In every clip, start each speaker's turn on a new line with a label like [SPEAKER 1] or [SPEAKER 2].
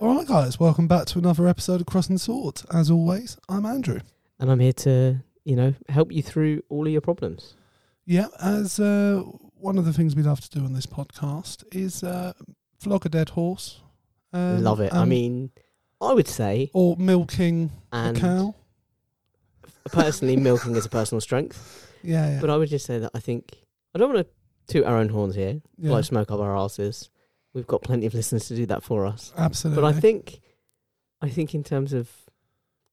[SPEAKER 1] All right, guys, welcome back to another episode of Crossing Swords. As always, I'm Andrew.
[SPEAKER 2] and I'm here to, you know, help you through all of your problems.
[SPEAKER 1] Yeah, as uh, one of the things we love to do on this podcast is uh, flog a dead horse. um, oh,
[SPEAKER 2] Love it. I
[SPEAKER 1] and-
[SPEAKER 2] mean, I would say,
[SPEAKER 1] or milking a
[SPEAKER 2] and
[SPEAKER 1] cow.
[SPEAKER 2] personally, milking is a personal strength,
[SPEAKER 1] Yeah, yeah.
[SPEAKER 2] but I would just say that I think I don't want to toot our own horns here,
[SPEAKER 1] yeah,
[SPEAKER 2] blow smoke up our asses. We've got plenty of listeners to do that for us.
[SPEAKER 1] absolutely.
[SPEAKER 2] But I think, I think in terms of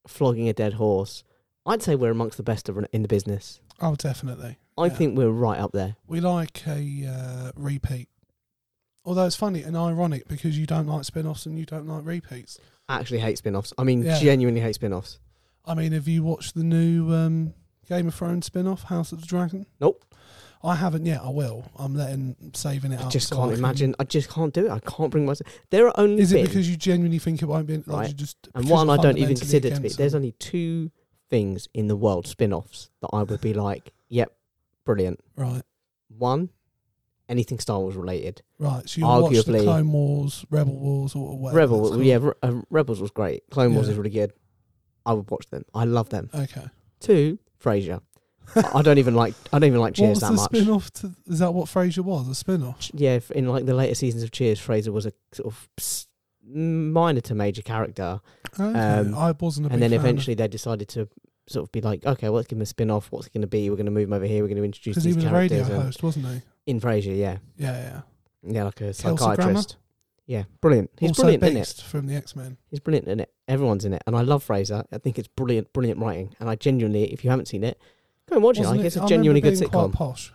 [SPEAKER 2] flogging a dead horse, I'd say we're amongst the best of, in the business.
[SPEAKER 1] oh, definitely.
[SPEAKER 2] I
[SPEAKER 1] Yeah.
[SPEAKER 2] think we're right up there.
[SPEAKER 1] We like a uh, repeat. Although it's funny and ironic because you don't like spin offs and you don't like repeats.
[SPEAKER 2] I actually hate spin-offs. I mean,
[SPEAKER 1] Yeah.
[SPEAKER 2] genuinely hate spin-offs.
[SPEAKER 1] I mean, have you watched the new um, Game of Thrones spin off, House of the Dragon?
[SPEAKER 2] Nope.
[SPEAKER 1] I haven't yet. I will. I'm letting saving it
[SPEAKER 2] I
[SPEAKER 1] up.
[SPEAKER 2] just
[SPEAKER 1] Oh, so
[SPEAKER 2] can't
[SPEAKER 1] can-
[SPEAKER 2] imagine. I just can't do it. I can't bring myself. There are only
[SPEAKER 1] Is it
[SPEAKER 2] been,
[SPEAKER 1] because you genuinely think it won't be? Like
[SPEAKER 2] Right.
[SPEAKER 1] you just
[SPEAKER 2] and
[SPEAKER 1] because
[SPEAKER 2] one
[SPEAKER 1] you're
[SPEAKER 2] I don't even
[SPEAKER 1] fundamentally
[SPEAKER 2] consider to be.
[SPEAKER 1] against
[SPEAKER 2] There's
[SPEAKER 1] it?
[SPEAKER 2] only two things in the world, spin-offs, that I would be like, "Yep, brilliant."
[SPEAKER 1] right,
[SPEAKER 2] One, anything Star Wars related.
[SPEAKER 1] right. So you watch the
[SPEAKER 2] Arguably-
[SPEAKER 1] Clone Wars, Rebel Wars, or whatever.
[SPEAKER 2] Rebel,
[SPEAKER 1] that's called.
[SPEAKER 2] yeah, Re- uh, Rebels was great. Clone Wars
[SPEAKER 1] Yeah.
[SPEAKER 2] is really good. I would watch them. I love them.
[SPEAKER 1] Okay.
[SPEAKER 2] Two, Frasier. I I don't even like. I don't even like
[SPEAKER 1] what
[SPEAKER 2] Cheers
[SPEAKER 1] was
[SPEAKER 2] that
[SPEAKER 1] the
[SPEAKER 2] much.
[SPEAKER 1] spin off? To, is that what Frasier was? A spin off?
[SPEAKER 2] Ch- Yeah, f- in like the later seasons of Cheers, Fraser was a sort of s- minor to major character.
[SPEAKER 1] Okay.
[SPEAKER 2] Um,
[SPEAKER 1] I wasn't a big
[SPEAKER 2] and then
[SPEAKER 1] fan
[SPEAKER 2] eventually they decided to sort of be like, okay, well, let's give him a spin off. What's it going to be? We're going to move him over here. We're going to introduce
[SPEAKER 1] because
[SPEAKER 2] these
[SPEAKER 1] he was a radio
[SPEAKER 2] characters. and-
[SPEAKER 1] host, wasn't he?
[SPEAKER 2] in Frasier, yeah,
[SPEAKER 1] Yeah, yeah.
[SPEAKER 2] yeah, like a
[SPEAKER 1] Kelsey
[SPEAKER 2] psychiatrist. Yeah, brilliant. He's
[SPEAKER 1] also
[SPEAKER 2] brilliant in it.
[SPEAKER 1] Beast from the X Men.
[SPEAKER 2] He's brilliant in it. Everyone's in it, and I love Fraser. I think it's brilliant, brilliant writing. And I genuinely, if you haven't seen it, go and watch it. I
[SPEAKER 1] Wasn't
[SPEAKER 2] think it's
[SPEAKER 1] I
[SPEAKER 2] a
[SPEAKER 1] remember
[SPEAKER 2] genuinely good
[SPEAKER 1] being
[SPEAKER 2] sitcom.
[SPEAKER 1] Quite posh.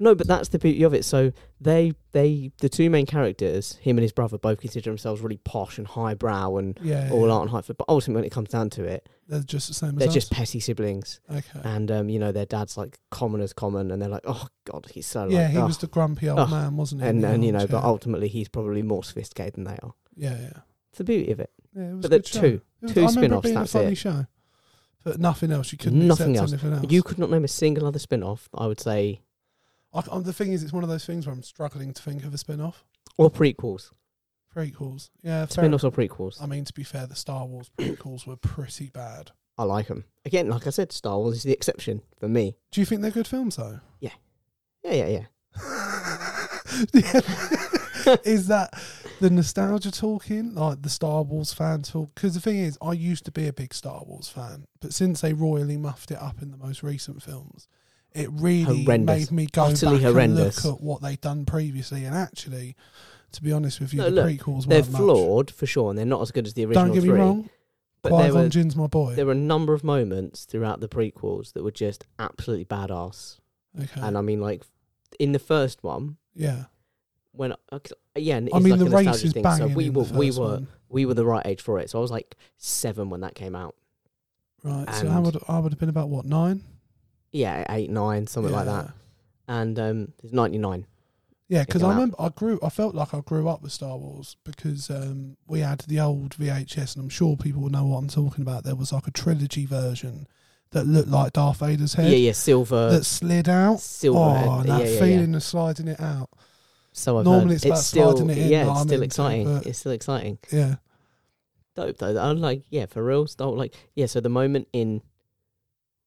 [SPEAKER 2] No, but that's the beauty of it. So they, they, the two main characters, him and his brother, both consider themselves really posh and highbrow and
[SPEAKER 1] Yeah, yeah,
[SPEAKER 2] all
[SPEAKER 1] yeah.
[SPEAKER 2] out and high. But ultimately, when it comes down to it,
[SPEAKER 1] They're just the same
[SPEAKER 2] they're
[SPEAKER 1] as
[SPEAKER 2] just
[SPEAKER 1] us.
[SPEAKER 2] petty siblings.
[SPEAKER 1] okay.
[SPEAKER 2] and um, you know their dad's like common as common, and they're like, oh god, he's so
[SPEAKER 1] yeah,
[SPEAKER 2] like,
[SPEAKER 1] he
[SPEAKER 2] oh.
[SPEAKER 1] was the grumpy old
[SPEAKER 2] Ugh.
[SPEAKER 1] man, wasn't he? in
[SPEAKER 2] and
[SPEAKER 1] the
[SPEAKER 2] and you know,
[SPEAKER 1] armchair?
[SPEAKER 2] but ultimately he's probably more sophisticated than they are.
[SPEAKER 1] yeah, yeah.
[SPEAKER 2] It's the beauty of it.
[SPEAKER 1] Yeah, it was
[SPEAKER 2] But
[SPEAKER 1] a good
[SPEAKER 2] the
[SPEAKER 1] show.
[SPEAKER 2] two-
[SPEAKER 1] It was-
[SPEAKER 2] two
[SPEAKER 1] I remember it
[SPEAKER 2] spin-offs,
[SPEAKER 1] Being
[SPEAKER 2] that's
[SPEAKER 1] a funny
[SPEAKER 2] it.
[SPEAKER 1] show, but nothing else. You couldn't
[SPEAKER 2] Nothing
[SPEAKER 1] accept
[SPEAKER 2] else.
[SPEAKER 1] anything else.
[SPEAKER 2] You could not name a single other spin-off. that I would say,
[SPEAKER 1] I, I, the thing is, it's one of those things where I'm struggling to think of a spin-off.
[SPEAKER 2] or prequels,
[SPEAKER 1] Prequels, yeah, fair
[SPEAKER 2] spin-offs or prequels.
[SPEAKER 1] enough. I mean, to be fair, the Star Wars prequels were pretty bad.
[SPEAKER 2] I like them. Again, like I said, Star Wars is the exception for me.
[SPEAKER 1] Do you think they're good films though?
[SPEAKER 2] Yeah, yeah, yeah.
[SPEAKER 1] Yeah. is that the nostalgia talking, like the Star Wars fan talk? Because the thing is, I used to be a big Star Wars fan, but since they royally muffed it up in the most recent films, it really
[SPEAKER 2] Horrendous.
[SPEAKER 1] made me go
[SPEAKER 2] Utterly
[SPEAKER 1] back
[SPEAKER 2] horrendous.
[SPEAKER 1] and look at what they'd done previously. And actually, to be honest with you,
[SPEAKER 2] No,
[SPEAKER 1] the
[SPEAKER 2] look,
[SPEAKER 1] prequels
[SPEAKER 2] They're
[SPEAKER 1] weren't much.
[SPEAKER 2] flawed for sure, and they're not as good as the original
[SPEAKER 1] Don't get me
[SPEAKER 2] three.
[SPEAKER 1] wrong,
[SPEAKER 2] but there
[SPEAKER 1] Qui-Gon
[SPEAKER 2] were
[SPEAKER 1] Jinn's my boy.
[SPEAKER 2] there were a number of moments throughout the prequels that were just absolutely badass,
[SPEAKER 1] Okay,
[SPEAKER 2] and uh, I mean, like in the first one,
[SPEAKER 1] yeah.
[SPEAKER 2] when uh, 'cause, uh, yeah, and it's
[SPEAKER 1] I mean,
[SPEAKER 2] like
[SPEAKER 1] the
[SPEAKER 2] a
[SPEAKER 1] race
[SPEAKER 2] nostalgia
[SPEAKER 1] is
[SPEAKER 2] thing.
[SPEAKER 1] banging.
[SPEAKER 2] So we
[SPEAKER 1] in
[SPEAKER 2] were
[SPEAKER 1] the
[SPEAKER 2] we
[SPEAKER 1] first
[SPEAKER 2] were
[SPEAKER 1] one.
[SPEAKER 2] we were the right age for it. So I was like seven when that came out.
[SPEAKER 1] right. So I
[SPEAKER 2] and-
[SPEAKER 1] would I would have been about what nine,
[SPEAKER 2] Yeah, eight, nine, something like
[SPEAKER 1] Yeah.
[SPEAKER 2] that. And um, it's ninety nine.
[SPEAKER 1] Yeah, because I
[SPEAKER 2] out.
[SPEAKER 1] remember I grew. I felt like I grew up with Star Wars because um, we had the old VHS, and I'm sure people will know what I'm talking about. There was like a trilogy version that looked like Darth Vader's
[SPEAKER 2] Yeah,
[SPEAKER 1] head
[SPEAKER 2] yeah, silver,
[SPEAKER 1] that slid out.
[SPEAKER 2] silver.
[SPEAKER 1] oh, and
[SPEAKER 2] yeah,
[SPEAKER 1] that
[SPEAKER 2] yeah,
[SPEAKER 1] feeling
[SPEAKER 2] yeah.
[SPEAKER 1] of sliding it out.
[SPEAKER 2] So I've
[SPEAKER 1] normally
[SPEAKER 2] heard.
[SPEAKER 1] it's about
[SPEAKER 2] still,
[SPEAKER 1] sliding it in,
[SPEAKER 2] yeah,
[SPEAKER 1] but
[SPEAKER 2] it's
[SPEAKER 1] I'm
[SPEAKER 2] still
[SPEAKER 1] into it,
[SPEAKER 2] exciting.
[SPEAKER 1] but-
[SPEAKER 2] It's still exciting.
[SPEAKER 1] Yeah,
[SPEAKER 2] Dope though. I'm like, yeah, for real. Star like, yeah. So the moment in,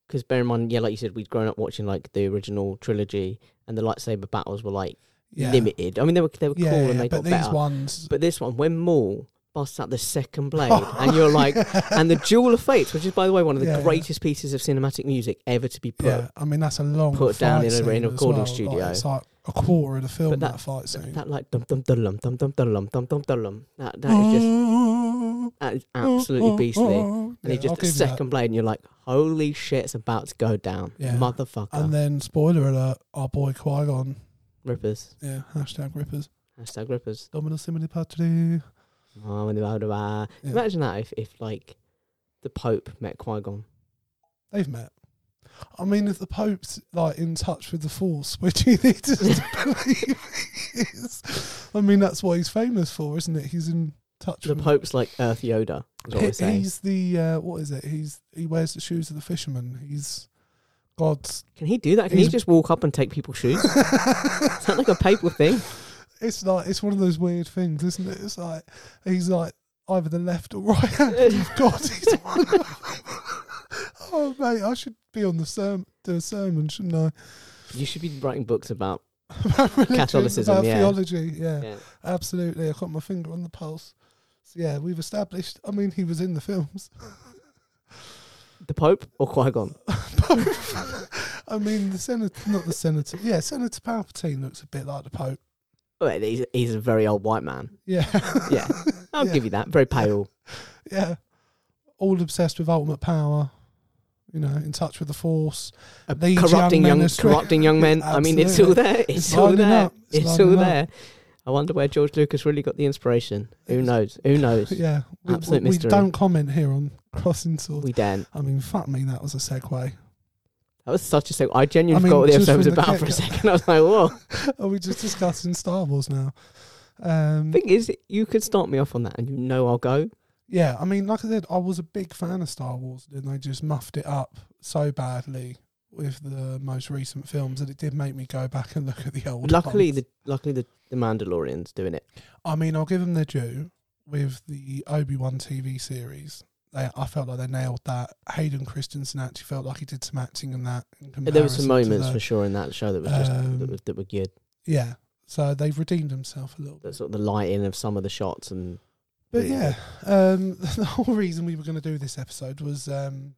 [SPEAKER 2] because bear in mind, yeah, like you said, we'd grown up watching like the original trilogy, and the lightsaber battles were like
[SPEAKER 1] yeah,
[SPEAKER 2] limited. I mean, they were they were
[SPEAKER 1] yeah,
[SPEAKER 2] cool
[SPEAKER 1] yeah,
[SPEAKER 2] and they
[SPEAKER 1] but
[SPEAKER 2] got
[SPEAKER 1] these
[SPEAKER 2] better.
[SPEAKER 1] ones,
[SPEAKER 2] But this one, when Maul busts out the second blade, and you're like, and the Duel of Fates, which is, by the way, one of the
[SPEAKER 1] Yeah, yeah.
[SPEAKER 2] greatest pieces of cinematic music ever to be put.
[SPEAKER 1] yeah, I mean that's a long
[SPEAKER 2] put down
[SPEAKER 1] fight
[SPEAKER 2] in a-
[SPEAKER 1] scene
[SPEAKER 2] in a
[SPEAKER 1] as
[SPEAKER 2] recording
[SPEAKER 1] well,
[SPEAKER 2] studio.
[SPEAKER 1] Like, it's like a quarter of the film
[SPEAKER 2] But
[SPEAKER 1] that,
[SPEAKER 2] that-
[SPEAKER 1] fight
[SPEAKER 2] Th-
[SPEAKER 1] scene.
[SPEAKER 2] That like dum dum dum dum dum dum dum dum dum. That that is just that is absolutely
[SPEAKER 1] Mm,
[SPEAKER 2] beastly. And
[SPEAKER 1] Yeah,
[SPEAKER 2] it's just
[SPEAKER 1] I'll
[SPEAKER 2] the
[SPEAKER 1] give you that.
[SPEAKER 2] second blade, and you're like, holy shit, it's about to go down,
[SPEAKER 1] Yeah.
[SPEAKER 2] motherfucker.
[SPEAKER 1] And then, spoiler alert, our boy Qui Gon.
[SPEAKER 2] rippers,
[SPEAKER 1] Yeah, hashtag rippers.
[SPEAKER 2] hashtag rippers.
[SPEAKER 1] Dominus Simile Patri.
[SPEAKER 2] Oh, and blah, blah, blah.
[SPEAKER 1] Yeah.
[SPEAKER 2] Imagine that if if like the Pope met Qui Gon.
[SPEAKER 1] They've met. I mean, if the Pope's like in touch with the Force, which he needs to believe he is, I mean, that's what he's famous for, isn't it? He's in touch
[SPEAKER 2] The
[SPEAKER 1] with
[SPEAKER 2] Pope's like Earth Yoda. Is what
[SPEAKER 1] He-
[SPEAKER 2] we're saying.
[SPEAKER 1] He's the uh, what is it? He's he wears the shoes of the fisherman. He's God's.
[SPEAKER 2] Can he do that? Can he
[SPEAKER 1] he's-
[SPEAKER 2] just walk up and take people's shoes? Is that like a papal thing?
[SPEAKER 1] It's like it's one of those weird things, isn't it? It's like he's like either the left or right hand. God, he's one. oh mate, I should be on the sermon, do a sermon, shouldn't I?
[SPEAKER 2] you should be writing books about.
[SPEAKER 1] About religion,
[SPEAKER 2] Catholicism,
[SPEAKER 1] about
[SPEAKER 2] yeah.
[SPEAKER 1] theology. Yeah,
[SPEAKER 2] Yeah.
[SPEAKER 1] absolutely. I got my finger on the pulse. So yeah, we've established. I mean, he was in the films.
[SPEAKER 2] The Pope or Qui Gon?
[SPEAKER 1] I mean, the senator, not the senator. Yeah, Senator Palpatine looks a bit like the Pope.
[SPEAKER 2] Well, he's, he's a very old white man.
[SPEAKER 1] Yeah,
[SPEAKER 2] Yeah, I'll
[SPEAKER 1] Yeah.
[SPEAKER 2] give you that. Very pale.
[SPEAKER 1] yeah. All obsessed with ultimate power. You know, in touch with the Force.
[SPEAKER 2] A
[SPEAKER 1] These
[SPEAKER 2] corrupting
[SPEAKER 1] young
[SPEAKER 2] young,
[SPEAKER 1] men are straight-
[SPEAKER 2] corrupting young men. I mean, it's all
[SPEAKER 1] Absolutely.
[SPEAKER 2] there. It's,
[SPEAKER 1] It's
[SPEAKER 2] all
[SPEAKER 1] lining
[SPEAKER 2] there.
[SPEAKER 1] up. It's
[SPEAKER 2] It's, all
[SPEAKER 1] lining up.
[SPEAKER 2] there. I wonder where George Lucas really got the inspiration. Who
[SPEAKER 1] It's-
[SPEAKER 2] knows? Who knows?
[SPEAKER 1] Yeah, we,
[SPEAKER 2] Absolute
[SPEAKER 1] we, we
[SPEAKER 2] mystery.
[SPEAKER 1] don't comment here on crossing swords.
[SPEAKER 2] We daren't.
[SPEAKER 1] I mean, fuck me, that was a segue.
[SPEAKER 2] That was such a seg. I genuinely
[SPEAKER 1] I mean,
[SPEAKER 2] forgot what the
[SPEAKER 1] just
[SPEAKER 2] episode was
[SPEAKER 1] from the
[SPEAKER 2] about for a
[SPEAKER 1] get-go.
[SPEAKER 2] second. I was like, whoa.
[SPEAKER 1] Are we just discussing Star Wars now? Um,
[SPEAKER 2] thing is, you could start me off on that, and you know I'll go.
[SPEAKER 1] yeah, I mean, like I said, I was a big fan of Star Wars, and they just muffed it up so badly with the most recent films that it did make me go back and look at the old.
[SPEAKER 2] Luckily,
[SPEAKER 1] ones.
[SPEAKER 2] the luckily the, the Mandalorian's doing it.
[SPEAKER 1] I mean, I'll give them their due with the Obi Wan TV series. They, I felt like they nailed that. Hayden Christensen actually felt like he did some acting in that. In
[SPEAKER 2] there were
[SPEAKER 1] comparison
[SPEAKER 2] some
[SPEAKER 1] to
[SPEAKER 2] moments
[SPEAKER 1] the-
[SPEAKER 2] for sure in that show that was just
[SPEAKER 1] Um,
[SPEAKER 2] that, was, that were good.
[SPEAKER 1] Yeah, so they've redeemed themselves a little bit.
[SPEAKER 2] The sort of the lighting of some of the shots and
[SPEAKER 1] But yeah, um, the whole reason we were going to do this episode was um,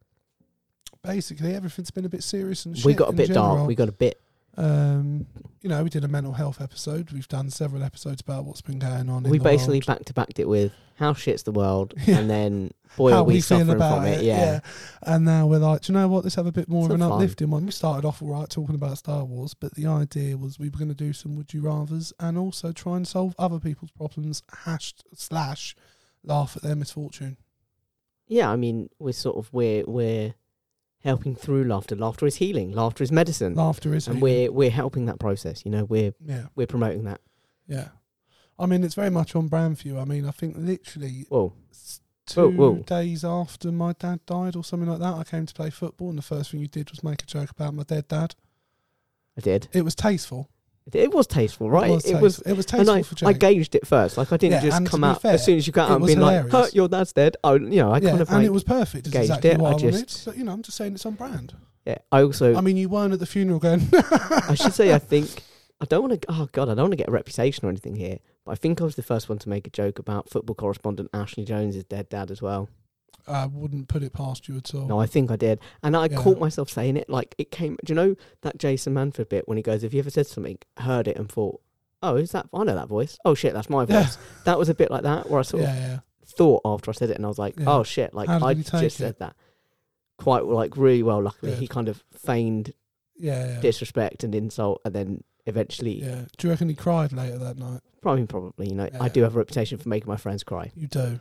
[SPEAKER 1] basically everything's been a bit serious and shit
[SPEAKER 2] we got a
[SPEAKER 1] in
[SPEAKER 2] bit
[SPEAKER 1] general.
[SPEAKER 2] dark. We got a bit.
[SPEAKER 1] um, you know, we did a mental health episode. We've done several episodes about what's been going on. in
[SPEAKER 2] we
[SPEAKER 1] the
[SPEAKER 2] basically
[SPEAKER 1] world,
[SPEAKER 2] back to backed it with how shit's the world,
[SPEAKER 1] Yeah.
[SPEAKER 2] and then boy
[SPEAKER 1] how
[SPEAKER 2] are we,
[SPEAKER 1] we
[SPEAKER 2] suffering
[SPEAKER 1] feel about
[SPEAKER 2] from it. Yeah.
[SPEAKER 1] and now we're like, do you know what? Let's have a bit more
[SPEAKER 2] It's
[SPEAKER 1] of an
[SPEAKER 2] not fun.
[SPEAKER 1] uplifting one. We started off all right talking about Star Wars, but the idea was we were going to do some would you rather's and also try and solve other people's problems. Hash slash laugh at their misfortune.
[SPEAKER 2] yeah. I mean, we're sort of we're we're helping through laughter. Laughter is healing. Laughter is medicine,
[SPEAKER 1] Laughter is
[SPEAKER 2] and
[SPEAKER 1] healing.
[SPEAKER 2] we're we're helping that process. You know, we're
[SPEAKER 1] yeah.
[SPEAKER 2] we're promoting that.
[SPEAKER 1] Yeah. I mean, it's very much on brand for you. I mean, I think literally
[SPEAKER 2] Whoa.
[SPEAKER 1] s- two
[SPEAKER 2] Whoa, whoa.
[SPEAKER 1] days after my dad died or something like that, I came to play football, and the first thing you did was make a joke about my dead dad.
[SPEAKER 2] I did.
[SPEAKER 1] It was tasteful.
[SPEAKER 2] It- It was tasteful, right?
[SPEAKER 1] It was.
[SPEAKER 2] It was.
[SPEAKER 1] tasteful, it was
[SPEAKER 2] And
[SPEAKER 1] tasteful
[SPEAKER 2] I,
[SPEAKER 1] for
[SPEAKER 2] I
[SPEAKER 1] Jake.
[SPEAKER 2] gauged it first. Like I didn't
[SPEAKER 1] Yeah,
[SPEAKER 2] just
[SPEAKER 1] and
[SPEAKER 2] come
[SPEAKER 1] to be
[SPEAKER 2] out
[SPEAKER 1] fair,
[SPEAKER 2] as soon as you got
[SPEAKER 1] it
[SPEAKER 2] out and
[SPEAKER 1] was
[SPEAKER 2] been like,
[SPEAKER 1] hilarious.
[SPEAKER 2] "Hurt, your dad's dead." I, you know, I
[SPEAKER 1] yeah,
[SPEAKER 2] kind of
[SPEAKER 1] and
[SPEAKER 2] like,
[SPEAKER 1] it was perfect. It's
[SPEAKER 2] gauged
[SPEAKER 1] exactly
[SPEAKER 2] it.
[SPEAKER 1] what I,
[SPEAKER 2] I
[SPEAKER 1] wanted.
[SPEAKER 2] just-
[SPEAKER 1] But you know, I'm just saying it's on brand.
[SPEAKER 2] yeah. I also,
[SPEAKER 1] I mean, you weren't at the funeral going.
[SPEAKER 2] I should say, I think I don't want to. Oh God, I don't want to get a reputation or anything here, but I think I was the first one to make a joke about football correspondent Ashley Jones's dead dad as well.
[SPEAKER 1] I wouldn't put it past you at all.
[SPEAKER 2] No, I think I did, and I
[SPEAKER 1] Oh. Yeah.
[SPEAKER 2] caught myself saying it. Like it came. Do you know that Jason Manford bit when he goes, "Have you ever said something, heard it, and thought, oh, is that? I know that voice. Oh shit, that's my voice."
[SPEAKER 1] yeah,
[SPEAKER 2] That was a bit like that, where I sort of
[SPEAKER 1] yeah, yeah.
[SPEAKER 2] thought after I said it, and I was like,
[SPEAKER 1] Yeah.
[SPEAKER 2] "Oh shit!" Like
[SPEAKER 1] How did
[SPEAKER 2] I
[SPEAKER 1] he take
[SPEAKER 2] just
[SPEAKER 1] it?
[SPEAKER 2] said that quite like really well. Luckily,
[SPEAKER 1] Good.
[SPEAKER 2] he kind of feigned
[SPEAKER 1] yeah, yeah.
[SPEAKER 2] disrespect and insult, and then eventually,
[SPEAKER 1] Yeah. Do you reckon he cried later that night?
[SPEAKER 2] probably, probably, you know,
[SPEAKER 1] Yeah.
[SPEAKER 2] I do have a reputation for making my friends cry,
[SPEAKER 1] You do.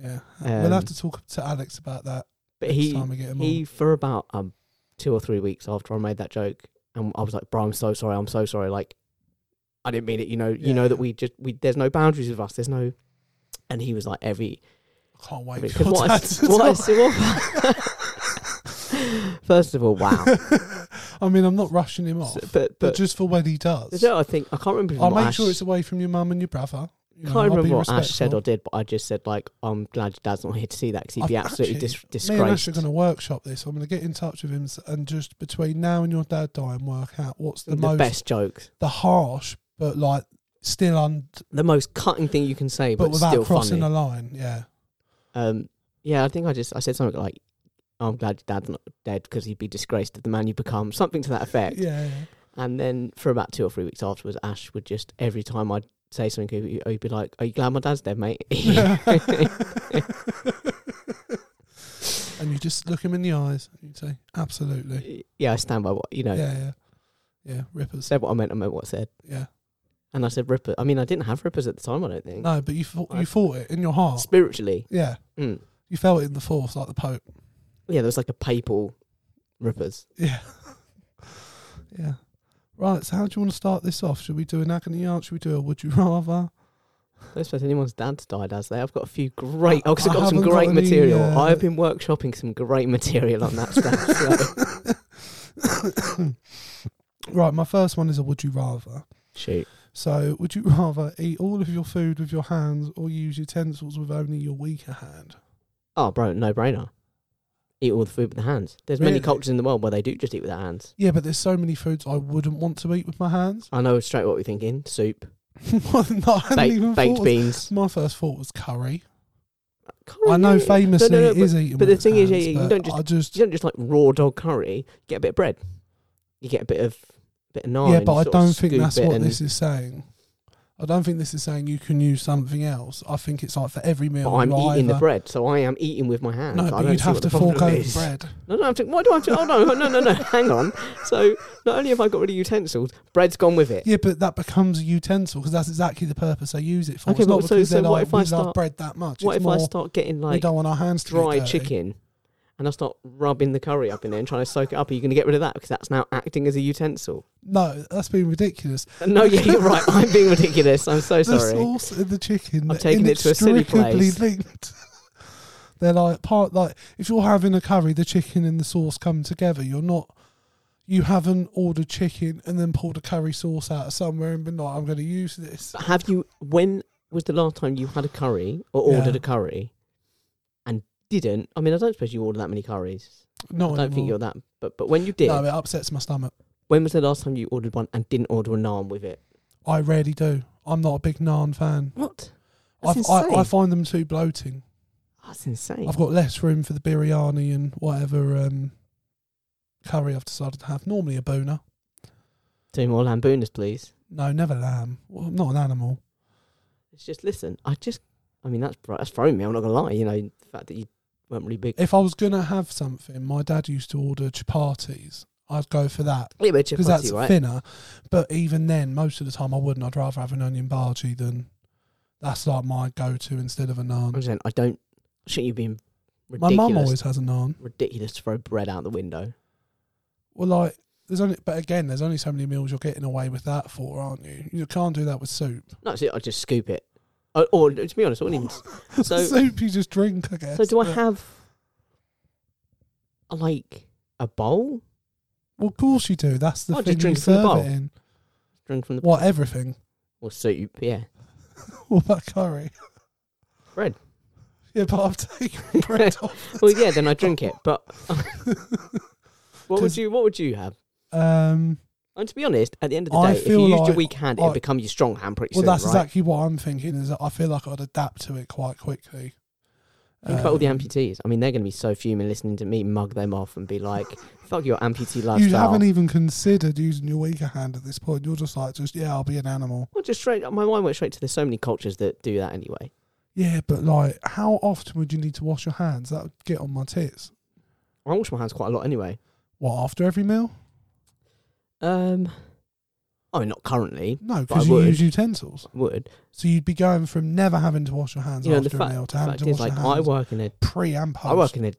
[SPEAKER 1] Yeah. we'll
[SPEAKER 2] Um,
[SPEAKER 1] have to talk to Alex about that
[SPEAKER 2] but
[SPEAKER 1] next
[SPEAKER 2] he
[SPEAKER 1] time we get him on.
[SPEAKER 2] he for about um two or three weeks after I made that joke, and I was like, "Bro, I'm so sorry. I'm so sorry. Like, I didn't mean it. You know,
[SPEAKER 1] Yeah,
[SPEAKER 2] you know that
[SPEAKER 1] yeah.
[SPEAKER 2] we just we there's no boundaries with us. There's no." And he was like, "Every
[SPEAKER 1] I can't
[SPEAKER 2] I
[SPEAKER 1] wait.
[SPEAKER 2] mean,
[SPEAKER 1] for
[SPEAKER 2] 'cause
[SPEAKER 1] your
[SPEAKER 2] what I
[SPEAKER 1] dad
[SPEAKER 2] s-
[SPEAKER 1] to
[SPEAKER 2] what I
[SPEAKER 1] tell-
[SPEAKER 2] s- first of all, wow."
[SPEAKER 1] I mean, I'm not rushing him off,
[SPEAKER 2] So-
[SPEAKER 1] but,
[SPEAKER 2] but but
[SPEAKER 1] just for when he does,
[SPEAKER 2] No, I think I can't remember. if
[SPEAKER 1] I'll
[SPEAKER 2] what
[SPEAKER 1] make
[SPEAKER 2] Ash-
[SPEAKER 1] sure it's away from your mum and your brother. You know,
[SPEAKER 2] can't
[SPEAKER 1] I'll be
[SPEAKER 2] remember what Ash said
[SPEAKER 1] respectful.
[SPEAKER 2] or did, but I just said like, I'm glad your dad's not here to see that because he'd
[SPEAKER 1] I've
[SPEAKER 2] be absolutely
[SPEAKER 1] actually-
[SPEAKER 2] dis-
[SPEAKER 1] Me and Ash
[SPEAKER 2] disgraced.
[SPEAKER 1] are going to workshop this. I'm going to get in touch with him s- and just between now and your dad dying, work out what's the,
[SPEAKER 2] The,
[SPEAKER 1] most
[SPEAKER 2] best jokes,
[SPEAKER 1] the harsh, but like still un,
[SPEAKER 2] the most cutting thing you can say,
[SPEAKER 1] but
[SPEAKER 2] but,
[SPEAKER 1] without
[SPEAKER 2] still
[SPEAKER 1] crossing
[SPEAKER 2] funny.
[SPEAKER 1] a line. Yeah,
[SPEAKER 2] um, yeah, I think I just I said something like, I'm glad your dad's not dead because he'd be disgraced at the man you become, something to that effect.
[SPEAKER 1] yeah, yeah.
[SPEAKER 2] And then for about two or three weeks afterwards, Ash would just every time I'd say something, he'd he'd be like, "Are you glad my dad's dead, mate?"
[SPEAKER 1] and you just look him in the eyes and you say, absolutely.
[SPEAKER 2] yeah, I stand by what you know.
[SPEAKER 1] Yeah, yeah. Yeah, rippers.
[SPEAKER 2] Said what I meant. I meant what I said.
[SPEAKER 1] Yeah.
[SPEAKER 2] And I said ripper. I mean, I didn't have rippers at the time. I don't think.
[SPEAKER 1] No, but you fought, you
[SPEAKER 2] I-
[SPEAKER 1] fought it in your heart.
[SPEAKER 2] Spiritually,
[SPEAKER 1] Yeah.
[SPEAKER 2] mm.
[SPEAKER 1] You felt it in the force like the Pope.
[SPEAKER 2] yeah, there was like a papal rippers.
[SPEAKER 1] Yeah. yeah. Right, so how do you want to start this off? Should we do an agony aunt? Should we do a would you rather?
[SPEAKER 2] I don't suppose anyone's dad's died as they. I've got a few great. oh, I've got some
[SPEAKER 1] haven't
[SPEAKER 2] great
[SPEAKER 1] got any,
[SPEAKER 2] material.
[SPEAKER 1] uh,
[SPEAKER 2] I've been workshopping some great material on that stuff. So.
[SPEAKER 1] right, my first one is a would you rather.
[SPEAKER 2] Shoot,
[SPEAKER 1] So, would you rather eat all of your food with your hands or use utensils with only your weaker hand?
[SPEAKER 2] Oh, bro, no brainer. Eat all the food with the hands. There's
[SPEAKER 1] Really?
[SPEAKER 2] many cultures in the world where they do just eat with their hands.
[SPEAKER 1] Yeah, but there's so many foods I wouldn't want to eat with my hands.
[SPEAKER 2] I know straight what we're thinking: soup,
[SPEAKER 1] Well, no, I hadn't even
[SPEAKER 2] baked, baked
[SPEAKER 1] thought.
[SPEAKER 2] beans.
[SPEAKER 1] My first thought was curry.
[SPEAKER 2] Can't
[SPEAKER 1] I know
[SPEAKER 2] really-
[SPEAKER 1] famously
[SPEAKER 2] no, no,
[SPEAKER 1] it is eaten
[SPEAKER 2] but
[SPEAKER 1] with
[SPEAKER 2] the thing
[SPEAKER 1] its
[SPEAKER 2] is, yeah,
[SPEAKER 1] hands, but
[SPEAKER 2] you don't just-
[SPEAKER 1] I just
[SPEAKER 2] You don't just like raw dog curry. You get a bit of bread. You get a bit of bit of naan.
[SPEAKER 1] yeah,
[SPEAKER 2] you
[SPEAKER 1] but I
[SPEAKER 2] sort of
[SPEAKER 1] don't think
[SPEAKER 2] scoop
[SPEAKER 1] that's
[SPEAKER 2] it
[SPEAKER 1] what
[SPEAKER 2] and-
[SPEAKER 1] this is saying. I don't think this is saying you can use something else. I think it's like for every meal.
[SPEAKER 2] But I'm
[SPEAKER 1] you
[SPEAKER 2] eating the
[SPEAKER 1] either-
[SPEAKER 2] bread, so I am eating with my hands.
[SPEAKER 1] No,
[SPEAKER 2] I
[SPEAKER 1] but
[SPEAKER 2] don't
[SPEAKER 1] you'd
[SPEAKER 2] see
[SPEAKER 1] have
[SPEAKER 2] what
[SPEAKER 1] to
[SPEAKER 2] the problem
[SPEAKER 1] fork over
[SPEAKER 2] is.
[SPEAKER 1] bread.
[SPEAKER 2] No, no, I have to, why do I have to? Oh no, no, no, no! Hang on. So not only have I got rid of utensils, bread's gone with it.
[SPEAKER 1] Yeah, but that becomes a utensil because that's exactly the purpose they use it for.
[SPEAKER 2] Okay,
[SPEAKER 1] it's not
[SPEAKER 2] but so-
[SPEAKER 1] because
[SPEAKER 2] so
[SPEAKER 1] they're
[SPEAKER 2] what
[SPEAKER 1] like,
[SPEAKER 2] if I
[SPEAKER 1] we love
[SPEAKER 2] start-
[SPEAKER 1] bread that much.
[SPEAKER 2] What
[SPEAKER 1] it's
[SPEAKER 2] if
[SPEAKER 1] more,
[SPEAKER 2] I start getting
[SPEAKER 1] we
[SPEAKER 2] like
[SPEAKER 1] don't want our hands to get
[SPEAKER 2] dry
[SPEAKER 1] dirty.
[SPEAKER 2] chicken and I start rubbing the curry up in there and trying to soak it up? Are you going to get rid of that because that's now acting as a utensil?
[SPEAKER 1] No, that's been ridiculous.
[SPEAKER 2] No, yeah, you're right. I'm being ridiculous. I'm so
[SPEAKER 1] The
[SPEAKER 2] sorry.
[SPEAKER 1] sauce and the chicken.
[SPEAKER 2] I've taken it to a silly
[SPEAKER 1] inextricably
[SPEAKER 2] place.
[SPEAKER 1] linked. They're like part like if you're having a curry, the chicken and the sauce come together. You're not. You haven't ordered chicken and then pulled a curry sauce out of somewhere and been like, "I'm going to use this."
[SPEAKER 2] But have you? When was the last time you had a curry or
[SPEAKER 1] Yeah.
[SPEAKER 2] ordered a curry and didn't? I mean, I don't suppose you order that many curries.
[SPEAKER 1] No,
[SPEAKER 2] I don't think you're that. But but when you did,
[SPEAKER 1] No, it upsets my stomach.
[SPEAKER 2] when was the last time you ordered one and didn't order a naan with it?
[SPEAKER 1] I rarely do. I'm not a big naan fan.
[SPEAKER 2] What?
[SPEAKER 1] I,
[SPEAKER 2] That's insane.
[SPEAKER 1] I, I find them too bloating.
[SPEAKER 2] That's insane.
[SPEAKER 1] I've got less room for the biryani and whatever um, curry I've decided to have. Normally a boona.
[SPEAKER 2] Two more lambooners, please.
[SPEAKER 1] No, never lamb. Well, I'm not an animal.
[SPEAKER 2] It's just listen. I just, I mean, that's br- that's thrown me. I'm not gonna lie. You know, the fact that you weren't really big.
[SPEAKER 1] If I was gonna have something, my dad used to order chapatis. I'd go for that
[SPEAKER 2] Yeah, but
[SPEAKER 1] because that's
[SPEAKER 2] chapati, right?
[SPEAKER 1] thinner. But even then, most of the time, I wouldn't. I'd rather have an onion bhaji than that's like my go-to instead of a
[SPEAKER 2] I'm
[SPEAKER 1] naan.
[SPEAKER 2] saying I don't. Shouldn't you be
[SPEAKER 1] My
[SPEAKER 2] ridiculous?
[SPEAKER 1] mum always has a naan.
[SPEAKER 2] ridiculous to throw bread out the window.
[SPEAKER 1] Well, like there's only, but again, there's only so many meals you're getting away with that for, aren't you? You can't do that with soup.
[SPEAKER 2] No, so I just scoop it. Or, or to be honest, I wouldn't even. So-
[SPEAKER 1] soup you just drink, I guess.
[SPEAKER 2] so do I
[SPEAKER 1] but-
[SPEAKER 2] have a, like a bowl?
[SPEAKER 1] Well, of course you do. That's the
[SPEAKER 2] I'll just
[SPEAKER 1] thing you
[SPEAKER 2] drink from the
[SPEAKER 1] serve
[SPEAKER 2] bowl.
[SPEAKER 1] it in.
[SPEAKER 2] Drink from the
[SPEAKER 1] What everything?
[SPEAKER 2] or soup? Yeah,
[SPEAKER 1] What about curry?
[SPEAKER 2] Bread.
[SPEAKER 1] Yeah, but I've taken bread off.
[SPEAKER 2] Well, yeah, then I drink it. But what would
[SPEAKER 1] 'Cause-
[SPEAKER 2] you? What would you have?
[SPEAKER 1] Um,
[SPEAKER 2] And to be honest, at the end of the
[SPEAKER 1] I
[SPEAKER 2] day, if
[SPEAKER 1] feel
[SPEAKER 2] you used
[SPEAKER 1] like
[SPEAKER 2] your weak hand,
[SPEAKER 1] I-
[SPEAKER 2] it'd become your strong hand pretty
[SPEAKER 1] well,
[SPEAKER 2] soon,
[SPEAKER 1] that's
[SPEAKER 2] right?
[SPEAKER 1] exactly what I'm thinking. Is that I feel like I'd adapt to it quite quickly.
[SPEAKER 2] Think about all the
[SPEAKER 1] Um,
[SPEAKER 2] amputees. I mean, they're going to be so fuming listening to me mug them off and be like, "Fuck your amputee lifestyle."
[SPEAKER 1] You haven't even considered using your weaker hand at this point. You're just like, just yeah, I'll be an animal.
[SPEAKER 2] Well, just straight. My mind went straight to there's so many cultures that do that anyway.
[SPEAKER 1] Yeah, but like, how often would you need to wash your hands? That would get on my tits.
[SPEAKER 2] I wash my hands quite a lot anyway.
[SPEAKER 1] What after every meal?
[SPEAKER 2] Um, I mean, not currently.
[SPEAKER 1] No,
[SPEAKER 2] But I
[SPEAKER 1] because you
[SPEAKER 2] would.
[SPEAKER 1] use utensils.
[SPEAKER 2] I would
[SPEAKER 1] So you'd be going from never having to wash your hands
[SPEAKER 2] you know the
[SPEAKER 1] after a
[SPEAKER 2] fact,
[SPEAKER 1] meal to having
[SPEAKER 2] fact
[SPEAKER 1] to
[SPEAKER 2] is
[SPEAKER 1] wash
[SPEAKER 2] like
[SPEAKER 1] your
[SPEAKER 2] I
[SPEAKER 1] hands
[SPEAKER 2] work in a
[SPEAKER 1] pre and post.
[SPEAKER 2] I work in a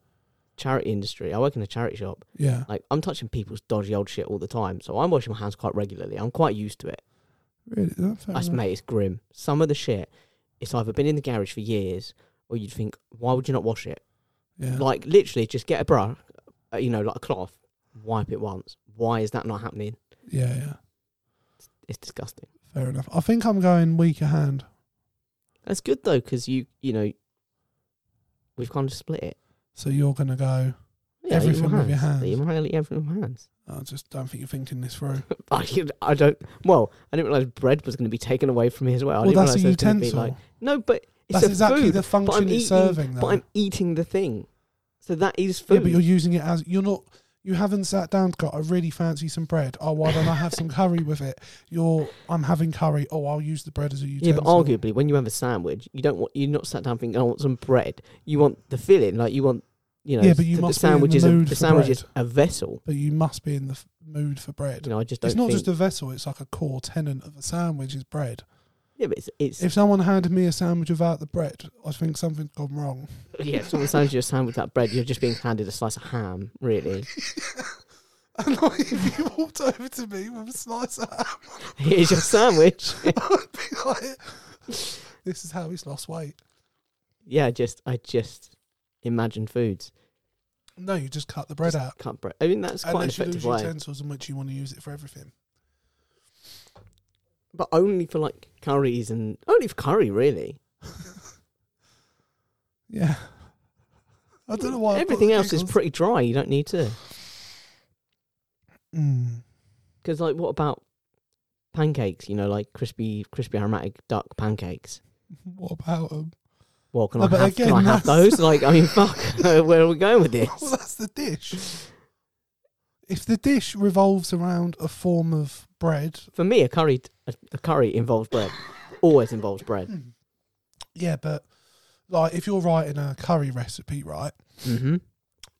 [SPEAKER 2] charity industry. I work in a charity shop.
[SPEAKER 1] yeah,
[SPEAKER 2] Like I'm touching people's dodgy old shit all the time, so I'm washing my hands quite regularly. I'm quite used to it.
[SPEAKER 1] Mm-hmm. really. yeah, fair
[SPEAKER 2] I s-
[SPEAKER 1] enough.
[SPEAKER 2] mate, it's grim. Some of the shit, it's either been in the garage for years, or you'd think, why would you not wash it?
[SPEAKER 1] Yeah.
[SPEAKER 2] Like literally, just get a brush, uh, you know, like a cloth, wipe it once. Why is that not happening?
[SPEAKER 1] yeah, yeah,
[SPEAKER 2] It's disgusting.
[SPEAKER 1] fair enough. I think I'm going weaker hand.
[SPEAKER 2] That's good though, because you, you know, we've kind of split it.
[SPEAKER 1] So you're gonna go.
[SPEAKER 2] Yeah, eat
[SPEAKER 1] Everything with your
[SPEAKER 2] Yeah, You might eat everything with your hands.
[SPEAKER 1] I just don't think you're thinking this through.
[SPEAKER 2] I, could- I don't. Well, I didn't realize bread was going to be taken away from me as well. I
[SPEAKER 1] well,
[SPEAKER 2] didn't
[SPEAKER 1] that's a
[SPEAKER 2] realize there was gonna be,
[SPEAKER 1] utensil.
[SPEAKER 2] like- no, but it's
[SPEAKER 1] that's
[SPEAKER 2] a
[SPEAKER 1] exactly
[SPEAKER 2] food.
[SPEAKER 1] the
[SPEAKER 2] but
[SPEAKER 1] function
[SPEAKER 2] I'm
[SPEAKER 1] it's
[SPEAKER 2] eating.
[SPEAKER 1] serving. Though.
[SPEAKER 2] But I'm eating the thing, so that is food.
[SPEAKER 1] yeah, but you're using it as you're not. You haven't sat down. Got I really fancy some bread. Oh, why don't I have some curry with it? You're. I'm having curry. Oh, I'll use the bread as a utensil.
[SPEAKER 2] Yeah, but arguably, when you have a sandwich, you don't want you're not sat down thinking, "I want some bread." You want the filling, like you want, you know,
[SPEAKER 1] Yeah, but you
[SPEAKER 2] th- the
[SPEAKER 1] must be in the
[SPEAKER 2] sandwich is
[SPEAKER 1] mood
[SPEAKER 2] a,
[SPEAKER 1] for
[SPEAKER 2] the sandwich
[SPEAKER 1] bread.
[SPEAKER 2] is a vessel.
[SPEAKER 1] But you must be in the f- mood for bread.
[SPEAKER 2] You know, I just don't.
[SPEAKER 1] It's not
[SPEAKER 2] think,
[SPEAKER 1] just a vessel, it's like a core tenant of a sandwich is bread.
[SPEAKER 2] yeah, but it's, it's
[SPEAKER 1] If someone handed me a sandwich without the bread, I think something's gone wrong.
[SPEAKER 2] yeah. If someone sends you a sandwich that bread, you're just being handed a slice of ham, really.
[SPEAKER 1] And like, if you walked over to me with a slice of ham,
[SPEAKER 2] Here's your sandwich.
[SPEAKER 1] I'd be like, this is how he's lost weight.
[SPEAKER 2] yeah, I just I just imagine foods.
[SPEAKER 1] No, you just cut the bread out.
[SPEAKER 2] Cut bread. I mean, that's quite an
[SPEAKER 1] Unless you lose
[SPEAKER 2] effective way.
[SPEAKER 1] utensils in which you want to use it for everything.
[SPEAKER 2] but only for like curries and only for curry really.
[SPEAKER 1] Yeah. I don't know why. I've got
[SPEAKER 2] Everything
[SPEAKER 1] the
[SPEAKER 2] else is
[SPEAKER 1] giggles.
[SPEAKER 2] pretty dry. You don't need to.
[SPEAKER 1] Mm.
[SPEAKER 2] Because like, what about pancakes? You know, like crispy, crispy aromatic duck pancakes.
[SPEAKER 1] What about them?
[SPEAKER 2] Well, can
[SPEAKER 1] No,
[SPEAKER 2] I
[SPEAKER 1] Oh, but
[SPEAKER 2] have? can
[SPEAKER 1] again,
[SPEAKER 2] I have
[SPEAKER 1] that's-
[SPEAKER 2] those? Like, I mean, fuck. where are we going with
[SPEAKER 1] Well,
[SPEAKER 2] this?
[SPEAKER 1] that's the dish. If the dish revolves around a form of bread,
[SPEAKER 2] For me, a curry, a, a curry involves bread. Always involves bread.
[SPEAKER 1] hmm. yeah, but like if you're writing a curry recipe, right?
[SPEAKER 2] Mm-hmm.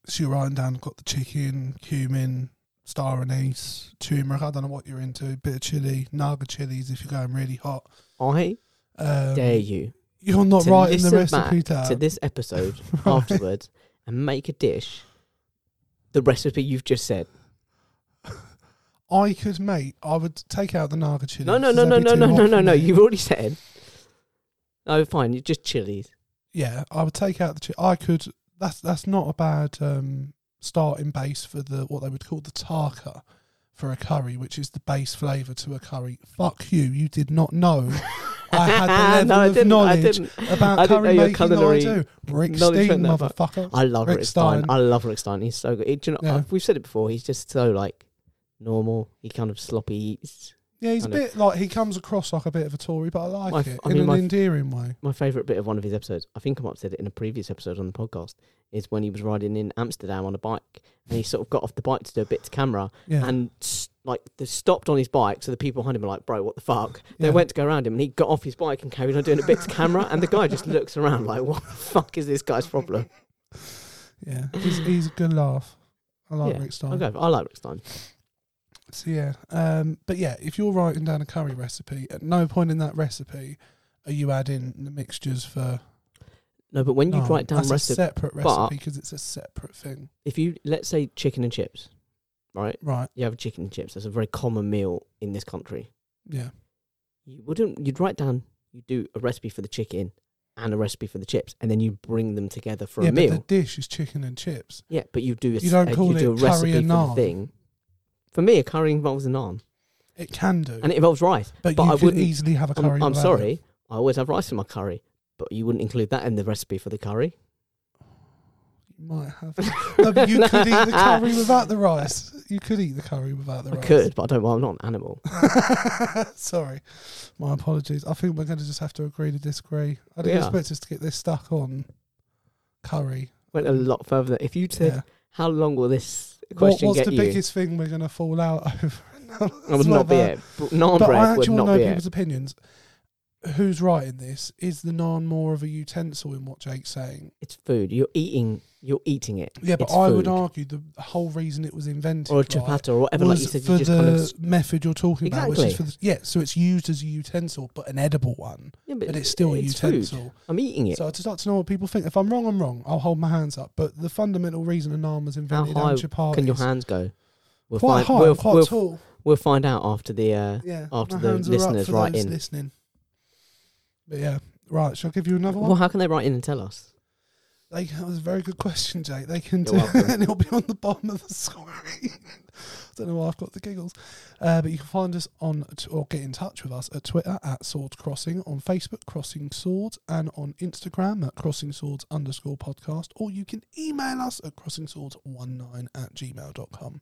[SPEAKER 1] So you're writing down, got the chicken, cumin, star anise, turmeric. I don't know what you're into. Bit of chili, naga chilies if you're going really hot.
[SPEAKER 2] I
[SPEAKER 1] Um,
[SPEAKER 2] dare you
[SPEAKER 1] You're not
[SPEAKER 2] to
[SPEAKER 1] writing the
[SPEAKER 2] listen back
[SPEAKER 1] recipe down.
[SPEAKER 2] to this episode
[SPEAKER 1] Right.
[SPEAKER 2] afterwards and make a dish. The recipe you've just said.
[SPEAKER 1] I could make. I would take out the naga chili.
[SPEAKER 2] No, no, no, no, no, no, no, no, no. You've already said. Oh, fine. You just chilies.
[SPEAKER 1] yeah, I would take out the. Chi- I could. That's that's not a bad um, starting base for the what they would call the tarka for a curry, which is the base flavour to a curry. Fuck you! You did not know I had the level
[SPEAKER 2] no, I
[SPEAKER 1] of
[SPEAKER 2] didn't, I
[SPEAKER 1] knowledge
[SPEAKER 2] didn't.
[SPEAKER 1] about
[SPEAKER 2] I didn't know
[SPEAKER 1] curry
[SPEAKER 2] your
[SPEAKER 1] making.
[SPEAKER 2] culinary
[SPEAKER 1] that I do. Rick
[SPEAKER 2] knowledge
[SPEAKER 1] Stein,
[SPEAKER 2] went that far.
[SPEAKER 1] motherfucker.
[SPEAKER 2] I love
[SPEAKER 1] Rick
[SPEAKER 2] Rick, Stein.
[SPEAKER 1] Stein.
[SPEAKER 2] I love Rick Stein. He's so good. It- do you know,
[SPEAKER 1] Yeah.
[SPEAKER 2] I've- we've said it before. He's just so like normal. He kind of sloppy eats.
[SPEAKER 1] Yeah, he's a
[SPEAKER 2] I know.
[SPEAKER 1] bit like he comes across like a bit of a Tory, but I like
[SPEAKER 2] My f-
[SPEAKER 1] it
[SPEAKER 2] I
[SPEAKER 1] in
[SPEAKER 2] mean,
[SPEAKER 1] an
[SPEAKER 2] my f-
[SPEAKER 1] endearing way.
[SPEAKER 2] My favorite bit of one of his episodes, I think I might have said it in a previous episode on the podcast, is when he was riding in Amsterdam on a bike and he sort of got off the bike to do a bit to camera
[SPEAKER 1] Yeah,
[SPEAKER 2] and s- like they stopped on his bike. So the people behind him were like, "Bro, what the fuck?" They
[SPEAKER 1] Yeah.
[SPEAKER 2] went to go around him and he got off his bike and carried on doing a bit to camera. And the guy just looks around like, "What the fuck is this guy's problem?"
[SPEAKER 1] yeah, he's, he's a good laugh. I like
[SPEAKER 2] Yeah,
[SPEAKER 1] Rick Stein.
[SPEAKER 2] Okay, I like Rick Stein.
[SPEAKER 1] So yeah, um, but yeah, if you're writing down a curry recipe, at no point in that recipe are you adding the mixtures for.
[SPEAKER 2] No, but when you
[SPEAKER 1] No,
[SPEAKER 2] write down
[SPEAKER 1] Oh, that's
[SPEAKER 2] recipe,
[SPEAKER 1] a separate
[SPEAKER 2] but-
[SPEAKER 1] recipe because it's a separate thing,
[SPEAKER 2] if you let's say chicken and chips, right?
[SPEAKER 1] right?
[SPEAKER 2] You have chicken and chips. That's a very common meal in this country.
[SPEAKER 1] Yeah,
[SPEAKER 2] You wouldn't. You'd write down. You do a recipe for the chicken and a recipe for the chips, and then you bring them together for
[SPEAKER 1] yeah,
[SPEAKER 2] a meal.
[SPEAKER 1] but the dish is chicken and chips.
[SPEAKER 2] yeah, but you do a,
[SPEAKER 1] You don't
[SPEAKER 2] uh,
[SPEAKER 1] call
[SPEAKER 2] you do
[SPEAKER 1] it
[SPEAKER 2] a
[SPEAKER 1] curry
[SPEAKER 2] recipe
[SPEAKER 1] and
[SPEAKER 2] for the
[SPEAKER 1] naan.
[SPEAKER 2] thing. For me, a curry involves a naan,
[SPEAKER 1] It can do,
[SPEAKER 2] and it involves rice.
[SPEAKER 1] but,
[SPEAKER 2] but
[SPEAKER 1] you
[SPEAKER 2] I
[SPEAKER 1] could
[SPEAKER 2] wouldn't-
[SPEAKER 1] easily have a curry.
[SPEAKER 2] I'm, I'm
[SPEAKER 1] without it.
[SPEAKER 2] sorry, I always have rice in my curry, but you wouldn't include that in the recipe for the curry.
[SPEAKER 1] you might have. No, but you could eat the curry without the rice. You could eat the curry without the
[SPEAKER 2] I
[SPEAKER 1] rice.
[SPEAKER 2] could, but I don't. Well, I'm not an animal.
[SPEAKER 1] Sorry, my apologies. I think we're going to just have to agree to disagree. I
[SPEAKER 2] We
[SPEAKER 1] didn't
[SPEAKER 2] are.
[SPEAKER 1] expect us to get this stuck on curry.
[SPEAKER 2] Went a lot further. than- If you said,
[SPEAKER 1] Mm. Yeah.
[SPEAKER 2] "How long will this
[SPEAKER 1] What
[SPEAKER 2] question
[SPEAKER 1] was
[SPEAKER 2] get
[SPEAKER 1] the
[SPEAKER 2] you?"
[SPEAKER 1] biggest thing we're going to fall out over?
[SPEAKER 2] That would not be it. Br- Naan
[SPEAKER 1] But I
[SPEAKER 2] bread would
[SPEAKER 1] actually want to
[SPEAKER 2] not
[SPEAKER 1] know
[SPEAKER 2] be
[SPEAKER 1] people's
[SPEAKER 2] it.
[SPEAKER 1] opinions. Who's writing this? Is the naan more of a utensil in what Jake's saying?
[SPEAKER 2] It's food. You're eating. You're eating it.
[SPEAKER 1] Yeah, but
[SPEAKER 2] It's
[SPEAKER 1] I would
[SPEAKER 2] food.
[SPEAKER 1] argue the whole reason it was invented
[SPEAKER 2] Or a
[SPEAKER 1] right,
[SPEAKER 2] chapata or whatever. Like
[SPEAKER 1] was
[SPEAKER 2] you said,
[SPEAKER 1] for
[SPEAKER 2] you just
[SPEAKER 1] the
[SPEAKER 2] kind of. s-
[SPEAKER 1] method you're talking about, which is for
[SPEAKER 2] Exactly.
[SPEAKER 1] the, yeah. So it's used as a utensil, but an edible one,
[SPEAKER 2] Yeah,
[SPEAKER 1] but it's still a
[SPEAKER 2] food.
[SPEAKER 1] utensil.
[SPEAKER 2] I'm eating it.
[SPEAKER 1] So I'd just like to know what people think. If I'm wrong, I'm wrong. I'll hold my hands up. But the fundamental reason an arm was
[SPEAKER 2] How
[SPEAKER 1] invented
[SPEAKER 2] high
[SPEAKER 1] and chapatis,
[SPEAKER 2] can your hands go? We'll
[SPEAKER 1] quite
[SPEAKER 2] find.
[SPEAKER 1] high,
[SPEAKER 2] we'll,
[SPEAKER 1] quite
[SPEAKER 2] we'll,
[SPEAKER 1] tall.
[SPEAKER 2] we'll find out after the. Uh,
[SPEAKER 1] Yeah,
[SPEAKER 2] after
[SPEAKER 1] my
[SPEAKER 2] the
[SPEAKER 1] hands are
[SPEAKER 2] listeners
[SPEAKER 1] up for
[SPEAKER 2] write
[SPEAKER 1] those
[SPEAKER 2] in.
[SPEAKER 1] listening. But yeah, right. Shall I give you another one?
[SPEAKER 2] well, how can they write in and tell us?
[SPEAKER 1] They, that was a very good question, Jake. They can
[SPEAKER 2] You're
[SPEAKER 1] do,
[SPEAKER 2] welcome.
[SPEAKER 1] and it'll be on the bottom of the screen. I don't know why I've got the giggles, uh, but you can find us on t- or get in touch with us at Twitter at Swords Crossing, on Facebook Crossing Swords, and on Instagram at Crossing Swords underscore podcast. Or you can email us at Crossing Swords one nine at gmail.com.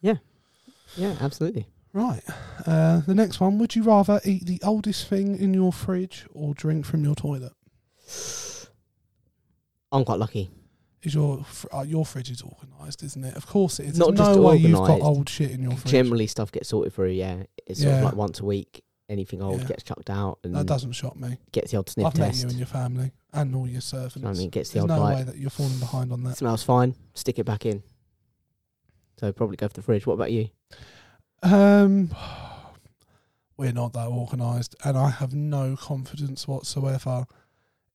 [SPEAKER 2] Yeah, absolutely.
[SPEAKER 1] Right. Uh, the next one. Would you rather eat the oldest thing in your fridge or drink from your toilet?
[SPEAKER 2] I'm quite lucky.
[SPEAKER 1] Is your fr- uh, your fridge is organised, isn't it? Of course it is.
[SPEAKER 2] Not
[SPEAKER 1] There's
[SPEAKER 2] just
[SPEAKER 1] no way you've got
[SPEAKER 2] organised.
[SPEAKER 1] old shit in your fridge.
[SPEAKER 2] Generally, stuff gets sorted through. Yeah, it's sort of
[SPEAKER 1] Yeah.
[SPEAKER 2] like once a week. Anything old
[SPEAKER 1] Yeah.
[SPEAKER 2] gets chucked out and
[SPEAKER 1] That doesn't shock me.
[SPEAKER 2] gets the old sniff
[SPEAKER 1] I've met
[SPEAKER 2] test.
[SPEAKER 1] you and your family and all your servants.
[SPEAKER 2] I mean, gets the
[SPEAKER 1] There's
[SPEAKER 2] old
[SPEAKER 1] no
[SPEAKER 2] bite.
[SPEAKER 1] way that you're falling behind on that.
[SPEAKER 2] Smells fine. Stick it back in. So probably go for the fridge. What about you?
[SPEAKER 1] Um, we're not that organised, and I have no confidence whatsoever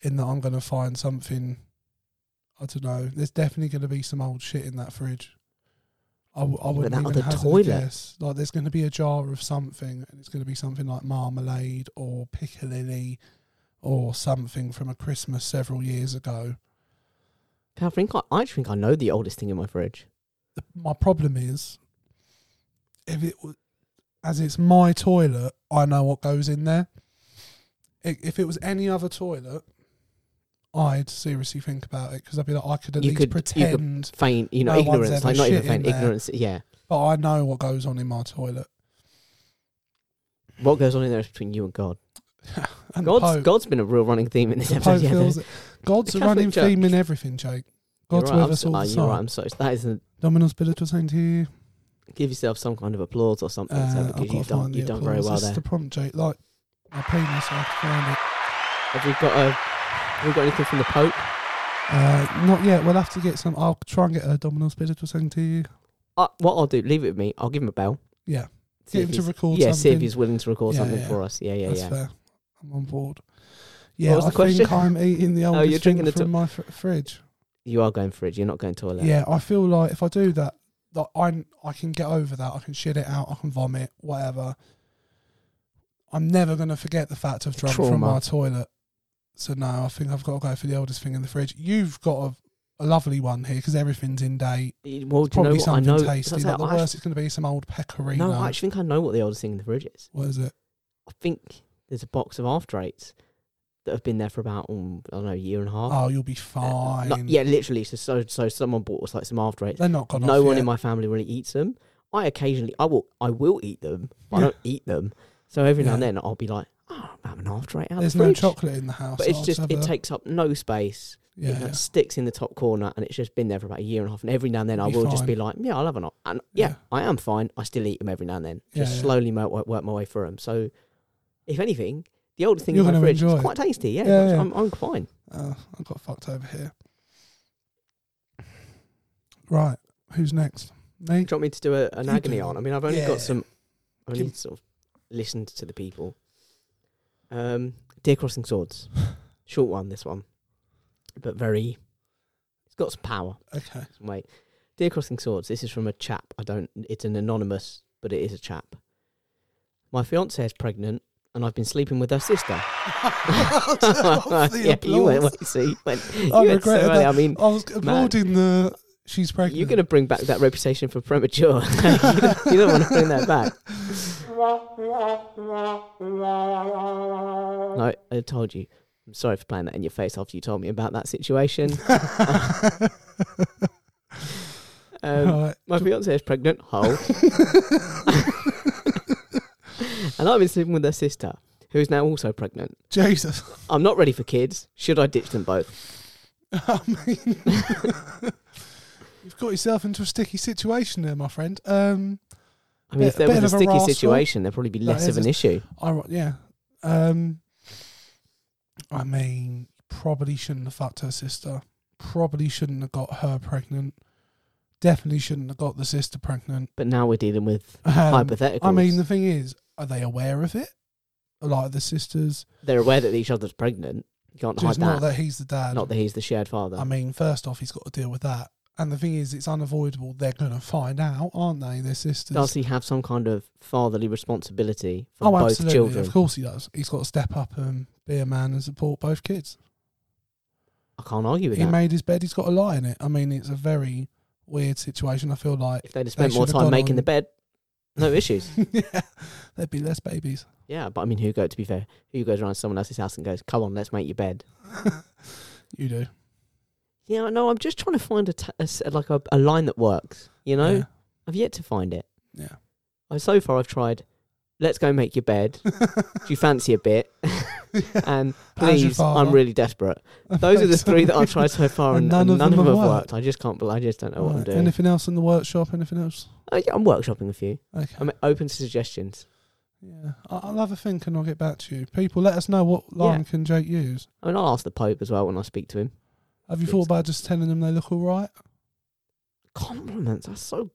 [SPEAKER 1] in that I'm going to find something. I don't know. There's definitely going to be some old shit in that fridge. I, w- I
[SPEAKER 2] but
[SPEAKER 1] wouldn't
[SPEAKER 2] that
[SPEAKER 1] even
[SPEAKER 2] other
[SPEAKER 1] hazard
[SPEAKER 2] toilet.
[SPEAKER 1] a guess. Like, there's going to be a jar of something, and it's going to be something like marmalade or piccalilli or something from a Christmas several years ago.
[SPEAKER 2] I think I, I think I know the oldest thing in my fridge.
[SPEAKER 1] the, my problem is if it was as it's my toilet, I know what goes in there. I- If it was any other toilet, I'd seriously think about it because I'd be like, I could at
[SPEAKER 2] You
[SPEAKER 1] least
[SPEAKER 2] could- you could-
[SPEAKER 1] pretend,
[SPEAKER 2] Feint, you know,
[SPEAKER 1] No one's
[SPEAKER 2] ignorance,
[SPEAKER 1] ever
[SPEAKER 2] like not even
[SPEAKER 1] shit in
[SPEAKER 2] feint,
[SPEAKER 1] there.
[SPEAKER 2] ignorance. Yeah,
[SPEAKER 1] but I know what goes on in my toilet.
[SPEAKER 2] what goes on in there is between you and God.
[SPEAKER 1] And the
[SPEAKER 2] God's
[SPEAKER 1] Pope.
[SPEAKER 2] God's been a real running theme in this
[SPEAKER 1] The
[SPEAKER 2] episode.
[SPEAKER 1] Pope
[SPEAKER 2] Yeah,
[SPEAKER 1] feels it. God's
[SPEAKER 2] The
[SPEAKER 1] a running
[SPEAKER 2] Catholic
[SPEAKER 1] theme in everything, Jake.
[SPEAKER 2] You're
[SPEAKER 1] God's
[SPEAKER 2] right, I'm
[SPEAKER 1] with us
[SPEAKER 2] so-
[SPEAKER 1] all
[SPEAKER 2] oh,
[SPEAKER 1] the
[SPEAKER 2] you're right,
[SPEAKER 1] time.
[SPEAKER 2] I'm sorry. That is a,
[SPEAKER 1] Dominus Spiritus Sancti.
[SPEAKER 2] give yourself some kind of applause or something. so,
[SPEAKER 1] Uh, I've
[SPEAKER 2] because
[SPEAKER 1] got to
[SPEAKER 2] you've done
[SPEAKER 1] find
[SPEAKER 2] you've
[SPEAKER 1] the
[SPEAKER 2] done very
[SPEAKER 1] applause.
[SPEAKER 2] well
[SPEAKER 1] This
[SPEAKER 2] there.
[SPEAKER 1] is the prompt, Jake. Like, my penis, I have to find it.
[SPEAKER 2] Have we got a? Have we got anything from the Pope?
[SPEAKER 1] Uh, not yet. We'll have to get some. I'll try and get a Domino Spiritual thing to you.
[SPEAKER 2] Uh, what I'll do, leave it with me. I'll give him a bell.
[SPEAKER 1] Yeah.
[SPEAKER 2] See
[SPEAKER 1] Get
[SPEAKER 2] if
[SPEAKER 1] him to
[SPEAKER 2] he's-
[SPEAKER 1] record
[SPEAKER 2] Yeah, see if
[SPEAKER 1] something.
[SPEAKER 2] he's willing to record
[SPEAKER 1] Yeah,
[SPEAKER 2] something
[SPEAKER 1] yeah.
[SPEAKER 2] for us. Yeah, yeah,
[SPEAKER 1] That's
[SPEAKER 2] yeah.
[SPEAKER 1] fair. I'm on board. Yeah,
[SPEAKER 2] was
[SPEAKER 1] I
[SPEAKER 2] the question?
[SPEAKER 1] think I'm eating the
[SPEAKER 2] Oh,
[SPEAKER 1] oldest
[SPEAKER 2] you're drinking
[SPEAKER 1] thing
[SPEAKER 2] the
[SPEAKER 1] from my fr- fridge.
[SPEAKER 2] You are going for it. You're not going toilet.
[SPEAKER 1] Yeah, I feel like if I do that, like I I can get over that. I can shit it out. I can vomit. Whatever. I'm never gonna forget the fact I've drunk from
[SPEAKER 2] Trauma.
[SPEAKER 1] my toilet. So no, I think I've got to go for the oldest thing in the fridge. You've got a, a lovely one here because everything's in date.
[SPEAKER 2] Y- Well, Oh, do you know
[SPEAKER 1] Probably
[SPEAKER 2] what? I
[SPEAKER 1] something
[SPEAKER 2] know.
[SPEAKER 1] tasty.
[SPEAKER 2] that's
[SPEAKER 1] Like
[SPEAKER 2] how
[SPEAKER 1] the
[SPEAKER 2] I
[SPEAKER 1] worst is going to be some old pecorino.
[SPEAKER 2] No, I actually think I know what the oldest thing in the fridge is.
[SPEAKER 1] what is it?
[SPEAKER 2] I think there's a box of after eights that have been there for about um, I don't know a year and a half.
[SPEAKER 1] Oh, you'll be
[SPEAKER 2] Uh,
[SPEAKER 1] fine.
[SPEAKER 2] no, yeah, literally. So, so so someone bought us like some after eights.
[SPEAKER 1] They're not gone
[SPEAKER 2] no
[SPEAKER 1] off
[SPEAKER 2] one
[SPEAKER 1] yet.
[SPEAKER 2] in my family really eats them. I occasionally I will I will eat them, but I
[SPEAKER 1] Yeah.
[SPEAKER 2] don't eat them. So every now and
[SPEAKER 1] Yeah.
[SPEAKER 2] then I'll be like, oh, I'm having an after eight out of
[SPEAKER 1] There's
[SPEAKER 2] the
[SPEAKER 1] no
[SPEAKER 2] fridge."
[SPEAKER 1] chocolate in the house.
[SPEAKER 2] But
[SPEAKER 1] I'll
[SPEAKER 2] it's just
[SPEAKER 1] have
[SPEAKER 2] it
[SPEAKER 1] a-
[SPEAKER 2] takes up no space.
[SPEAKER 1] yeah,
[SPEAKER 2] it like,
[SPEAKER 1] yeah.
[SPEAKER 2] sticks in the top corner, and it's just been there for about a year and a half. And every now and then, I
[SPEAKER 1] Be
[SPEAKER 2] will just
[SPEAKER 1] fine.
[SPEAKER 2] be like, "Yeah, I'll have an." And yeah,
[SPEAKER 1] Yeah.
[SPEAKER 2] I am fine. I still eat them every now and then. Just
[SPEAKER 1] Yeah, yeah.
[SPEAKER 2] slowly mo- work, work my way through them. So, if anything, the oldest thing
[SPEAKER 1] You're
[SPEAKER 2] in my
[SPEAKER 1] gonna
[SPEAKER 2] fridge
[SPEAKER 1] enjoy
[SPEAKER 2] is
[SPEAKER 1] it.
[SPEAKER 2] quite tasty. Yeah,
[SPEAKER 1] Yeah, yeah.
[SPEAKER 2] I'm, I'm fine.
[SPEAKER 1] Uh, I got fucked over here. Right, who's next?
[SPEAKER 2] Do
[SPEAKER 1] Me.
[SPEAKER 2] you want me to do a, an
[SPEAKER 1] You
[SPEAKER 2] agony
[SPEAKER 1] do.
[SPEAKER 2] on? I mean, I've only
[SPEAKER 1] Yeah.
[SPEAKER 2] got some. I've only
[SPEAKER 1] Give-
[SPEAKER 2] sort of listened to the people. Um, Dear Crossing Swords, short one. This one, but very. It's got some power.
[SPEAKER 1] Okay.
[SPEAKER 2] Wait. Dear Crossing Swords, this is from a chap. I don't, it's an anonymous, but it is a chap. My fiance is pregnant and I've been sleeping with her sister.
[SPEAKER 1] Off the
[SPEAKER 2] you went,
[SPEAKER 1] applause.
[SPEAKER 2] wait, see, you went, you
[SPEAKER 1] I
[SPEAKER 2] went so
[SPEAKER 1] regret
[SPEAKER 2] early.
[SPEAKER 1] that.
[SPEAKER 2] I mean,
[SPEAKER 1] I was applauding the. She's pregnant.
[SPEAKER 2] you're going to bring back that reputation for premature. you don't, you don't want to bring that back. No, I told you. I'm sorry for playing that in your face after you told me about that situation. Um,
[SPEAKER 1] right.
[SPEAKER 2] My fiance is pregnant. Hole. and I've been sleeping with her sister, who is now also pregnant.
[SPEAKER 1] Jesus.
[SPEAKER 2] I'm not ready for kids. Should I ditch them both?
[SPEAKER 1] I mean, you've got yourself into a sticky situation there, my friend. Um,
[SPEAKER 2] I mean,
[SPEAKER 1] Bit-
[SPEAKER 2] if there
[SPEAKER 1] bit
[SPEAKER 2] was
[SPEAKER 1] of
[SPEAKER 2] a
[SPEAKER 1] a
[SPEAKER 2] sticky
[SPEAKER 1] rascal.
[SPEAKER 2] situation, there'd probably be
[SPEAKER 1] That
[SPEAKER 2] less
[SPEAKER 1] is
[SPEAKER 2] of an
[SPEAKER 1] a-
[SPEAKER 2] issue.
[SPEAKER 1] I ro- yeah. Um, I mean, probably shouldn't have fucked her sister. Probably shouldn't have got her pregnant. Definitely shouldn't have got the sister pregnant.
[SPEAKER 2] But now we're dealing with
[SPEAKER 1] Um,
[SPEAKER 2] hypotheticals.
[SPEAKER 1] I mean, the thing is, are they aware of it? Like the sisters,
[SPEAKER 2] they're aware that each other's pregnant. You can't hide
[SPEAKER 1] just not
[SPEAKER 2] that.
[SPEAKER 1] that he's the dad.
[SPEAKER 2] Not that he's the shared father.
[SPEAKER 1] I mean, first off, he's got to deal with that. And the thing is, it's unavoidable. They're gonna find out, aren't they? Their sisters.
[SPEAKER 2] Does he have some kind of fatherly responsibility for
[SPEAKER 1] oh,
[SPEAKER 2] both
[SPEAKER 1] absolutely.
[SPEAKER 2] children?
[SPEAKER 1] Of course he does. He's got to step up and be a man and support both kids.
[SPEAKER 2] I can't argue with
[SPEAKER 1] he
[SPEAKER 2] that.
[SPEAKER 1] made his bed. He's got a lie in it. I mean, it's a very weird situation. I feel like
[SPEAKER 2] if they'd have spent
[SPEAKER 1] should
[SPEAKER 2] more
[SPEAKER 1] have
[SPEAKER 2] time
[SPEAKER 1] gone
[SPEAKER 2] making
[SPEAKER 1] on-
[SPEAKER 2] the bed, no issues.
[SPEAKER 1] yeah, there'd be less babies.
[SPEAKER 2] Yeah, but I mean, who go to be fair? Who goes around someone else's house and goes, "Come on, let's make your bed."
[SPEAKER 1] you do.
[SPEAKER 2] Yeah, no, I'm just trying to find a, t- a s- like a, a line that works. You know, I've yet to find it.
[SPEAKER 1] Yeah.
[SPEAKER 2] I, so far, I've tried. Let's go make your bed.
[SPEAKER 1] yeah.
[SPEAKER 2] Do you fancy a bit? and
[SPEAKER 1] How's your
[SPEAKER 2] please, I'm
[SPEAKER 1] father?
[SPEAKER 2] really desperate. Those are the three that I've tried so far, and, and none, of them have worked.
[SPEAKER 1] worked.
[SPEAKER 2] I just can't. bel- I just don't know what I'm
[SPEAKER 1] Right.
[SPEAKER 2] doing.
[SPEAKER 1] Anything else in the workshop? Anything else?
[SPEAKER 2] I, I'm workshopping a few.
[SPEAKER 1] Okay.
[SPEAKER 2] I'm open to suggestions.
[SPEAKER 1] yeah, I- I'll have a think and I'll get back to you. People, let us know what line can Jake use.
[SPEAKER 2] I mean, I'll ask the Pope as well when I speak to him.
[SPEAKER 1] Have you
[SPEAKER 2] Good.
[SPEAKER 1] thought about just telling them they look all right?
[SPEAKER 2] Compliments. That's so.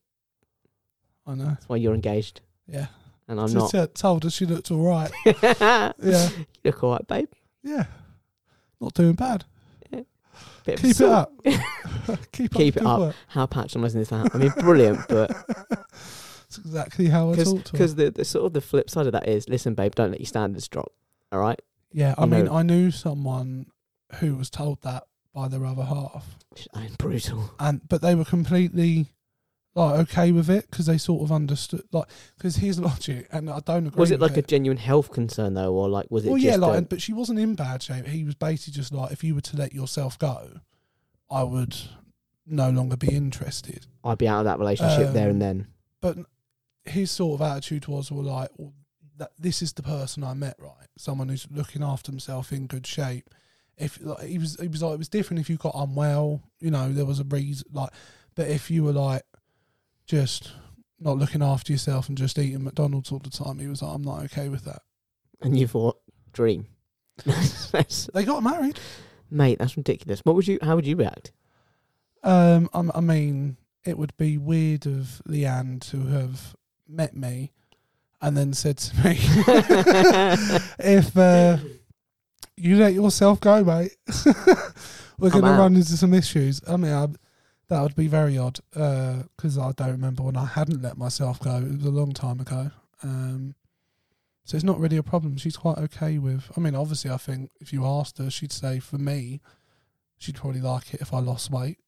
[SPEAKER 1] I know.
[SPEAKER 2] That's why you're engaged,
[SPEAKER 1] Yeah.
[SPEAKER 2] and I'm
[SPEAKER 1] just
[SPEAKER 2] not.
[SPEAKER 1] t- told us she looked all right. Yeah.
[SPEAKER 2] You look all right, babe.
[SPEAKER 1] Yeah. Not doing bad.
[SPEAKER 2] Bit of
[SPEAKER 1] Keep it
[SPEAKER 2] salt.
[SPEAKER 1] up. Keep, up. the
[SPEAKER 2] Keep it
[SPEAKER 1] good
[SPEAKER 2] up.
[SPEAKER 1] work.
[SPEAKER 2] How patronising is that? I mean, brilliant, but
[SPEAKER 1] That's exactly how I talk to her.
[SPEAKER 2] because the, the sort of the flip side of that is, listen, babe, don't let your standards drop. All right,
[SPEAKER 1] Yeah, I
[SPEAKER 2] you
[SPEAKER 1] mean,
[SPEAKER 2] know-
[SPEAKER 1] I knew someone who was told that by their other half,
[SPEAKER 2] I'm brutal.
[SPEAKER 1] and but they were completely like okay with it because they sort of understood like because his logic and I don't agree.
[SPEAKER 2] Was it
[SPEAKER 1] with
[SPEAKER 2] like a genuine health concern though, or like was it?
[SPEAKER 1] well,
[SPEAKER 2] just
[SPEAKER 1] yeah, like,
[SPEAKER 2] a-
[SPEAKER 1] and- but she wasn't in bad shape. He was basically just like, if you were to let yourself go, I would no longer be interested.
[SPEAKER 2] I'd be out of that relationship there
[SPEAKER 1] Um,
[SPEAKER 2] and then.
[SPEAKER 1] But his sort of attitude was, well, like, well, that this is the person I met, right? Someone who's looking after himself in good shape. If like, he was, he was like, it was different if you got unwell, you know, there was a reason, like, but if you were like just not looking after yourself and just eating McDonald's all the time, he was like, I'm not okay with that.
[SPEAKER 2] And you thought, dream. That's-
[SPEAKER 1] They got married.
[SPEAKER 2] mate, that's ridiculous. What would you? How would you react?
[SPEAKER 1] Um, I, I mean, it would be weird of Leanne to have met me and then said to me, "If uh, you let yourself go, mate, we're
[SPEAKER 2] I'm
[SPEAKER 1] going to
[SPEAKER 2] out."
[SPEAKER 1] run into some issues." I mean, I, that would be very odd because I don't remember when I hadn't let myself go. It was a long time ago. Um, so it's not really a problem. She's quite okay with. I mean, obviously, I think if you asked her, she'd say for me, she'd probably like it if I lost weight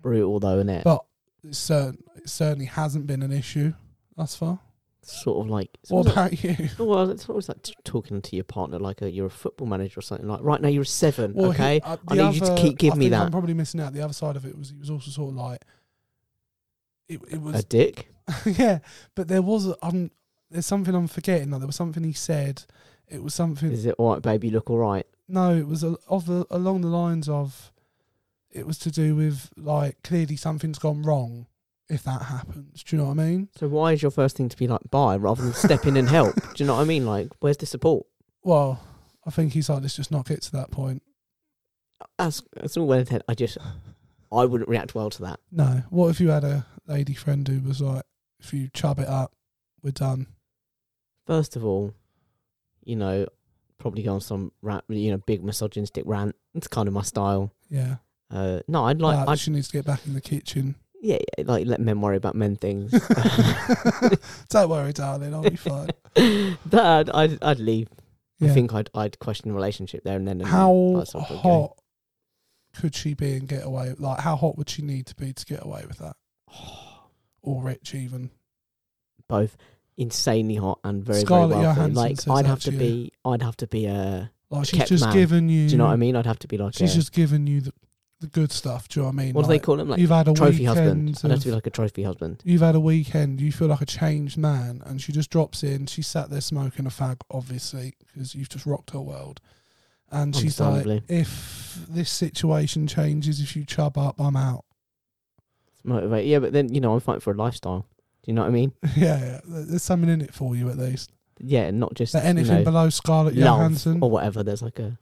[SPEAKER 2] Brutal though, isn't it?
[SPEAKER 1] but it, cer- it certainly hasn't been an issue thus far.
[SPEAKER 2] sort of like. it's
[SPEAKER 1] What
[SPEAKER 2] almost like-
[SPEAKER 1] about you?
[SPEAKER 2] Oh, Well, it's always like t- talking to your partner like a, you're a football manager or something. Like right now you're a seven,
[SPEAKER 1] Well, he-
[SPEAKER 2] okay?
[SPEAKER 1] uh,
[SPEAKER 2] I
[SPEAKER 1] the
[SPEAKER 2] need you to keep- give
[SPEAKER 1] I
[SPEAKER 2] me
[SPEAKER 1] think
[SPEAKER 2] that.
[SPEAKER 1] I'm probably missing out. The other side of it was he was also sort of like it. It
[SPEAKER 2] a
[SPEAKER 1] was
[SPEAKER 2] dick.
[SPEAKER 1] yeah, but there was a, um, there's something I'm forgetting. Like there was something he said. It was something.
[SPEAKER 2] Is it all right, baby? You look all right.
[SPEAKER 1] No, it was a, of the, along the lines of it was to do with like clearly something's gone wrong if that happens. Do you know what I mean?
[SPEAKER 2] So why is your first thing to be like bye rather than step in and help? Do you know what I mean? Like, where's the support?
[SPEAKER 1] Well, I think he's like let's just not get to that point.
[SPEAKER 2] That's that's all well and I just I wouldn't react well to that.
[SPEAKER 1] No. What if you had a lady friend who was like, if you chub it up, we're done.
[SPEAKER 2] First of all, you know, probably go on some rant, you know, big misogynistic rant. It's kind of my style.
[SPEAKER 1] Yeah.
[SPEAKER 2] Uh, no, I'd like,
[SPEAKER 1] Like,
[SPEAKER 2] I'd,
[SPEAKER 1] she needs to get back in the kitchen.
[SPEAKER 2] yeah, yeah, like let men worry about men things.
[SPEAKER 1] Don't worry, darling. I'll be fine.
[SPEAKER 2] that I'd, I'd leave.
[SPEAKER 1] Yeah.
[SPEAKER 2] I think I'd I'd question the relationship there and then. and
[SPEAKER 1] how
[SPEAKER 2] like, sort of go,
[SPEAKER 1] hot could she be and get away? Like, how hot would she need to be to get away with that? Or rich, even.
[SPEAKER 2] Both insanely hot and very
[SPEAKER 1] Scarlett
[SPEAKER 2] very wealthy.
[SPEAKER 1] Johansson
[SPEAKER 2] Like
[SPEAKER 1] says
[SPEAKER 2] I'd
[SPEAKER 1] that
[SPEAKER 2] have to
[SPEAKER 1] to you.
[SPEAKER 2] be, I'd have to be a.
[SPEAKER 1] Like, she's
[SPEAKER 2] Kept
[SPEAKER 1] just
[SPEAKER 2] man.
[SPEAKER 1] given you.
[SPEAKER 2] Do you know what I mean? I'd have to be like.
[SPEAKER 1] She's
[SPEAKER 2] a,
[SPEAKER 1] just given you the, the good stuff. Do you know what I mean?
[SPEAKER 2] what do they
[SPEAKER 1] Like,
[SPEAKER 2] call him? Like
[SPEAKER 1] you've had a
[SPEAKER 2] trophy
[SPEAKER 1] weekend
[SPEAKER 2] husband. I'd have
[SPEAKER 1] of-
[SPEAKER 2] to be like a trophy husband.
[SPEAKER 1] you've had a weekend, you feel like a changed man, and she just drops in. She sat there smoking a fag, obviously, because you've just rocked her world. And she's like,
[SPEAKER 2] Understandably.
[SPEAKER 1] if this situation changes, if you chub up, I'm out.
[SPEAKER 2] It's motivate. Yeah, but then you know I'm fighting for a lifestyle. Do you know what I mean?
[SPEAKER 1] yeah, yeah, there- there's something in it for you at least.
[SPEAKER 2] Yeah, and not just
[SPEAKER 1] That anything
[SPEAKER 2] you know,
[SPEAKER 1] below Scarlett
[SPEAKER 2] love
[SPEAKER 1] Johansson,
[SPEAKER 2] or whatever. There's like a.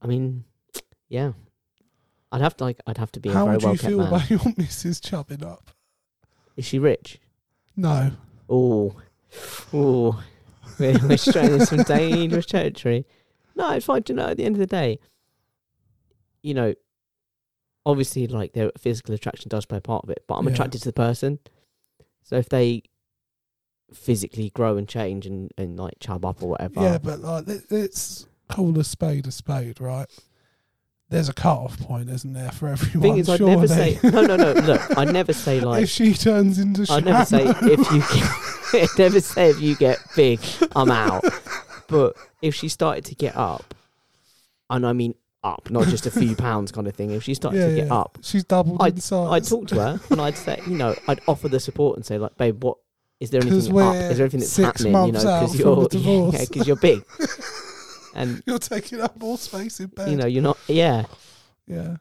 [SPEAKER 2] I mean, yeah, I'd have to like I'd have to be a
[SPEAKER 1] how
[SPEAKER 2] very
[SPEAKER 1] would
[SPEAKER 2] well
[SPEAKER 1] you
[SPEAKER 2] kept
[SPEAKER 1] feel
[SPEAKER 2] man.
[SPEAKER 1] about your missus chubbing up?
[SPEAKER 2] Is she rich?
[SPEAKER 1] No,
[SPEAKER 2] Oh, oh, we're, we're straying into some dangerous territory. No, it's fine. do You know, at the end of the day, you know, obviously, like their physical attraction does play a part of it, but I'm
[SPEAKER 1] Yeah.
[SPEAKER 2] attracted to the person. So if they physically grow and change and, and like chub up or whatever,
[SPEAKER 1] yeah, but like it- it's call a spade a spade, right? There's a cut-off point, isn't there, for
[SPEAKER 2] the
[SPEAKER 1] everyone?
[SPEAKER 2] thing is, I'd never
[SPEAKER 1] surely?
[SPEAKER 2] say no, no, no. Look, I'd never say
[SPEAKER 1] if
[SPEAKER 2] like
[SPEAKER 1] she turns into
[SPEAKER 2] I'd never say if you get, I'd never say if you get big, I'm out. But if she started to get up, and I mean up, not just a few pounds kind of thing. If she started
[SPEAKER 1] Yeah,
[SPEAKER 2] to get
[SPEAKER 1] yeah.
[SPEAKER 2] up,
[SPEAKER 1] she's doubled
[SPEAKER 2] I'd-
[SPEAKER 1] in size.
[SPEAKER 2] I'd talk to her and I'd say, you know, I'd offer the support and say, like, babe, what is there
[SPEAKER 1] 'Cause
[SPEAKER 2] anything up?
[SPEAKER 1] we're
[SPEAKER 2] Is there anything that's
[SPEAKER 1] six
[SPEAKER 2] happening? You know,
[SPEAKER 1] months out
[SPEAKER 2] because
[SPEAKER 1] from
[SPEAKER 2] you're
[SPEAKER 1] the divorce.
[SPEAKER 2] yeah, 'cause you're big, and
[SPEAKER 1] You're taking up more space in bed.
[SPEAKER 2] you know, you're not. Yeah,
[SPEAKER 1] yeah.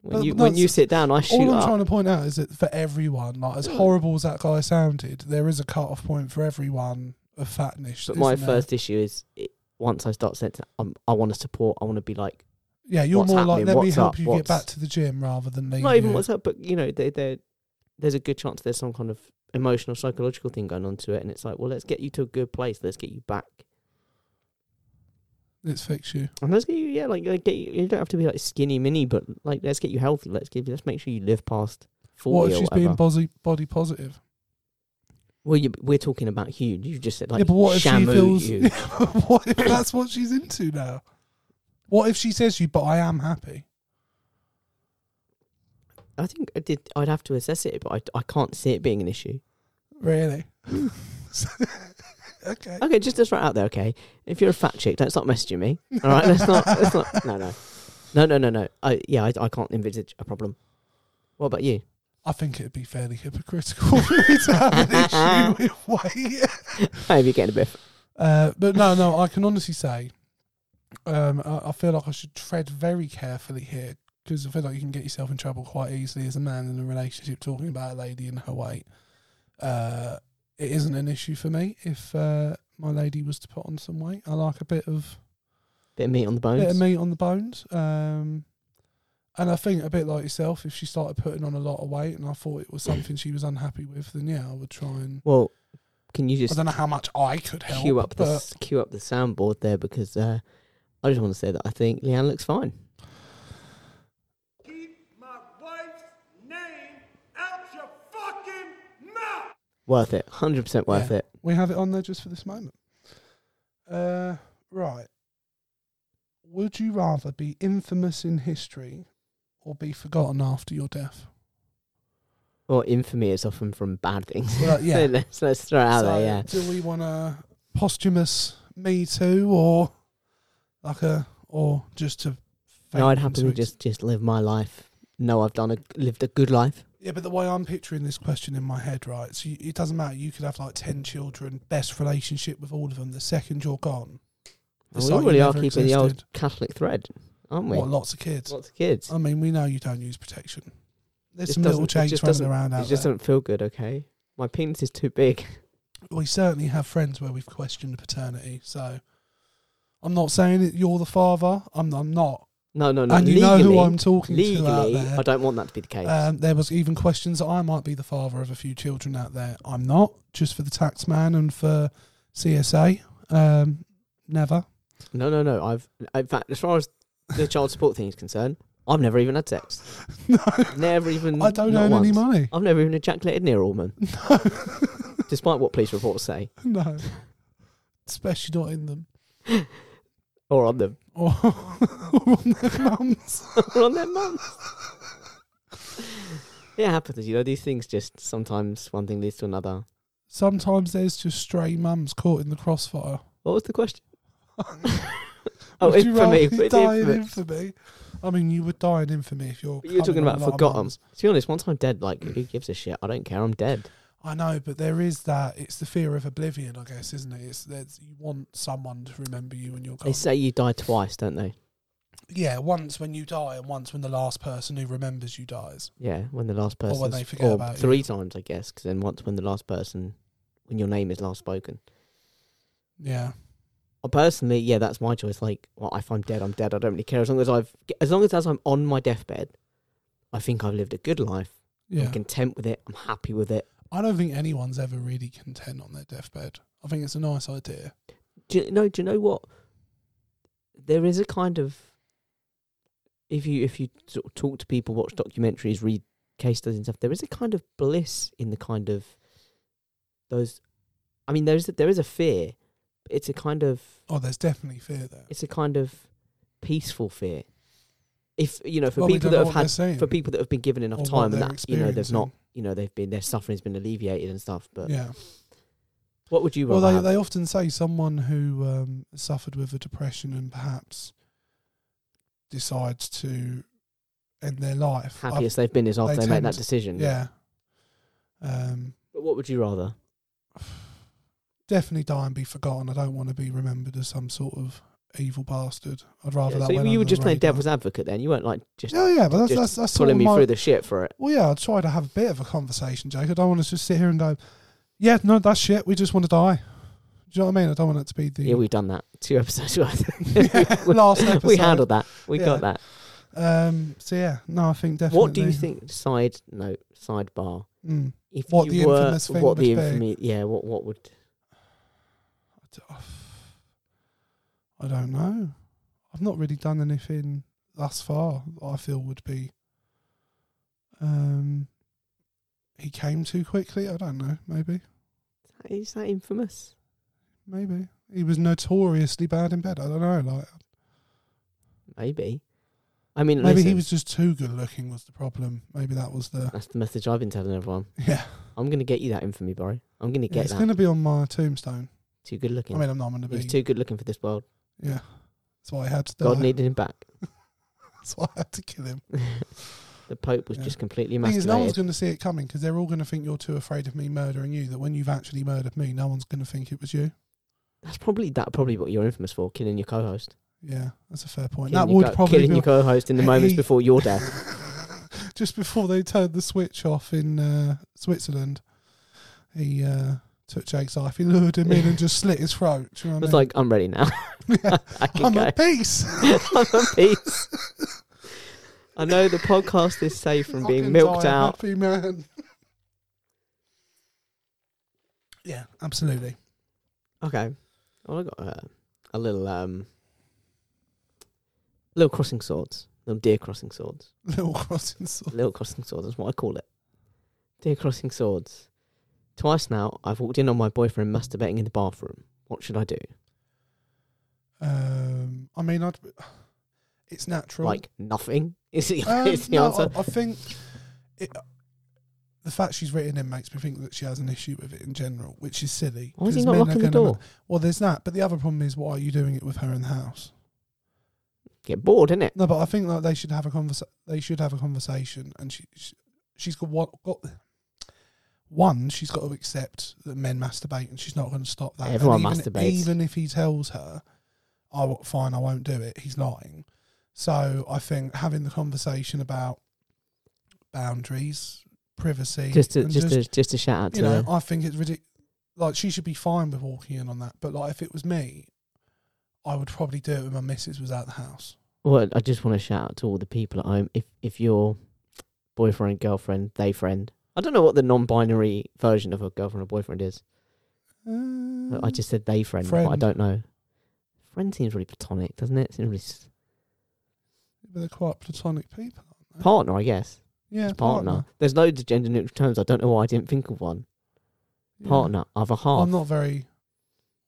[SPEAKER 2] when
[SPEAKER 1] But
[SPEAKER 2] you when
[SPEAKER 1] that's-
[SPEAKER 2] you sit down, I shoot
[SPEAKER 1] All I'm
[SPEAKER 2] up.
[SPEAKER 1] trying to point out is that for everyone, like as horrible as that guy sounded, there is a cut off point for everyone of fatness.
[SPEAKER 2] But my
[SPEAKER 1] isn't there?
[SPEAKER 2] first issue is it, once I start saying, um, I want to support. I want to be like.
[SPEAKER 1] yeah, you're
[SPEAKER 2] what's
[SPEAKER 1] more like
[SPEAKER 2] happening?
[SPEAKER 1] let me
[SPEAKER 2] What's
[SPEAKER 1] help
[SPEAKER 2] up?
[SPEAKER 1] you
[SPEAKER 2] What's-
[SPEAKER 1] get back to the gym rather than leave.
[SPEAKER 2] not even
[SPEAKER 1] you.
[SPEAKER 2] what's up, but you know, they they there's a good chance there's some kind of emotional, psychological thing going on to it, and it's like, well, let's get you to a good place, let's get you back,
[SPEAKER 1] Let's fix you.
[SPEAKER 2] and let's get you, yeah, like, like, get you, you don't have to be like skinny mini, but like, let's get you healthy, let's give you, let's make sure you live past
[SPEAKER 1] What
[SPEAKER 2] forty
[SPEAKER 1] if
[SPEAKER 2] or
[SPEAKER 1] she's
[SPEAKER 2] whatever.
[SPEAKER 1] being body body positive?
[SPEAKER 2] well, you, we're talking about huge. You just said like,
[SPEAKER 1] yeah, but what if she
[SPEAKER 2] Shamu
[SPEAKER 1] feels?
[SPEAKER 2] you.
[SPEAKER 1] Yeah, but what if that's what she's into now? What if she says to you, "But I am happy."
[SPEAKER 2] I think I did. I'd have to assess it, but I, I can't see it being an issue.
[SPEAKER 1] Really? okay.
[SPEAKER 2] Okay, just just right out there. Okay, if you're a fat chick, don't stop messaging me. All right, let's not. Let's not. No, no, no, no, no, no. I, yeah, I, I can't envisage a problem. What about you?
[SPEAKER 1] I think it'd be fairly hypocritical for me to have an issue with weight.
[SPEAKER 2] Maybe getting a bit.
[SPEAKER 1] Uh, but no, no, I can honestly say, um, I, I feel like I should tread very carefully here because I feel like you can get yourself in trouble quite easily as a man in a relationship talking about a lady and her weight. Uh, it isn't an issue for me if uh, my lady was to put on some weight. I like a bit of
[SPEAKER 2] Bit of meat on the
[SPEAKER 1] bit of
[SPEAKER 2] bones.
[SPEAKER 1] meat on the bones. Um, and I think a bit like yourself, if she started putting on a lot of weight and I thought it was something she was unhappy with, then yeah, I would try and.
[SPEAKER 2] Well, can you
[SPEAKER 1] I
[SPEAKER 2] just
[SPEAKER 1] don't know how much I could help.
[SPEAKER 2] cue up the
[SPEAKER 1] but-
[SPEAKER 2] s- cue up the soundboard there because uh, I just want to say that I think Leanne looks fine.
[SPEAKER 3] Keep my wife's name out your fucking mouth!
[SPEAKER 2] Worth it, hundred percent worth
[SPEAKER 1] Yeah.
[SPEAKER 2] it.
[SPEAKER 1] We have it on there just for this moment. Uh, right. Would you rather be infamous in history or be forgotten after your death?
[SPEAKER 2] Well, infamy is often from bad things.
[SPEAKER 1] Well,
[SPEAKER 2] so
[SPEAKER 1] yeah.
[SPEAKER 2] let's let's throw it out
[SPEAKER 1] So,
[SPEAKER 2] there. Yeah.
[SPEAKER 1] Do we want a posthumous Me Too or like a or just to? fake
[SPEAKER 2] No, I'd
[SPEAKER 1] them
[SPEAKER 2] happily
[SPEAKER 1] tweets?
[SPEAKER 2] just just live my life. No, I've done a lived a good life.
[SPEAKER 1] Yeah, but the way I'm picturing this question in my head, right? So you, it doesn't matter. You could have like ten children, best relationship with all of them. The second you're gone,
[SPEAKER 2] And
[SPEAKER 1] it's
[SPEAKER 2] we
[SPEAKER 1] like you
[SPEAKER 2] really are
[SPEAKER 1] never
[SPEAKER 2] keeping the old
[SPEAKER 1] existed.
[SPEAKER 2] Catholic thread, aren't we?
[SPEAKER 1] what lots of kids.
[SPEAKER 2] Lots of kids.
[SPEAKER 1] I mean, we know you don't use protection. There's
[SPEAKER 2] Just
[SPEAKER 1] some little
[SPEAKER 2] doesn't- it
[SPEAKER 1] change
[SPEAKER 2] just
[SPEAKER 1] running
[SPEAKER 2] doesn't-
[SPEAKER 1] around
[SPEAKER 2] It
[SPEAKER 1] out
[SPEAKER 2] just
[SPEAKER 1] there.
[SPEAKER 2] doesn't feel good. Okay, my penis is too big.
[SPEAKER 1] We certainly have friends where we've questioned paternity. So I'm not saying that you're the father. I'm, I'm not.
[SPEAKER 2] No, no, no.
[SPEAKER 1] and you
[SPEAKER 2] legally,
[SPEAKER 1] know who I'm talking to out
[SPEAKER 2] legally, I
[SPEAKER 1] there.
[SPEAKER 2] don't want that to be the case.
[SPEAKER 1] Um, there was even questions that I might be the father of a few children out there. I'm not, just for the tax man and for CSA. Um, never.
[SPEAKER 2] no, no, no. I've in fact, as far as the child support thing is concerned, I've never even had sex.
[SPEAKER 1] No,
[SPEAKER 2] Never even.
[SPEAKER 1] I don't
[SPEAKER 2] not
[SPEAKER 1] earn any
[SPEAKER 2] once.
[SPEAKER 1] money.
[SPEAKER 2] I've never even ejaculated near a woman,
[SPEAKER 1] No,
[SPEAKER 2] despite what police reports say,
[SPEAKER 1] no. Especially not in them
[SPEAKER 2] or on them,
[SPEAKER 1] or, or on their mums.
[SPEAKER 2] or on their mums. It happens, you know. These things just sometimes one thing leads to another.
[SPEAKER 1] Sometimes there's just stray mums caught in the crossfire.
[SPEAKER 2] What was the question? Oh,
[SPEAKER 1] Would you rather
[SPEAKER 2] infamy.
[SPEAKER 1] you
[SPEAKER 2] but
[SPEAKER 1] die in
[SPEAKER 2] infamy.
[SPEAKER 1] infamy. I mean, you would die in infamy if you're.
[SPEAKER 2] But You're
[SPEAKER 1] coming on
[SPEAKER 2] talking about
[SPEAKER 1] a lot of
[SPEAKER 2] forgotten.
[SPEAKER 1] mums.
[SPEAKER 2] To be honest, once I'm dead, like who gives a shit? I don't care. I'm dead.
[SPEAKER 1] I know, but there is that. It's the fear of oblivion, I guess, isn't it? It's that you want someone to remember you when you're
[SPEAKER 2] They
[SPEAKER 1] gone.
[SPEAKER 2] say you die twice, don't they?
[SPEAKER 1] yeah, once when you die, and once when the last person who remembers you dies.
[SPEAKER 2] Yeah, when the last person.
[SPEAKER 1] when they forget about you.
[SPEAKER 2] three times, I guess, because then once when the last person, when your name is last spoken.
[SPEAKER 1] Yeah,
[SPEAKER 2] Well, personally, yeah, that's my choice. Like, well, if I'm dead, I'm dead. I don't really care as long as I've, as long as as I'm on my deathbed, I think I've lived a good life.
[SPEAKER 1] yeah.
[SPEAKER 2] I'm content with it. I'm happy with it.
[SPEAKER 1] I don't think anyone's ever really content on their deathbed. I think it's a nice idea.
[SPEAKER 2] do you, no, do you know what? There is a kind of if you if you sort of talk to people, watch documentaries, read case studies and stuff, there is a kind of bliss in the kind of those. I mean, there's there is a fear. But it's a kind of
[SPEAKER 1] Oh, there's definitely fear there.
[SPEAKER 2] it's a kind of peaceful fear. If you know, for
[SPEAKER 1] Well, we
[SPEAKER 2] people
[SPEAKER 1] don't know
[SPEAKER 2] that have
[SPEAKER 1] what
[SPEAKER 2] had
[SPEAKER 1] they're saying
[SPEAKER 2] for people that have been given enough
[SPEAKER 1] or what
[SPEAKER 2] time and
[SPEAKER 1] they're
[SPEAKER 2] that you know they've not
[SPEAKER 1] experiencing.
[SPEAKER 2] you know they've been their suffering's been alleviated and stuff. But
[SPEAKER 1] Yeah.
[SPEAKER 2] what would you
[SPEAKER 1] Well,
[SPEAKER 2] rather?
[SPEAKER 1] they,
[SPEAKER 2] have?
[SPEAKER 1] they often say someone who um, suffered with a depression and perhaps decides to end their life. I've-
[SPEAKER 2] happiest they've been is after
[SPEAKER 1] they
[SPEAKER 2] they, make
[SPEAKER 1] tend-
[SPEAKER 2] that decision.
[SPEAKER 1] yeah. Um,
[SPEAKER 2] But what would you rather?
[SPEAKER 1] definitely die and be forgotten. I don't want to be remembered as some sort of evil bastard. I'd rather
[SPEAKER 2] Yeah,
[SPEAKER 1] that.
[SPEAKER 2] so
[SPEAKER 1] went
[SPEAKER 2] you were
[SPEAKER 1] under
[SPEAKER 2] just
[SPEAKER 1] the
[SPEAKER 2] playing
[SPEAKER 1] radar.
[SPEAKER 2] devil's advocate then. You weren't like just
[SPEAKER 1] Yeah, yeah, but that's
[SPEAKER 2] just
[SPEAKER 1] that's, that's sort
[SPEAKER 2] pulling
[SPEAKER 1] of
[SPEAKER 2] me
[SPEAKER 1] my,
[SPEAKER 2] through the shit for it.
[SPEAKER 1] Well, yeah, I try to have a bit of a conversation, Jake. I don't want to just sit here and go, "Yeah, no, that's shit. We just want to die." Do you know what I mean? I don't want it to be the
[SPEAKER 2] Yeah, we've done that. Two episodes worth. we-
[SPEAKER 1] last episode.
[SPEAKER 2] we handled that. We
[SPEAKER 1] Yeah,
[SPEAKER 2] got that.
[SPEAKER 1] Um, so yeah, no, I think definitely.
[SPEAKER 2] What do you think? Side note, sidebar.
[SPEAKER 1] Mm.
[SPEAKER 2] If
[SPEAKER 1] What
[SPEAKER 2] you
[SPEAKER 1] the
[SPEAKER 2] were,
[SPEAKER 1] infamous thing
[SPEAKER 2] what the
[SPEAKER 1] would be.
[SPEAKER 2] infamy? Yeah, what what would?
[SPEAKER 1] oh, I don't know. I've not really done anything thus far that I feel would be. Um, he came too quickly. I don't know. Maybe,
[SPEAKER 2] Is that infamous?
[SPEAKER 1] maybe he was notoriously bad in bed. I don't know. Like,
[SPEAKER 2] Maybe. I mean,
[SPEAKER 1] Maybe
[SPEAKER 2] listen,
[SPEAKER 1] he was just too good looking was the problem. Maybe that was the
[SPEAKER 2] That's the message I've been telling everyone.
[SPEAKER 1] yeah.
[SPEAKER 2] I'm gonna get you that infamy, Barry. I'm gonna get
[SPEAKER 1] it's
[SPEAKER 2] that.
[SPEAKER 1] going to be on my tombstone.
[SPEAKER 2] Too good looking.
[SPEAKER 1] I mean, I'm not going to be.
[SPEAKER 2] He's too good looking for this world.
[SPEAKER 1] yeah, that's why I had to die.
[SPEAKER 2] God needed him back.
[SPEAKER 1] that's why I had to kill him.
[SPEAKER 2] The Pope was
[SPEAKER 1] Yeah.
[SPEAKER 2] just completely
[SPEAKER 1] Thing is, no one's
[SPEAKER 2] masturbated.
[SPEAKER 1] going to see it coming because they're all going to think you're too afraid of me murdering you. That when you've actually murdered me, no one's going to think it was you.
[SPEAKER 2] That's probably that. Probably what you're infamous for, killing your co-host.
[SPEAKER 1] Yeah, that's a fair point.
[SPEAKER 2] Killing
[SPEAKER 1] that
[SPEAKER 2] your
[SPEAKER 1] would
[SPEAKER 2] co-
[SPEAKER 1] probably
[SPEAKER 2] killing
[SPEAKER 1] be
[SPEAKER 2] your co-host in the moments
[SPEAKER 1] He-
[SPEAKER 2] before your death.
[SPEAKER 1] just before they turned the switch off in uh, Switzerland. He uh, took Jake's life. He lured him in and just slit his throat. Do you know what
[SPEAKER 2] I
[SPEAKER 1] I
[SPEAKER 2] was
[SPEAKER 1] mean?
[SPEAKER 2] like, I'm ready now. I can
[SPEAKER 1] I'm
[SPEAKER 2] go.
[SPEAKER 1] at peace.
[SPEAKER 2] I'm at peace. I know the podcast is safe from
[SPEAKER 1] I
[SPEAKER 2] being
[SPEAKER 1] can
[SPEAKER 2] milked
[SPEAKER 1] die a
[SPEAKER 2] out.
[SPEAKER 1] Happy man. yeah, absolutely.
[SPEAKER 2] Okay. Well, I got uh, a little um, little crossing swords, little deer crossing swords,
[SPEAKER 1] Little crossing sword.
[SPEAKER 2] little crossing swords. That's what I call it. Deer crossing swords. Twice now, I've walked in on my boyfriend masturbating in the bathroom. What should I do?
[SPEAKER 1] Um, I mean, I'd, it's natural.
[SPEAKER 2] Like nothing is the,
[SPEAKER 1] Um,
[SPEAKER 2] is the
[SPEAKER 1] no,
[SPEAKER 2] answer.
[SPEAKER 1] I, I think it, the fact she's written in makes me think that she has an issue with it in general, which is silly.
[SPEAKER 2] Why is he
[SPEAKER 1] 'cause
[SPEAKER 2] not
[SPEAKER 1] men are
[SPEAKER 2] locking the
[SPEAKER 1] gonna-
[SPEAKER 2] door?
[SPEAKER 1] Well, there's that, but the other problem is, why are you doing it with her in the house?
[SPEAKER 2] Get bored, innit?
[SPEAKER 1] No, but I think like they should have a conversa- They should have a conversation, and she, she she's got what got. One, she's got to accept that men masturbate, and she's not going to stop that. And
[SPEAKER 2] Everyone
[SPEAKER 1] even,
[SPEAKER 2] masturbates.
[SPEAKER 1] even if he tells her, "I w- fine, I won't do it," he's lying. So I think having the conversation about boundaries, privacy,
[SPEAKER 2] Just to
[SPEAKER 1] and
[SPEAKER 2] just, to just to shout out to
[SPEAKER 1] you know,
[SPEAKER 2] the-
[SPEAKER 1] I think it's ridiculous. Like she should be fine with walking in on that, but like if it was me, I would probably do it when my missus was out the house.
[SPEAKER 2] Well, I just want to shout out to all the people at home. If if your boyfriend, girlfriend, they friend, I don't know what the non-binary version of a girlfriend or boyfriend is.
[SPEAKER 1] Uh,
[SPEAKER 2] I just said they friend, but I
[SPEAKER 1] Friend.
[SPEAKER 2] don't know. Friend seems really platonic, doesn't it? Seems really s-
[SPEAKER 1] But they're quite platonic people.
[SPEAKER 2] partner, I guess.
[SPEAKER 1] Yeah,
[SPEAKER 2] Partner. There's loads of gender-neutral terms. I don't know why I didn't think of one.
[SPEAKER 1] Yeah.
[SPEAKER 2] Partner, other half.
[SPEAKER 1] I'm not very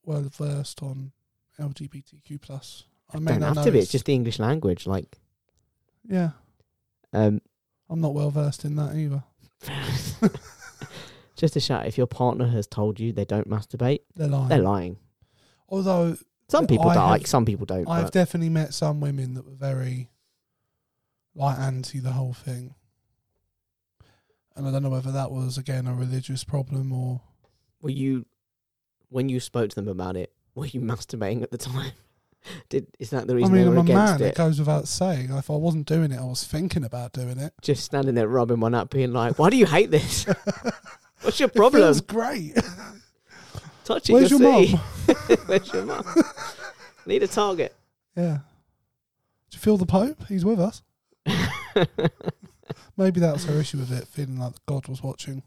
[SPEAKER 1] well versed on LGBTQ plus. I may
[SPEAKER 2] don't
[SPEAKER 1] not
[SPEAKER 2] have
[SPEAKER 1] know
[SPEAKER 2] to be. It's just the English language. Like,
[SPEAKER 1] yeah.
[SPEAKER 2] um,
[SPEAKER 1] I'm not well versed in that either.
[SPEAKER 2] just a shout. If your partner has told you they don't masturbate,
[SPEAKER 1] They're lying.
[SPEAKER 2] they're lying.
[SPEAKER 1] Although
[SPEAKER 2] Some people
[SPEAKER 1] I
[SPEAKER 2] don't.
[SPEAKER 1] have-
[SPEAKER 2] like, some people don't. but-
[SPEAKER 1] I've definitely met some women that were very like anti the whole thing, and I don't know whether that was again a religious problem or
[SPEAKER 2] Were you, when you spoke to them about it, were you masturbating at the time? Did is that the
[SPEAKER 1] I
[SPEAKER 2] reason
[SPEAKER 1] mean,
[SPEAKER 2] they were
[SPEAKER 1] I'm a
[SPEAKER 2] against
[SPEAKER 1] man. It.
[SPEAKER 2] it?
[SPEAKER 1] goes without saying. If I wasn't doing it, I was thinking about doing it.
[SPEAKER 2] Just standing there rubbing one up, being like, "Why do you hate this? What's your
[SPEAKER 1] It
[SPEAKER 2] problem?
[SPEAKER 1] feels great.
[SPEAKER 2] Touch it,
[SPEAKER 1] Where's your
[SPEAKER 2] you'll see.
[SPEAKER 1] mum?
[SPEAKER 2] Where's your mum? Need a target."
[SPEAKER 1] Yeah. Do you feel the Pope? He's with us. Maybe that's her issue with it, feeling like God was watching.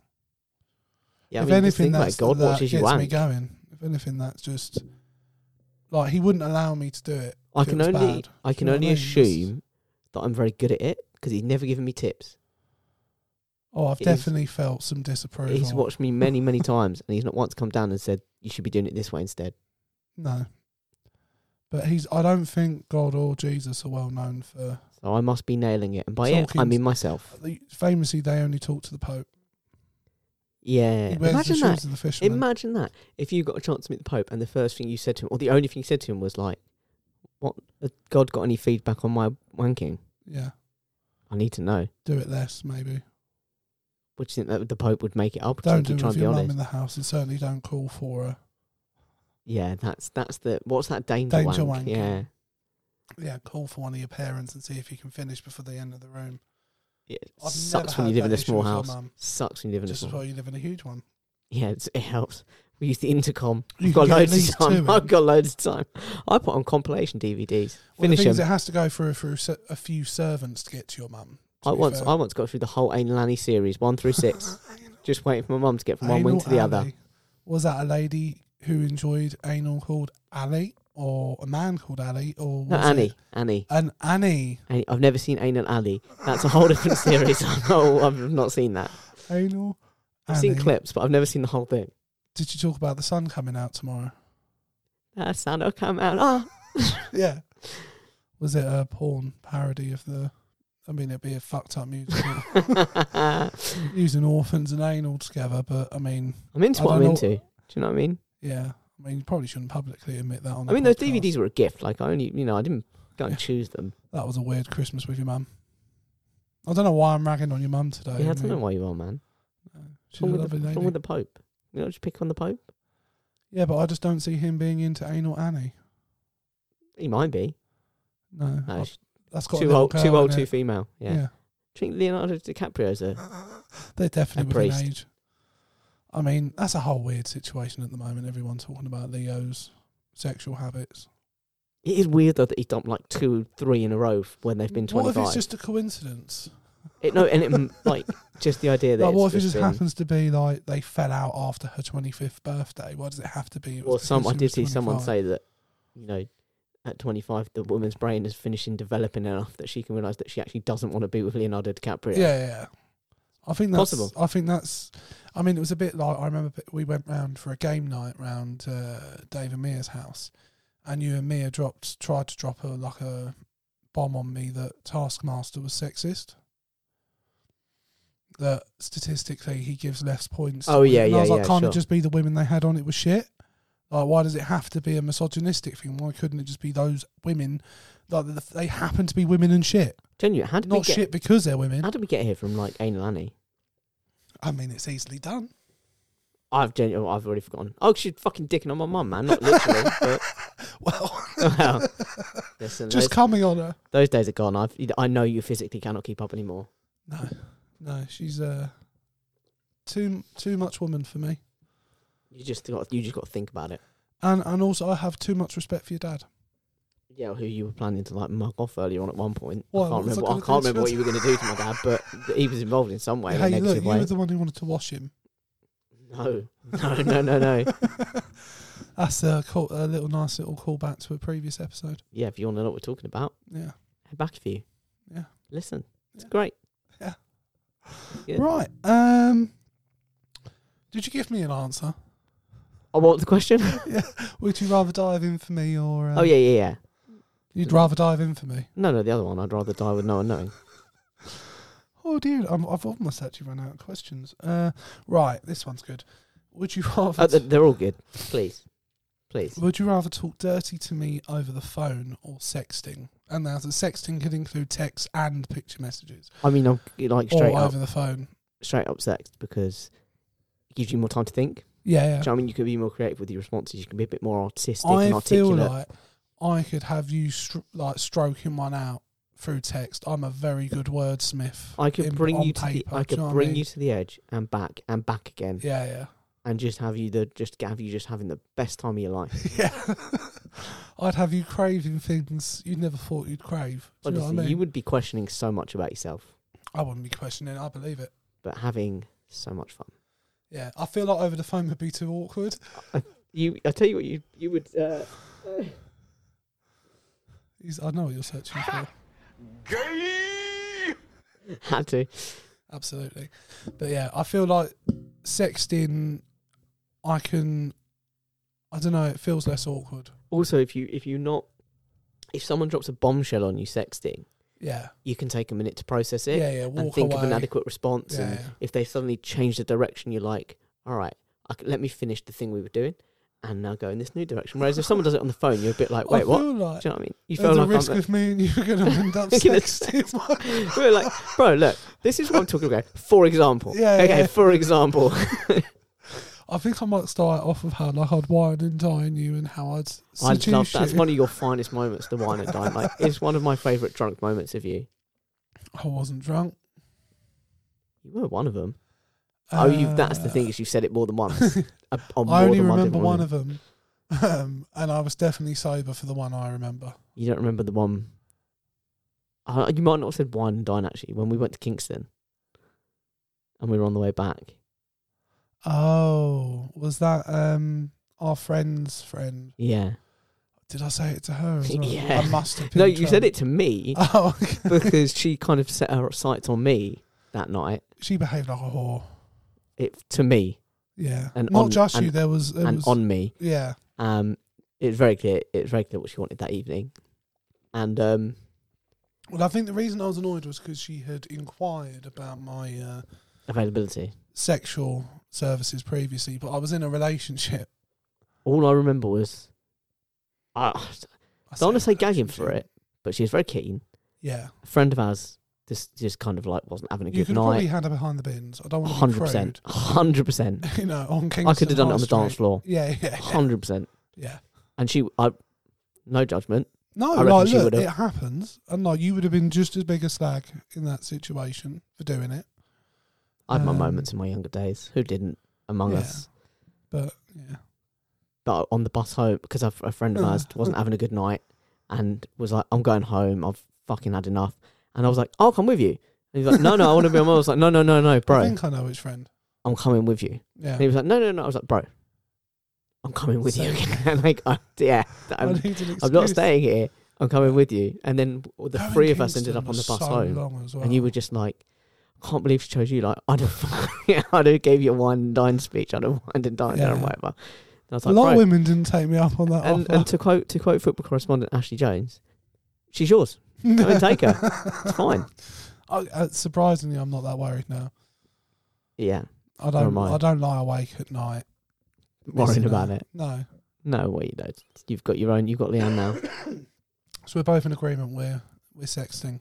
[SPEAKER 2] Yeah,
[SPEAKER 1] if
[SPEAKER 2] I mean, just
[SPEAKER 1] anything,
[SPEAKER 2] think about
[SPEAKER 1] that's
[SPEAKER 2] it. God
[SPEAKER 1] that
[SPEAKER 2] watches you
[SPEAKER 1] gets me
[SPEAKER 2] wank.
[SPEAKER 1] going. If anything, that's just like he wouldn't allow me to do it.
[SPEAKER 2] I
[SPEAKER 1] if it
[SPEAKER 2] can
[SPEAKER 1] was
[SPEAKER 2] only,
[SPEAKER 1] bad.
[SPEAKER 2] I
[SPEAKER 1] Do
[SPEAKER 2] can
[SPEAKER 1] you know
[SPEAKER 2] only
[SPEAKER 1] what I mean? That's-
[SPEAKER 2] assume that I'm very good at it because he's never given me tips.
[SPEAKER 1] Oh, I've
[SPEAKER 2] He's-
[SPEAKER 1] definitely felt some disapproval.
[SPEAKER 2] He's watched me many, many times, and he's not once come down and said you should be doing it this way instead.
[SPEAKER 1] No, but he's. I don't think God or Jesus are well known for.
[SPEAKER 2] So I must be nailing it, and by it, I
[SPEAKER 1] Talking-
[SPEAKER 2] mean myself.
[SPEAKER 1] Famously, they only talk to the Pope.
[SPEAKER 2] Yeah,
[SPEAKER 1] He wears
[SPEAKER 2] imagine
[SPEAKER 1] the
[SPEAKER 2] that.
[SPEAKER 1] shoes of the fisherman.
[SPEAKER 2] Imagine that. If you got a chance to meet the Pope and the first thing you said to him, or the only thing you said to him was like, What has God got any feedback on my wanking?
[SPEAKER 1] yeah,
[SPEAKER 2] I need to know.
[SPEAKER 1] do it less maybe.
[SPEAKER 2] Would you think that the Pope would make it up?
[SPEAKER 1] Don't
[SPEAKER 2] do
[SPEAKER 1] do
[SPEAKER 2] you
[SPEAKER 1] it
[SPEAKER 2] try
[SPEAKER 1] with
[SPEAKER 2] and be
[SPEAKER 1] your
[SPEAKER 2] honest?
[SPEAKER 1] mum in the house, and certainly don't call for uh, her.
[SPEAKER 2] Yeah, that's that's the what's that danger,
[SPEAKER 1] Danger wank.
[SPEAKER 2] wank? Yeah.
[SPEAKER 1] Yeah, call for one of your parents and see if you can finish before the end of the room.
[SPEAKER 2] It
[SPEAKER 1] I've
[SPEAKER 2] sucks
[SPEAKER 1] never
[SPEAKER 2] when you live
[SPEAKER 1] had
[SPEAKER 2] in a
[SPEAKER 1] that issue
[SPEAKER 2] small
[SPEAKER 1] with
[SPEAKER 2] house.
[SPEAKER 1] my mum.
[SPEAKER 2] Sucks when you live in a
[SPEAKER 1] Just as
[SPEAKER 2] small
[SPEAKER 1] well you live in a huge one.
[SPEAKER 2] Yeah, it's, it helps. We use the intercom.
[SPEAKER 1] You can
[SPEAKER 2] I've got
[SPEAKER 1] get at
[SPEAKER 2] loads
[SPEAKER 1] least
[SPEAKER 2] of
[SPEAKER 1] two
[SPEAKER 2] time.
[SPEAKER 1] in.
[SPEAKER 2] I've got loads of time. I put on compilation DVDs.
[SPEAKER 1] Well, the
[SPEAKER 2] Finish
[SPEAKER 1] thing is,
[SPEAKER 2] them.
[SPEAKER 1] it has to go through through se- a few servants to get to your mum. to
[SPEAKER 2] I
[SPEAKER 1] be
[SPEAKER 2] once
[SPEAKER 1] fair.
[SPEAKER 2] I once got through the whole Ain Lanny series, one through six. just waiting for my mum to get from one wing
[SPEAKER 1] Anal
[SPEAKER 2] to the other.
[SPEAKER 1] Alley. Was that a lady who enjoyed anal called Ali, or a man called Ali, or
[SPEAKER 2] No,
[SPEAKER 1] was
[SPEAKER 2] Annie.
[SPEAKER 1] it
[SPEAKER 2] Annie.
[SPEAKER 1] An Annie
[SPEAKER 2] Annie. I've never seen Anal Alley. That's a whole different series. Oh, I've not seen that.
[SPEAKER 1] anal.
[SPEAKER 2] I've
[SPEAKER 1] Annie.
[SPEAKER 2] seen clips, but I've never seen the whole thing.
[SPEAKER 1] Did you talk about the sun coming out tomorrow?
[SPEAKER 2] That sound will come out. Ah,
[SPEAKER 1] yeah. was it a porn parody of the? I mean, it'd be a fucked up musical
[SPEAKER 2] I'm
[SPEAKER 1] using orphans and anal together, but I mean,
[SPEAKER 2] into
[SPEAKER 1] I
[SPEAKER 2] what I'm
[SPEAKER 1] don't know-
[SPEAKER 2] into. Do you know what I mean?
[SPEAKER 1] yeah, I mean, you probably shouldn't publicly admit that. On
[SPEAKER 2] I
[SPEAKER 1] the
[SPEAKER 2] mean, those
[SPEAKER 1] podcast.
[SPEAKER 2] DVDs were a gift. Like I only, you know, I didn't go and
[SPEAKER 1] Yeah.
[SPEAKER 2] choose them.
[SPEAKER 1] That was a weird Christmas with your mum. I don't know why I'm ragging on your mum today.
[SPEAKER 2] yeah, I
[SPEAKER 1] mean, uh,
[SPEAKER 2] don't know why you are, man.
[SPEAKER 1] She's a
[SPEAKER 2] What's wrong,
[SPEAKER 1] lovely
[SPEAKER 2] with the, what's
[SPEAKER 1] lady.
[SPEAKER 2] wrong with the Pope? You know, just pick on the Pope.
[SPEAKER 1] Yeah, but I just don't see him being into anal Annie.
[SPEAKER 2] He might be.
[SPEAKER 1] No,
[SPEAKER 2] No,
[SPEAKER 1] I-
[SPEAKER 2] it's
[SPEAKER 1] that's got a
[SPEAKER 2] too
[SPEAKER 1] little
[SPEAKER 2] old,
[SPEAKER 1] girl
[SPEAKER 2] too old,
[SPEAKER 1] in
[SPEAKER 2] too
[SPEAKER 1] it.
[SPEAKER 2] female. Yeah.
[SPEAKER 1] yeah.
[SPEAKER 2] Do you think Leonardo DiCaprio's a
[SPEAKER 1] They're definitely
[SPEAKER 2] A
[SPEAKER 1] within
[SPEAKER 2] priest.
[SPEAKER 1] age. I mean, that's a whole weird situation at the moment. Everyone talking about Leo's sexual habits.
[SPEAKER 2] It is weird though that he dumped like two, three in a row f- when they've been
[SPEAKER 1] What if it's
[SPEAKER 2] twenty-five.
[SPEAKER 1] just a coincidence?
[SPEAKER 2] It- no, and it, m- like just the idea that
[SPEAKER 1] Like,
[SPEAKER 2] it's
[SPEAKER 1] what if it just
[SPEAKER 2] been-
[SPEAKER 1] happens to be like they fell out after her twenty fifth birthday? Why does it have to be? it
[SPEAKER 2] Or
[SPEAKER 1] was
[SPEAKER 2] some, I
[SPEAKER 1] because she
[SPEAKER 2] did
[SPEAKER 1] was
[SPEAKER 2] see someone
[SPEAKER 1] 25?
[SPEAKER 2] say that you know, at twenty-five, the woman's brain is finishing developing enough that she can realize that she actually doesn't want to be with Leonardo DiCaprio.
[SPEAKER 1] Yeah, yeah. yeah. I think that's
[SPEAKER 2] Possible.
[SPEAKER 1] I think that's. I mean, it was a bit like I remember we went round for a game night round uh, Dave and Mia's house, and you and Mia dropped tried to drop a like a bomb on me that Taskmaster was sexist. That statistically he gives less points. to
[SPEAKER 2] Oh,
[SPEAKER 1] women.
[SPEAKER 2] yeah,
[SPEAKER 1] And I
[SPEAKER 2] yeah,
[SPEAKER 1] was like,
[SPEAKER 2] yeah,
[SPEAKER 1] can't
[SPEAKER 2] sure.
[SPEAKER 1] it just be the women they had on? It was shit. Like, why does it have to be a misogynistic thing? Why couldn't it just be those women? Like, they happen to be women and shit,
[SPEAKER 2] Genuine. How did we
[SPEAKER 1] not
[SPEAKER 2] get?
[SPEAKER 1] shit because they're women.
[SPEAKER 2] How did we get here from like Anal Annie?
[SPEAKER 1] I mean, it's easily done.
[SPEAKER 2] I've genu- I've already forgotten. Oh, she's fucking dicking on my mum, man. Not literally, but
[SPEAKER 1] Well,
[SPEAKER 2] well, listen,
[SPEAKER 1] just
[SPEAKER 2] those,
[SPEAKER 1] coming on her.
[SPEAKER 2] those days are gone. I've, I know you physically cannot keep up anymore.
[SPEAKER 1] No, no, she's uh, too too much woman for me,
[SPEAKER 2] You just got you just got to think about it.
[SPEAKER 1] and and also I have too much respect for your dad.
[SPEAKER 2] Yeah, who you were planning to like mug off earlier on at one point.
[SPEAKER 1] Well,
[SPEAKER 2] I can't
[SPEAKER 1] what was I
[SPEAKER 2] remember. I,
[SPEAKER 1] gonna do
[SPEAKER 2] can't
[SPEAKER 1] to
[SPEAKER 2] remember what
[SPEAKER 1] it?
[SPEAKER 2] you were going to do to my dad, but th- he was involved in some way, in a
[SPEAKER 1] hey, look,
[SPEAKER 2] negative
[SPEAKER 1] you
[SPEAKER 2] way.
[SPEAKER 1] were the one who wanted to wash him.
[SPEAKER 2] No, no, no, no, no.
[SPEAKER 1] That's a, call, a little nice little callback to a previous episode.
[SPEAKER 2] yeah, if you want to know what we're talking about,
[SPEAKER 1] Yeah,
[SPEAKER 2] head back a few.
[SPEAKER 1] Yeah.
[SPEAKER 2] listen, it's
[SPEAKER 1] Yeah.
[SPEAKER 2] great. Yeah.
[SPEAKER 1] right. Um, did you give me an answer?
[SPEAKER 2] Oh, what was the question?
[SPEAKER 1] Would you rather dive in for me or? Uh,
[SPEAKER 2] oh yeah, yeah, yeah.
[SPEAKER 1] You'd rather dive in for me.
[SPEAKER 2] No, no, the other one. I'd rather die with no one knowing.
[SPEAKER 1] Oh dear, I'm, I've almost actually run out of questions. Uh, right, this one's good. Would you rather?
[SPEAKER 2] Uh, th- they're all good. Please, please.
[SPEAKER 1] Would you rather talk dirty to me over the phone or sexting? And now, the sexting could include text and picture messages,
[SPEAKER 2] I mean, I'm like straight
[SPEAKER 1] or
[SPEAKER 2] up,
[SPEAKER 1] over the phone.
[SPEAKER 2] straight up sex because it gives you more time to think.
[SPEAKER 1] Yeah,
[SPEAKER 2] Do you know what I mean, you can be more creative with your responses. You can be a bit more artistic
[SPEAKER 1] yeah. I
[SPEAKER 2] and
[SPEAKER 1] feel
[SPEAKER 2] articulate.
[SPEAKER 1] like I could have you str- like stroking one out through text. I'm a very good wordsmith.
[SPEAKER 2] I could
[SPEAKER 1] in-
[SPEAKER 2] bring
[SPEAKER 1] on
[SPEAKER 2] you to the,
[SPEAKER 1] paper,
[SPEAKER 2] I
[SPEAKER 1] do
[SPEAKER 2] could
[SPEAKER 1] know what
[SPEAKER 2] bring
[SPEAKER 1] mean?
[SPEAKER 2] you to the edge and back and back again,
[SPEAKER 1] Yeah, yeah.
[SPEAKER 2] and just have you the just have you just having the best time of your life.
[SPEAKER 1] Yeah. I'd have you craving things you never thought you'd crave. Do you know
[SPEAKER 2] Honestly,
[SPEAKER 1] what I mean?
[SPEAKER 2] you would be questioning so much about yourself,
[SPEAKER 1] I wouldn't be questioning it. I believe it.
[SPEAKER 2] but having so much fun.
[SPEAKER 1] Yeah. I feel like over the phone would be too awkward.
[SPEAKER 2] You, I tell you what, you you would. Uh,
[SPEAKER 1] He's, I know what you're searching for.
[SPEAKER 3] Gay!
[SPEAKER 2] had to.
[SPEAKER 1] Absolutely. But yeah, I feel like sexting, I can, I don't know, it feels less awkward.
[SPEAKER 2] Also, if you if you're not, if someone drops a bombshell on you sexting,
[SPEAKER 1] Yeah.
[SPEAKER 2] you can take a minute to process it.
[SPEAKER 1] yeah, yeah.
[SPEAKER 2] and
[SPEAKER 1] Walk
[SPEAKER 2] think of an
[SPEAKER 1] away.
[SPEAKER 2] adequate response.
[SPEAKER 1] Yeah,
[SPEAKER 2] and
[SPEAKER 1] yeah.
[SPEAKER 2] if they suddenly change the direction, you're like, all right, I c let me finish the thing we were doing and now go in this new direction. Whereas if someone does it on the phone, you're a bit like,
[SPEAKER 1] I
[SPEAKER 2] wait, what? Do
[SPEAKER 1] feel like
[SPEAKER 2] you know what I mean? You
[SPEAKER 1] you
[SPEAKER 2] feel
[SPEAKER 1] there's a
[SPEAKER 2] like
[SPEAKER 1] risk
[SPEAKER 2] I'm,
[SPEAKER 1] of me and you are going to end up
[SPEAKER 2] You're gonna
[SPEAKER 1] sexting.
[SPEAKER 2] we're like, bro, look, this is what I'm talking about. For example,
[SPEAKER 1] Yeah, yeah,
[SPEAKER 2] okay,
[SPEAKER 1] yeah.
[SPEAKER 2] for example,
[SPEAKER 1] I think I might start off with how like I'd wine and dine you and how I'd
[SPEAKER 2] I
[SPEAKER 1] seduce
[SPEAKER 2] love that's
[SPEAKER 1] you.
[SPEAKER 2] one of your finest moments, the wine and dine. Like, it's one of my favorite drunk moments of you.
[SPEAKER 1] I wasn't drunk.
[SPEAKER 2] You were one of them. oh, you that's the
[SPEAKER 1] Uh,
[SPEAKER 2] thing is you've said it more than once. Uh, on more
[SPEAKER 1] I only
[SPEAKER 2] than one
[SPEAKER 1] remember
[SPEAKER 2] different
[SPEAKER 1] one
[SPEAKER 2] moment.
[SPEAKER 1] of them, um, and I was definitely sober for the one I remember.
[SPEAKER 2] You don't remember the one? Uh, you might not have said wine and dine actually when we went to Kingston, and we were on the way back.
[SPEAKER 1] Oh, was that um our friend's friend?
[SPEAKER 2] Yeah.
[SPEAKER 1] Did I say it to her? As well?
[SPEAKER 2] Yeah.
[SPEAKER 1] I must have. Been
[SPEAKER 2] No, you
[SPEAKER 1] drunk.
[SPEAKER 2] said it to me
[SPEAKER 1] Oh, okay.
[SPEAKER 2] because she kind of set her sights on me that night.
[SPEAKER 1] she behaved like a whore.
[SPEAKER 2] It to me
[SPEAKER 1] Yeah,
[SPEAKER 2] And
[SPEAKER 1] not
[SPEAKER 2] on-
[SPEAKER 1] just you.
[SPEAKER 2] and-
[SPEAKER 1] There was, there
[SPEAKER 2] and
[SPEAKER 1] was
[SPEAKER 2] on me.
[SPEAKER 1] yeah,
[SPEAKER 2] Um, it's very clear. It's very clear what she wanted that evening. And um,
[SPEAKER 1] Well, I think the reason I was annoyed was because she had inquired about my uh,
[SPEAKER 2] availability.
[SPEAKER 1] sexual services previously, but I was in a relationship.
[SPEAKER 2] All I remember was, I
[SPEAKER 1] I
[SPEAKER 2] don't want to
[SPEAKER 1] said
[SPEAKER 2] say gagging
[SPEAKER 1] relationship.
[SPEAKER 2] for it, but she was very keen.
[SPEAKER 1] Yeah,
[SPEAKER 2] A friend of ours just just kind of like wasn't having a
[SPEAKER 1] you
[SPEAKER 2] good
[SPEAKER 1] could have probably
[SPEAKER 2] night.
[SPEAKER 1] had her behind the bins. I don't want to be
[SPEAKER 2] Hundred
[SPEAKER 1] prude.
[SPEAKER 2] percent, hundred percent.
[SPEAKER 1] You know, on Kingston
[SPEAKER 2] I could have done it
[SPEAKER 1] High
[SPEAKER 2] on the dance
[SPEAKER 1] Street.
[SPEAKER 2] floor,
[SPEAKER 1] Yeah, yeah, yeah.
[SPEAKER 2] hundred percent.
[SPEAKER 1] yeah.
[SPEAKER 2] And she, I, no judgment.
[SPEAKER 1] No,
[SPEAKER 2] I reckon
[SPEAKER 1] like,
[SPEAKER 2] she
[SPEAKER 1] look,
[SPEAKER 2] would've.
[SPEAKER 1] it happens, and like you would have been just as big a slag in that situation for doing it.
[SPEAKER 2] I
[SPEAKER 1] Um,
[SPEAKER 2] had my moments in my younger days. Who didn't among
[SPEAKER 1] Yeah.
[SPEAKER 2] us?
[SPEAKER 1] But yeah,
[SPEAKER 2] But on the bus home, because a, a friend of ours
[SPEAKER 1] Uh.
[SPEAKER 2] wasn't having a good night and was like, "I'm going home. I've fucking had enough." And I was like, "I'll come with you." And he's like, "No, no, I want to be on." my own." I was like, "No, no, no, no,
[SPEAKER 1] I
[SPEAKER 2] bro,
[SPEAKER 1] think I know his friend.
[SPEAKER 2] I'm coming with you."
[SPEAKER 1] Yeah,
[SPEAKER 2] And he was like, "No, no, no." I was like, "Bro, I'm coming with you." and like, I, yeah,
[SPEAKER 1] I
[SPEAKER 2] I'm,
[SPEAKER 1] need an
[SPEAKER 2] I'm not
[SPEAKER 1] excuse.
[SPEAKER 2] staying here. I'm coming with you. And then all the
[SPEAKER 1] Going
[SPEAKER 2] three of us
[SPEAKER 1] Kingston
[SPEAKER 2] ended up on the
[SPEAKER 1] was
[SPEAKER 2] bus
[SPEAKER 1] so
[SPEAKER 2] home,
[SPEAKER 1] long as well.
[SPEAKER 2] and you were just like, I "Can't believe she chose you." Like, I'd have, I'd have gave you a wine and dine speech. I'd have wine and dine
[SPEAKER 1] Yeah.
[SPEAKER 2] and whatever. And I was
[SPEAKER 1] a
[SPEAKER 2] like,
[SPEAKER 1] lot
[SPEAKER 2] "Bro."
[SPEAKER 1] of women didn't take me up on that
[SPEAKER 2] and,
[SPEAKER 1] offer.
[SPEAKER 2] and to quote to quote football correspondent Ashley Jones, she's yours. Go and take her. It's fine.
[SPEAKER 1] I, uh, surprisingly, I'm not that worried now.
[SPEAKER 2] Yeah,
[SPEAKER 1] I don't.
[SPEAKER 2] am I.
[SPEAKER 1] I. don't lie awake at night.
[SPEAKER 2] worrying
[SPEAKER 1] missing
[SPEAKER 2] about
[SPEAKER 1] her.
[SPEAKER 2] it.
[SPEAKER 1] No.
[SPEAKER 2] No, well you don't. You've got your own. You've got Leanne now.
[SPEAKER 1] So we're both in agreement. We're we're sexting.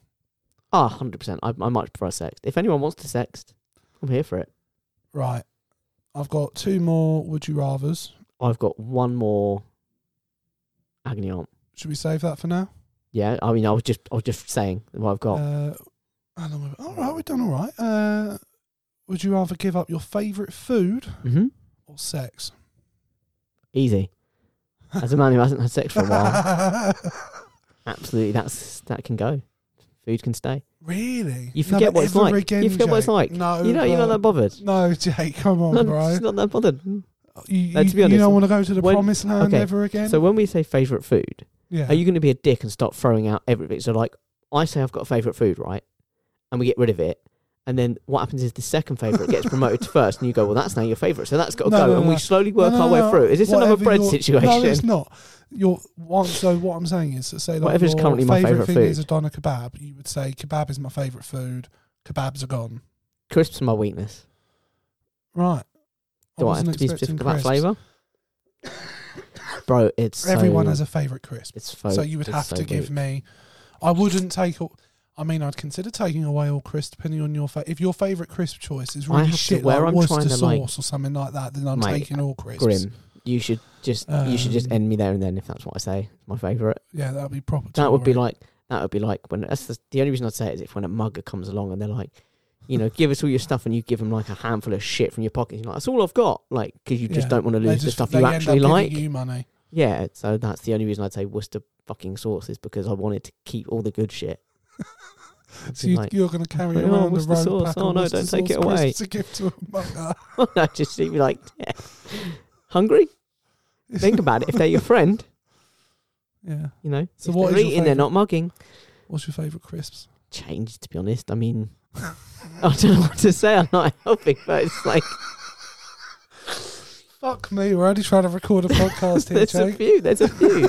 [SPEAKER 2] Ah, hundred percent. I I much prefer sext. If anyone wants to sext, I'm here for it.
[SPEAKER 1] Right. I've got two more. Would you rather's?
[SPEAKER 2] I've got one more agony aunt.
[SPEAKER 1] Should we save that for now?
[SPEAKER 2] Yeah, I mean, I was just I was just saying what I've got.
[SPEAKER 1] Uh, how long have- all right, we've done all right. Uh, would you rather give up your favourite food
[SPEAKER 2] hmm
[SPEAKER 1] or sex?
[SPEAKER 2] Easy. As a man who hasn't had sex for a while,
[SPEAKER 1] really?
[SPEAKER 2] absolutely, that's that can go. Food can stay. You
[SPEAKER 1] Never
[SPEAKER 2] forget what it's
[SPEAKER 1] ever
[SPEAKER 2] like.
[SPEAKER 1] Again,
[SPEAKER 2] You forget what it's
[SPEAKER 1] Jake.
[SPEAKER 2] like.
[SPEAKER 1] No,
[SPEAKER 2] you know, you're not
[SPEAKER 1] bro.
[SPEAKER 2] that bothered.
[SPEAKER 1] No, Jake, come on,
[SPEAKER 2] Not,
[SPEAKER 1] bro.
[SPEAKER 2] just not that bothered.
[SPEAKER 1] You,
[SPEAKER 2] Uh, to
[SPEAKER 1] you-
[SPEAKER 2] be
[SPEAKER 1] you
[SPEAKER 2] honest,
[SPEAKER 1] don't want to go to the
[SPEAKER 2] when-
[SPEAKER 1] promised land
[SPEAKER 2] okay,
[SPEAKER 1] ever again.
[SPEAKER 2] So when we say favourite food,
[SPEAKER 1] yeah,
[SPEAKER 2] are you going to be a dick and start throwing out everything? So like, I say I've got a favourite food, right? And we get rid of it, and then what happens is the second favourite gets promoted to first, and you go, well, that's now your favourite, so that's got to
[SPEAKER 1] No,
[SPEAKER 2] go,
[SPEAKER 1] no,
[SPEAKER 2] and
[SPEAKER 1] no.
[SPEAKER 2] we slowly work
[SPEAKER 1] No, no,
[SPEAKER 2] our way
[SPEAKER 1] no.
[SPEAKER 2] through. Is this another
[SPEAKER 1] Whatever
[SPEAKER 2] bread
[SPEAKER 1] your-
[SPEAKER 2] situation?
[SPEAKER 1] No, it's not. Your one. So what I'm saying is, so say like
[SPEAKER 2] Whatever's
[SPEAKER 1] your
[SPEAKER 2] currently my favourite
[SPEAKER 1] thing
[SPEAKER 2] food.
[SPEAKER 1] is a doner kebab. You would say kebab is my favourite food. Kebabs are gone.
[SPEAKER 2] Crisps are my weakness.
[SPEAKER 1] Right.
[SPEAKER 2] Do I,
[SPEAKER 1] wasn't
[SPEAKER 2] have to be
[SPEAKER 1] expecting
[SPEAKER 2] specific about
[SPEAKER 1] crisps.
[SPEAKER 2] flavour? Bro, it's
[SPEAKER 1] Everyone
[SPEAKER 2] so,
[SPEAKER 1] has a favourite crisp,
[SPEAKER 2] It's so,
[SPEAKER 1] so you would
[SPEAKER 2] it's
[SPEAKER 1] have
[SPEAKER 2] so
[SPEAKER 1] to give
[SPEAKER 2] weak.
[SPEAKER 1] me. I wouldn't take. all- I mean, I'd consider taking away all crisp depending on your fa- if your favourite crisp choice is
[SPEAKER 2] I
[SPEAKER 1] really
[SPEAKER 2] have to-
[SPEAKER 1] shit
[SPEAKER 2] where
[SPEAKER 1] like
[SPEAKER 2] I'm
[SPEAKER 1] Worcester
[SPEAKER 2] trying to, like-
[SPEAKER 1] sauce or something like that. Then I'm
[SPEAKER 2] Mate,
[SPEAKER 1] taking all crisps.
[SPEAKER 2] grim. You should just you should just
[SPEAKER 1] Um,
[SPEAKER 2] end me there and then if that's what I say. It's my favourite.
[SPEAKER 1] Yeah, that'd be proper.
[SPEAKER 2] That would be
[SPEAKER 1] Tory.
[SPEAKER 2] like that would be like when that's the, the only reason I'd say it is if when a mugger comes along and they're like, you know, give us all your stuff and you give them like a handful of shit from your pocket. You're like, that's all I've got, like because you just
[SPEAKER 1] Yeah.
[SPEAKER 2] don't want to
[SPEAKER 1] They
[SPEAKER 2] lose the
[SPEAKER 1] just-
[SPEAKER 2] stuff
[SPEAKER 1] they
[SPEAKER 2] you
[SPEAKER 1] end up
[SPEAKER 2] actually
[SPEAKER 1] giving
[SPEAKER 2] like.
[SPEAKER 1] You money.
[SPEAKER 2] Yeah, so that's the only reason I'd say Worcester fucking sauce is because I wanted to keep all the good shit. I'd
[SPEAKER 1] So
[SPEAKER 2] be
[SPEAKER 1] you,
[SPEAKER 2] like,
[SPEAKER 1] you're going to carry
[SPEAKER 2] "Oh,
[SPEAKER 1] around the
[SPEAKER 2] what's the
[SPEAKER 1] road
[SPEAKER 2] sauce?
[SPEAKER 1] pack
[SPEAKER 2] Oh,
[SPEAKER 1] of
[SPEAKER 2] no,
[SPEAKER 1] Worcester
[SPEAKER 2] don't take
[SPEAKER 1] sauce
[SPEAKER 2] it away.
[SPEAKER 1] crisps to give to a mugger.
[SPEAKER 2] no, just be like, yeah. hungry. Think about it. If they're your friend,
[SPEAKER 1] Yeah.
[SPEAKER 2] you know,
[SPEAKER 1] So
[SPEAKER 2] if
[SPEAKER 1] what
[SPEAKER 2] they're
[SPEAKER 1] is your
[SPEAKER 2] eating, they're
[SPEAKER 1] favourite?
[SPEAKER 2] not mugging.
[SPEAKER 1] What's your favourite crisps?
[SPEAKER 2] Changed, to be honest. I mean, I don't know what to say. I'm not helping, but it's like.
[SPEAKER 1] Fuck me, we're only trying to record a podcast here,
[SPEAKER 2] There's a
[SPEAKER 1] Jake.
[SPEAKER 2] few. There's a few.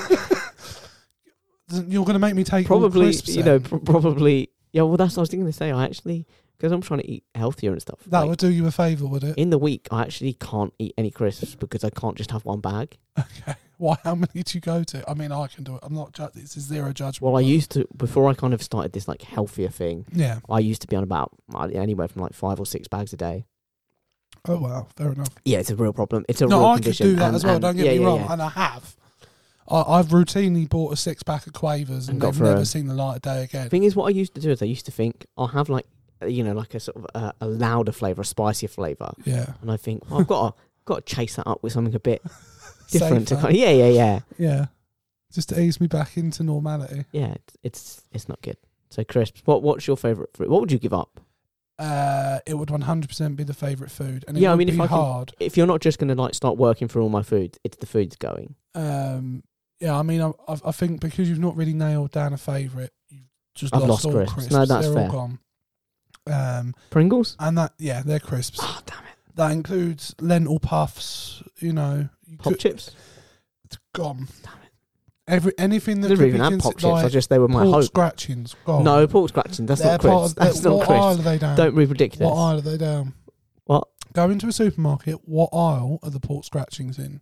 [SPEAKER 1] You're going to make me take all
[SPEAKER 2] probably,
[SPEAKER 1] crisps,
[SPEAKER 2] you know,
[SPEAKER 1] then?
[SPEAKER 2] pr- probably. Yeah, well, that's what I was going to say. I actually, because I'm trying to eat healthier and stuff.
[SPEAKER 1] That
[SPEAKER 2] like,
[SPEAKER 1] would do you a favour, would it?
[SPEAKER 2] in the week, I actually can't eat any crisps because I can't just have one bag.
[SPEAKER 1] Okay. Why? How many do you go to? I mean, I can do it. I'm not. Ju- this is zero judgment.
[SPEAKER 2] Well, I
[SPEAKER 1] but-
[SPEAKER 2] used to before I kind of started this like healthier thing.
[SPEAKER 1] Yeah.
[SPEAKER 2] I used to be on about uh, anywhere from like five or six bags a day.
[SPEAKER 1] Oh wow. Fair enough.
[SPEAKER 2] Yeah, it's a real problem. It's a
[SPEAKER 1] No,
[SPEAKER 2] real
[SPEAKER 1] I could
[SPEAKER 2] condition.
[SPEAKER 1] do that
[SPEAKER 2] and-
[SPEAKER 1] as well.
[SPEAKER 2] and-
[SPEAKER 1] don't get
[SPEAKER 2] yeah,
[SPEAKER 1] me
[SPEAKER 2] yeah,
[SPEAKER 1] wrong.
[SPEAKER 2] yeah.
[SPEAKER 1] And I have. I, I've routinely bought a six pack of Quavers
[SPEAKER 2] And
[SPEAKER 1] and,
[SPEAKER 2] got
[SPEAKER 1] they've
[SPEAKER 2] for
[SPEAKER 1] never
[SPEAKER 2] a-
[SPEAKER 1] seen the light of day again.
[SPEAKER 2] thing is, what I used to do is I used to think I'll have like uh, you know like a sort of uh, a louder flavor, a spicier flavor,
[SPEAKER 1] Yeah.
[SPEAKER 2] and I think well, I've got to got to chase that up with something a bit different. To
[SPEAKER 1] Safer.
[SPEAKER 2] kind of, yeah, yeah, yeah.
[SPEAKER 1] Yeah. Just to ease me back into normality.
[SPEAKER 2] Yeah, it's it's, it's not good. So crisps. What what's your favourite fruit? What would you give up
[SPEAKER 1] Uh, it would 100% be the favourite food. And it
[SPEAKER 2] Yeah, I
[SPEAKER 1] would
[SPEAKER 2] mean, if
[SPEAKER 1] be
[SPEAKER 2] I can-
[SPEAKER 1] hard.
[SPEAKER 2] if you're not just going to like start working for all my food? It's the food's going.
[SPEAKER 1] Um, yeah, I mean, I, I, I think because you've not really nailed down a favourite, you've just
[SPEAKER 2] I've
[SPEAKER 1] lost,
[SPEAKER 2] lost
[SPEAKER 1] all
[SPEAKER 2] crisps.
[SPEAKER 1] crisps.
[SPEAKER 2] No, that's
[SPEAKER 1] They're
[SPEAKER 2] fair.
[SPEAKER 1] all gone. Um,
[SPEAKER 2] Pringles.
[SPEAKER 1] and that, yeah, they're crisps.
[SPEAKER 2] Oh damn it!
[SPEAKER 1] That includes lentil puffs, you know. You
[SPEAKER 2] Pop
[SPEAKER 1] could-
[SPEAKER 2] chips.
[SPEAKER 1] It's gone.
[SPEAKER 2] Damn it.
[SPEAKER 1] Every anything that
[SPEAKER 2] Never
[SPEAKER 1] could
[SPEAKER 2] even
[SPEAKER 1] be
[SPEAKER 2] had
[SPEAKER 1] consi-
[SPEAKER 2] pop chips.
[SPEAKER 1] like
[SPEAKER 2] I just they were my
[SPEAKER 1] pork
[SPEAKER 2] hope.
[SPEAKER 1] scratchings. God.
[SPEAKER 2] No, pork scratching. That's
[SPEAKER 1] They're
[SPEAKER 2] not crisp.
[SPEAKER 1] part of-
[SPEAKER 2] that's
[SPEAKER 1] they're-
[SPEAKER 2] not
[SPEAKER 1] what
[SPEAKER 2] crisp.
[SPEAKER 1] aisle are they down?
[SPEAKER 2] Don't be ridiculous.
[SPEAKER 1] What aisle are they down?
[SPEAKER 2] What?
[SPEAKER 1] Go into a supermarket. What aisle are the pork scratchings in?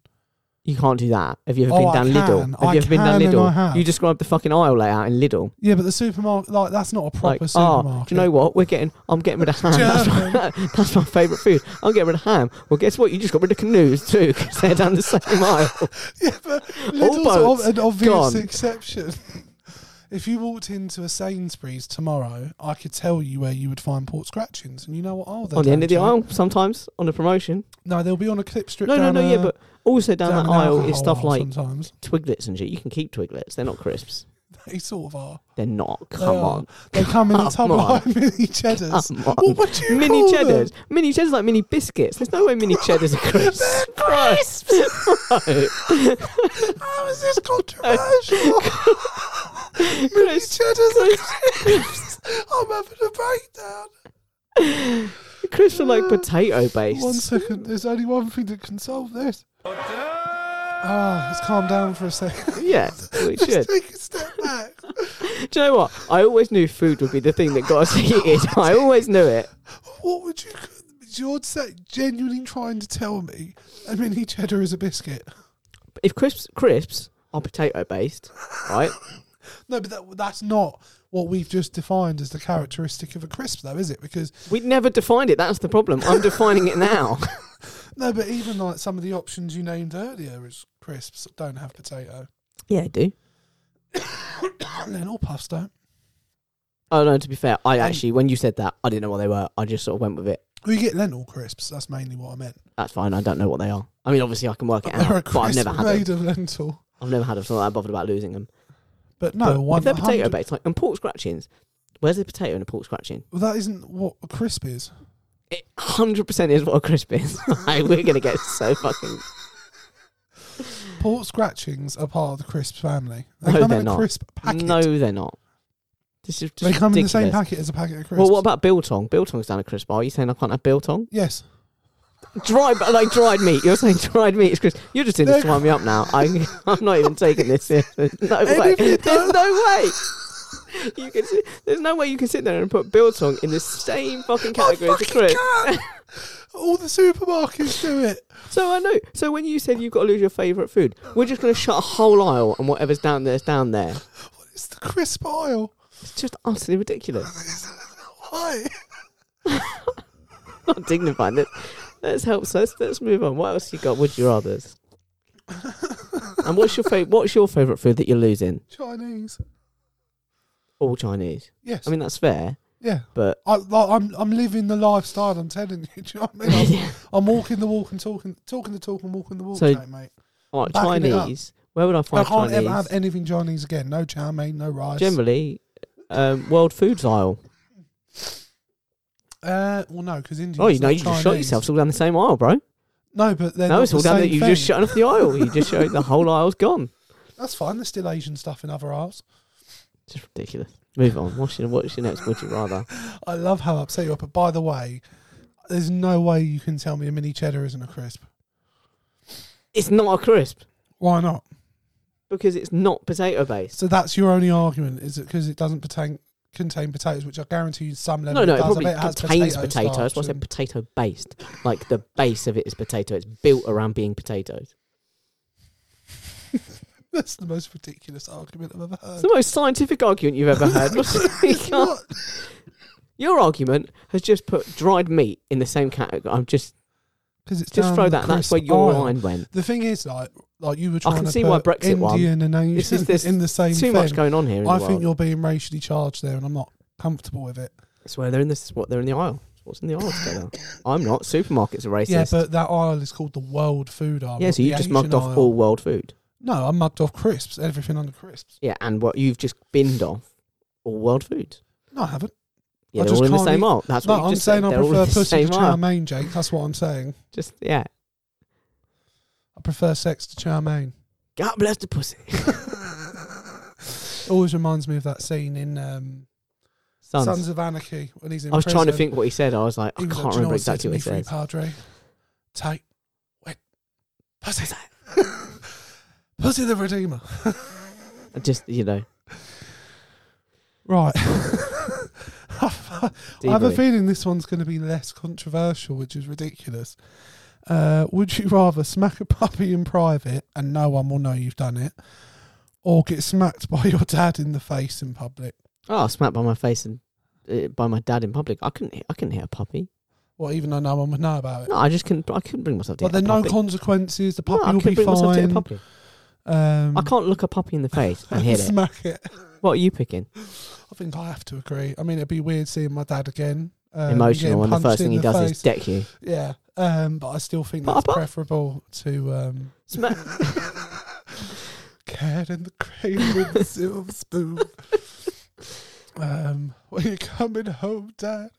[SPEAKER 2] You can't do that. Have you ever
[SPEAKER 1] Oh,
[SPEAKER 2] been
[SPEAKER 1] I
[SPEAKER 2] down Lidl?
[SPEAKER 1] can.
[SPEAKER 2] Have
[SPEAKER 1] I
[SPEAKER 2] you ever been down
[SPEAKER 1] can and I
[SPEAKER 2] Lidl?
[SPEAKER 1] have.
[SPEAKER 2] You described the fucking aisle layout in Lidl.
[SPEAKER 1] Yeah, but the supermarket, like that's not a proper
[SPEAKER 2] like, oh,
[SPEAKER 1] supermarket.
[SPEAKER 2] do you know what? We're getting. I'm getting rid of ham. That's my, that's my favourite food. I'm getting rid of ham. Well, guess what? You just got rid of canoes too, because they're down the same aisle.
[SPEAKER 1] yeah, but
[SPEAKER 2] All
[SPEAKER 1] Lidl's ob-
[SPEAKER 2] boats
[SPEAKER 1] an obvious
[SPEAKER 2] gone.
[SPEAKER 1] exception. If you walked into a Sainsbury's tomorrow, I could tell you where you would find pork scratchings, and you know what aisle they're
[SPEAKER 2] on the end of the
[SPEAKER 1] down, Joe?
[SPEAKER 2] aisle, sometimes on a promotion.
[SPEAKER 1] No, they'll be on a clip strip.
[SPEAKER 2] No, no,
[SPEAKER 1] down
[SPEAKER 2] no.
[SPEAKER 1] a,
[SPEAKER 2] Yeah, but also down,
[SPEAKER 1] down
[SPEAKER 2] that
[SPEAKER 1] an
[SPEAKER 2] aisle
[SPEAKER 1] alcohol
[SPEAKER 2] is stuff
[SPEAKER 1] aisle
[SPEAKER 2] like
[SPEAKER 1] sometimes
[SPEAKER 2] twiglets and shit. You can keep twiglets. They're not crisps.
[SPEAKER 1] they sort of are.
[SPEAKER 2] They're not.
[SPEAKER 1] They
[SPEAKER 2] Come
[SPEAKER 1] are.
[SPEAKER 2] on.
[SPEAKER 1] They come in a
[SPEAKER 2] Come
[SPEAKER 1] tub
[SPEAKER 2] on.
[SPEAKER 1] like mini cheddars.
[SPEAKER 2] Come on.
[SPEAKER 1] What would you
[SPEAKER 2] mini
[SPEAKER 1] call
[SPEAKER 2] cheddars.
[SPEAKER 1] Them?
[SPEAKER 2] Mini cheddars are like mini biscuits. There's no way mini cheddars are crisps. crisps.
[SPEAKER 1] How is this controversial? mini
[SPEAKER 2] Crisps.
[SPEAKER 1] cheddars are crisps. I'm having a breakdown.
[SPEAKER 2] Crisps are like potato based.
[SPEAKER 1] One second. There's only one thing that can solve this. Ah, let's calm down for a second.
[SPEAKER 2] Yeah, we should.
[SPEAKER 1] Just take a step back.
[SPEAKER 2] Do you know what? I always knew food would be the thing that got us heated. I always knew it.
[SPEAKER 1] What would you? You're se- genuinely trying to tell me a mini cheddar is a biscuit.
[SPEAKER 2] If crisps crisps are potato based, right?
[SPEAKER 1] No, but that, that's not what we've just defined as the characteristic of a crisp, though, is it? Because
[SPEAKER 2] We'd never defined it. That's the problem. I'm defining it now.
[SPEAKER 1] no, but even like some of the options you named earlier as crisps don't have potato,
[SPEAKER 2] Yeah, I do.
[SPEAKER 1] and then all puffs don't.
[SPEAKER 2] Oh no, to be fair, I actually when you said that, I didn't know what they were. I just sort of went with it.
[SPEAKER 1] We get lentil crisps. That's mainly what I meant.
[SPEAKER 2] That's fine. I don't know what they are. I mean, obviously, I can work it
[SPEAKER 1] They're a
[SPEAKER 2] out, but I've
[SPEAKER 1] crisp
[SPEAKER 2] never had them.
[SPEAKER 1] made of lentil.
[SPEAKER 2] I've never had them, so I'm not that bothered about losing them.
[SPEAKER 1] But
[SPEAKER 2] But
[SPEAKER 1] no, one
[SPEAKER 2] if they're potato
[SPEAKER 1] hundred-
[SPEAKER 2] based, like and pork scratchings. Where's the potato in a pork scratching?
[SPEAKER 1] Well, that isn't what a crisp is.
[SPEAKER 2] It hundred percent is what a crisp is. like, we're gonna get so fucking.
[SPEAKER 1] Pork scratchings are part of the crisp family. They
[SPEAKER 2] Hmm. No,
[SPEAKER 1] come
[SPEAKER 2] they're
[SPEAKER 1] in a
[SPEAKER 2] not.
[SPEAKER 1] crisp packet.
[SPEAKER 2] No, they're not. This is just
[SPEAKER 1] they come in the same
[SPEAKER 2] ridiculous.
[SPEAKER 1] packet as a packet of crisps.
[SPEAKER 2] Well, what about biltong? Biltong's down a crisp bar. Are you saying I can't have biltong?
[SPEAKER 1] Yes.
[SPEAKER 2] Dry, but like dried meat. You're saying dried meat is crisp. You're just in this to wind me up now. I, I'm not even taking this. seriously. There's no way.
[SPEAKER 1] Anything
[SPEAKER 2] There's no way. You can sit, there's no way you can sit there and put biltong in the same fucking category as a
[SPEAKER 1] Oh, Fucking
[SPEAKER 2] crisp.
[SPEAKER 1] can. All the supermarkets do it.
[SPEAKER 2] So I know. So when you said you've got to lose your favourite food, we're just going to shut a whole aisle and whatever's down there is down there.
[SPEAKER 1] It's the crisp aisle.
[SPEAKER 2] It's just utterly ridiculous.
[SPEAKER 1] Why?
[SPEAKER 2] Not dignified. Let's, let's help. So let's, let's move on. What else you got? Would you rather's? and what's your favorite? What's your favourite food that you're losing?
[SPEAKER 1] Chinese.
[SPEAKER 2] All Chinese.
[SPEAKER 1] Yes.
[SPEAKER 2] I mean that's fair,
[SPEAKER 1] yeah.
[SPEAKER 2] but
[SPEAKER 1] I, like, I'm I'm living the lifestyle. I'm telling you. Do you know what I mean?
[SPEAKER 2] Yeah.
[SPEAKER 1] I'm, I'm walking the walk and talking talking the talk and walking the walk,
[SPEAKER 2] So-
[SPEAKER 1] Jake, mate.
[SPEAKER 2] All right,
[SPEAKER 1] Backing it up.
[SPEAKER 2] Chinese. Where would I
[SPEAKER 1] I
[SPEAKER 2] find
[SPEAKER 1] can't
[SPEAKER 2] Chinese?
[SPEAKER 1] ever have anything Chinese again. No chow mein, no rice.
[SPEAKER 2] Generally, um, world foods aisle.
[SPEAKER 1] Uh, well, no, because Indian.
[SPEAKER 2] Oh, you know, you just shot yourself. It's all down the same aisle, bro.
[SPEAKER 1] No, but then
[SPEAKER 2] No, it's all
[SPEAKER 1] the
[SPEAKER 2] down
[SPEAKER 1] same
[SPEAKER 2] there. You've
[SPEAKER 1] thing.
[SPEAKER 2] just shut off the aisle. You just showed the whole aisle's gone.
[SPEAKER 1] That's fine. There's still Asian stuff in other aisles.
[SPEAKER 2] Just ridiculous. Move on. What's your, what's your next? Would you rather?
[SPEAKER 1] I love how upset you are. But by the way, there's no way you can tell me a mini cheddar isn't a crisp.
[SPEAKER 2] It's not a crisp
[SPEAKER 1] Why not?
[SPEAKER 2] because it's not potato based.
[SPEAKER 1] So that's your only argument, is it? Because it doesn't pertain, contain potatoes, which I guarantee you some level
[SPEAKER 2] No, no,
[SPEAKER 1] it does.
[SPEAKER 2] it
[SPEAKER 1] I
[SPEAKER 2] probably
[SPEAKER 1] bet it has
[SPEAKER 2] contains
[SPEAKER 1] potato
[SPEAKER 2] potatoes. That's why I
[SPEAKER 1] starch
[SPEAKER 2] said
[SPEAKER 1] and-
[SPEAKER 2] potato based. Like the base of it is potato. It's built around being potatoes.
[SPEAKER 1] That's the most ridiculous argument I've ever
[SPEAKER 2] It's
[SPEAKER 1] heard.
[SPEAKER 2] the most scientific argument you've ever heard. What do you think?
[SPEAKER 1] What?
[SPEAKER 2] Your argument has just put dried meat in the same category. I'm just
[SPEAKER 1] Because it's
[SPEAKER 2] just
[SPEAKER 1] down
[SPEAKER 2] throw
[SPEAKER 1] the
[SPEAKER 2] that. That's
[SPEAKER 1] crisp
[SPEAKER 2] where your
[SPEAKER 1] aisle.
[SPEAKER 2] line went.
[SPEAKER 1] The thing is, like, like you were trying
[SPEAKER 2] can
[SPEAKER 1] to
[SPEAKER 2] see
[SPEAKER 1] put
[SPEAKER 2] why Brexit
[SPEAKER 1] Indian
[SPEAKER 2] won.
[SPEAKER 1] and Asian
[SPEAKER 2] It's just there's
[SPEAKER 1] in the same
[SPEAKER 2] Too
[SPEAKER 1] thing.
[SPEAKER 2] much going on here. In
[SPEAKER 1] I
[SPEAKER 2] the
[SPEAKER 1] think
[SPEAKER 2] world.
[SPEAKER 1] you're being racially charged there, and I'm not comfortable with it.
[SPEAKER 2] That's where they're in this. What they're in the aisle. It's What's in the aisle together? I'm not. Supermarkets are racist.
[SPEAKER 1] Yeah, but that aisle is called the world food aisle.
[SPEAKER 2] yeah
[SPEAKER 1] not
[SPEAKER 2] so you
[SPEAKER 1] the
[SPEAKER 2] just
[SPEAKER 1] Asian
[SPEAKER 2] mugged off
[SPEAKER 1] aisle.
[SPEAKER 2] all world food.
[SPEAKER 1] No, I mugged off crisps. Everything under crisps.
[SPEAKER 2] Yeah, and what you've just binned off all world foods.
[SPEAKER 1] No, I haven't.
[SPEAKER 2] Yeah,
[SPEAKER 1] I
[SPEAKER 2] they're
[SPEAKER 1] just
[SPEAKER 2] all in the
[SPEAKER 1] can't
[SPEAKER 2] same
[SPEAKER 1] eat-
[SPEAKER 2] aisle. That's
[SPEAKER 1] No,
[SPEAKER 2] what you
[SPEAKER 1] I'm
[SPEAKER 2] just
[SPEAKER 1] saying
[SPEAKER 2] said.
[SPEAKER 1] I
[SPEAKER 2] They're all in
[SPEAKER 1] prefer
[SPEAKER 2] the
[SPEAKER 1] pussy
[SPEAKER 2] same
[SPEAKER 1] to chow
[SPEAKER 2] aisle.
[SPEAKER 1] mein, Jake. That's what I'm saying.
[SPEAKER 2] Just yeah.
[SPEAKER 1] I prefer sex to chow mein.
[SPEAKER 2] God bless the pussy.
[SPEAKER 1] Always reminds me of that scene in um,
[SPEAKER 2] Sons.
[SPEAKER 1] Sons of Anarchy when he's in
[SPEAKER 2] I was trying to
[SPEAKER 1] prison.
[SPEAKER 2] think what he said. I was like, I
[SPEAKER 1] He was
[SPEAKER 2] can't
[SPEAKER 1] like, "Do you know
[SPEAKER 2] remember
[SPEAKER 1] what said to
[SPEAKER 2] exactly what he
[SPEAKER 1] me,
[SPEAKER 2] says.
[SPEAKER 1] Free Padre. Tight, wet, pussy, pussy the Redeemer.
[SPEAKER 2] I just you know,
[SPEAKER 1] Right. I have a
[SPEAKER 2] debrief.
[SPEAKER 1] feeling this one's going to be less controversial, which is ridiculous. Uh, would you rather smack a puppy in private and no one will know you've done it, or get smacked by your dad in the face in public?
[SPEAKER 2] oh, smacked by my face and uh, by my dad in public. I couldn't, hit- I couldn't hit a puppy.
[SPEAKER 1] Well, even though no one would know about it.
[SPEAKER 2] No, I just couldn't. I couldn't bring myself to.
[SPEAKER 1] but
[SPEAKER 2] hit
[SPEAKER 1] there
[SPEAKER 2] a
[SPEAKER 1] are no
[SPEAKER 2] puppy.
[SPEAKER 1] consequences. The
[SPEAKER 2] No,
[SPEAKER 1] puppy
[SPEAKER 2] I
[SPEAKER 1] will
[SPEAKER 2] couldn't
[SPEAKER 1] be
[SPEAKER 2] bring myself to hit a
[SPEAKER 1] fine.
[SPEAKER 2] puppy.
[SPEAKER 1] Um,
[SPEAKER 2] I can't look a puppy in the face and hit it.
[SPEAKER 1] smack uh, it.
[SPEAKER 2] What are you picking?
[SPEAKER 1] I think I have to agree. I mean, it'd be weird seeing my dad again. Um, and
[SPEAKER 2] Emotional,
[SPEAKER 1] getting
[SPEAKER 2] and the
[SPEAKER 1] punched
[SPEAKER 2] first
[SPEAKER 1] in
[SPEAKER 2] thing he
[SPEAKER 1] the
[SPEAKER 2] does
[SPEAKER 1] face.
[SPEAKER 2] is deck you.
[SPEAKER 1] Yeah, um, but I still think
[SPEAKER 2] But-
[SPEAKER 1] that's
[SPEAKER 2] but-
[SPEAKER 1] preferable to um,
[SPEAKER 2] Smack.
[SPEAKER 1] cat in the crate with the silver spoon. Um, when you're coming home, Dad.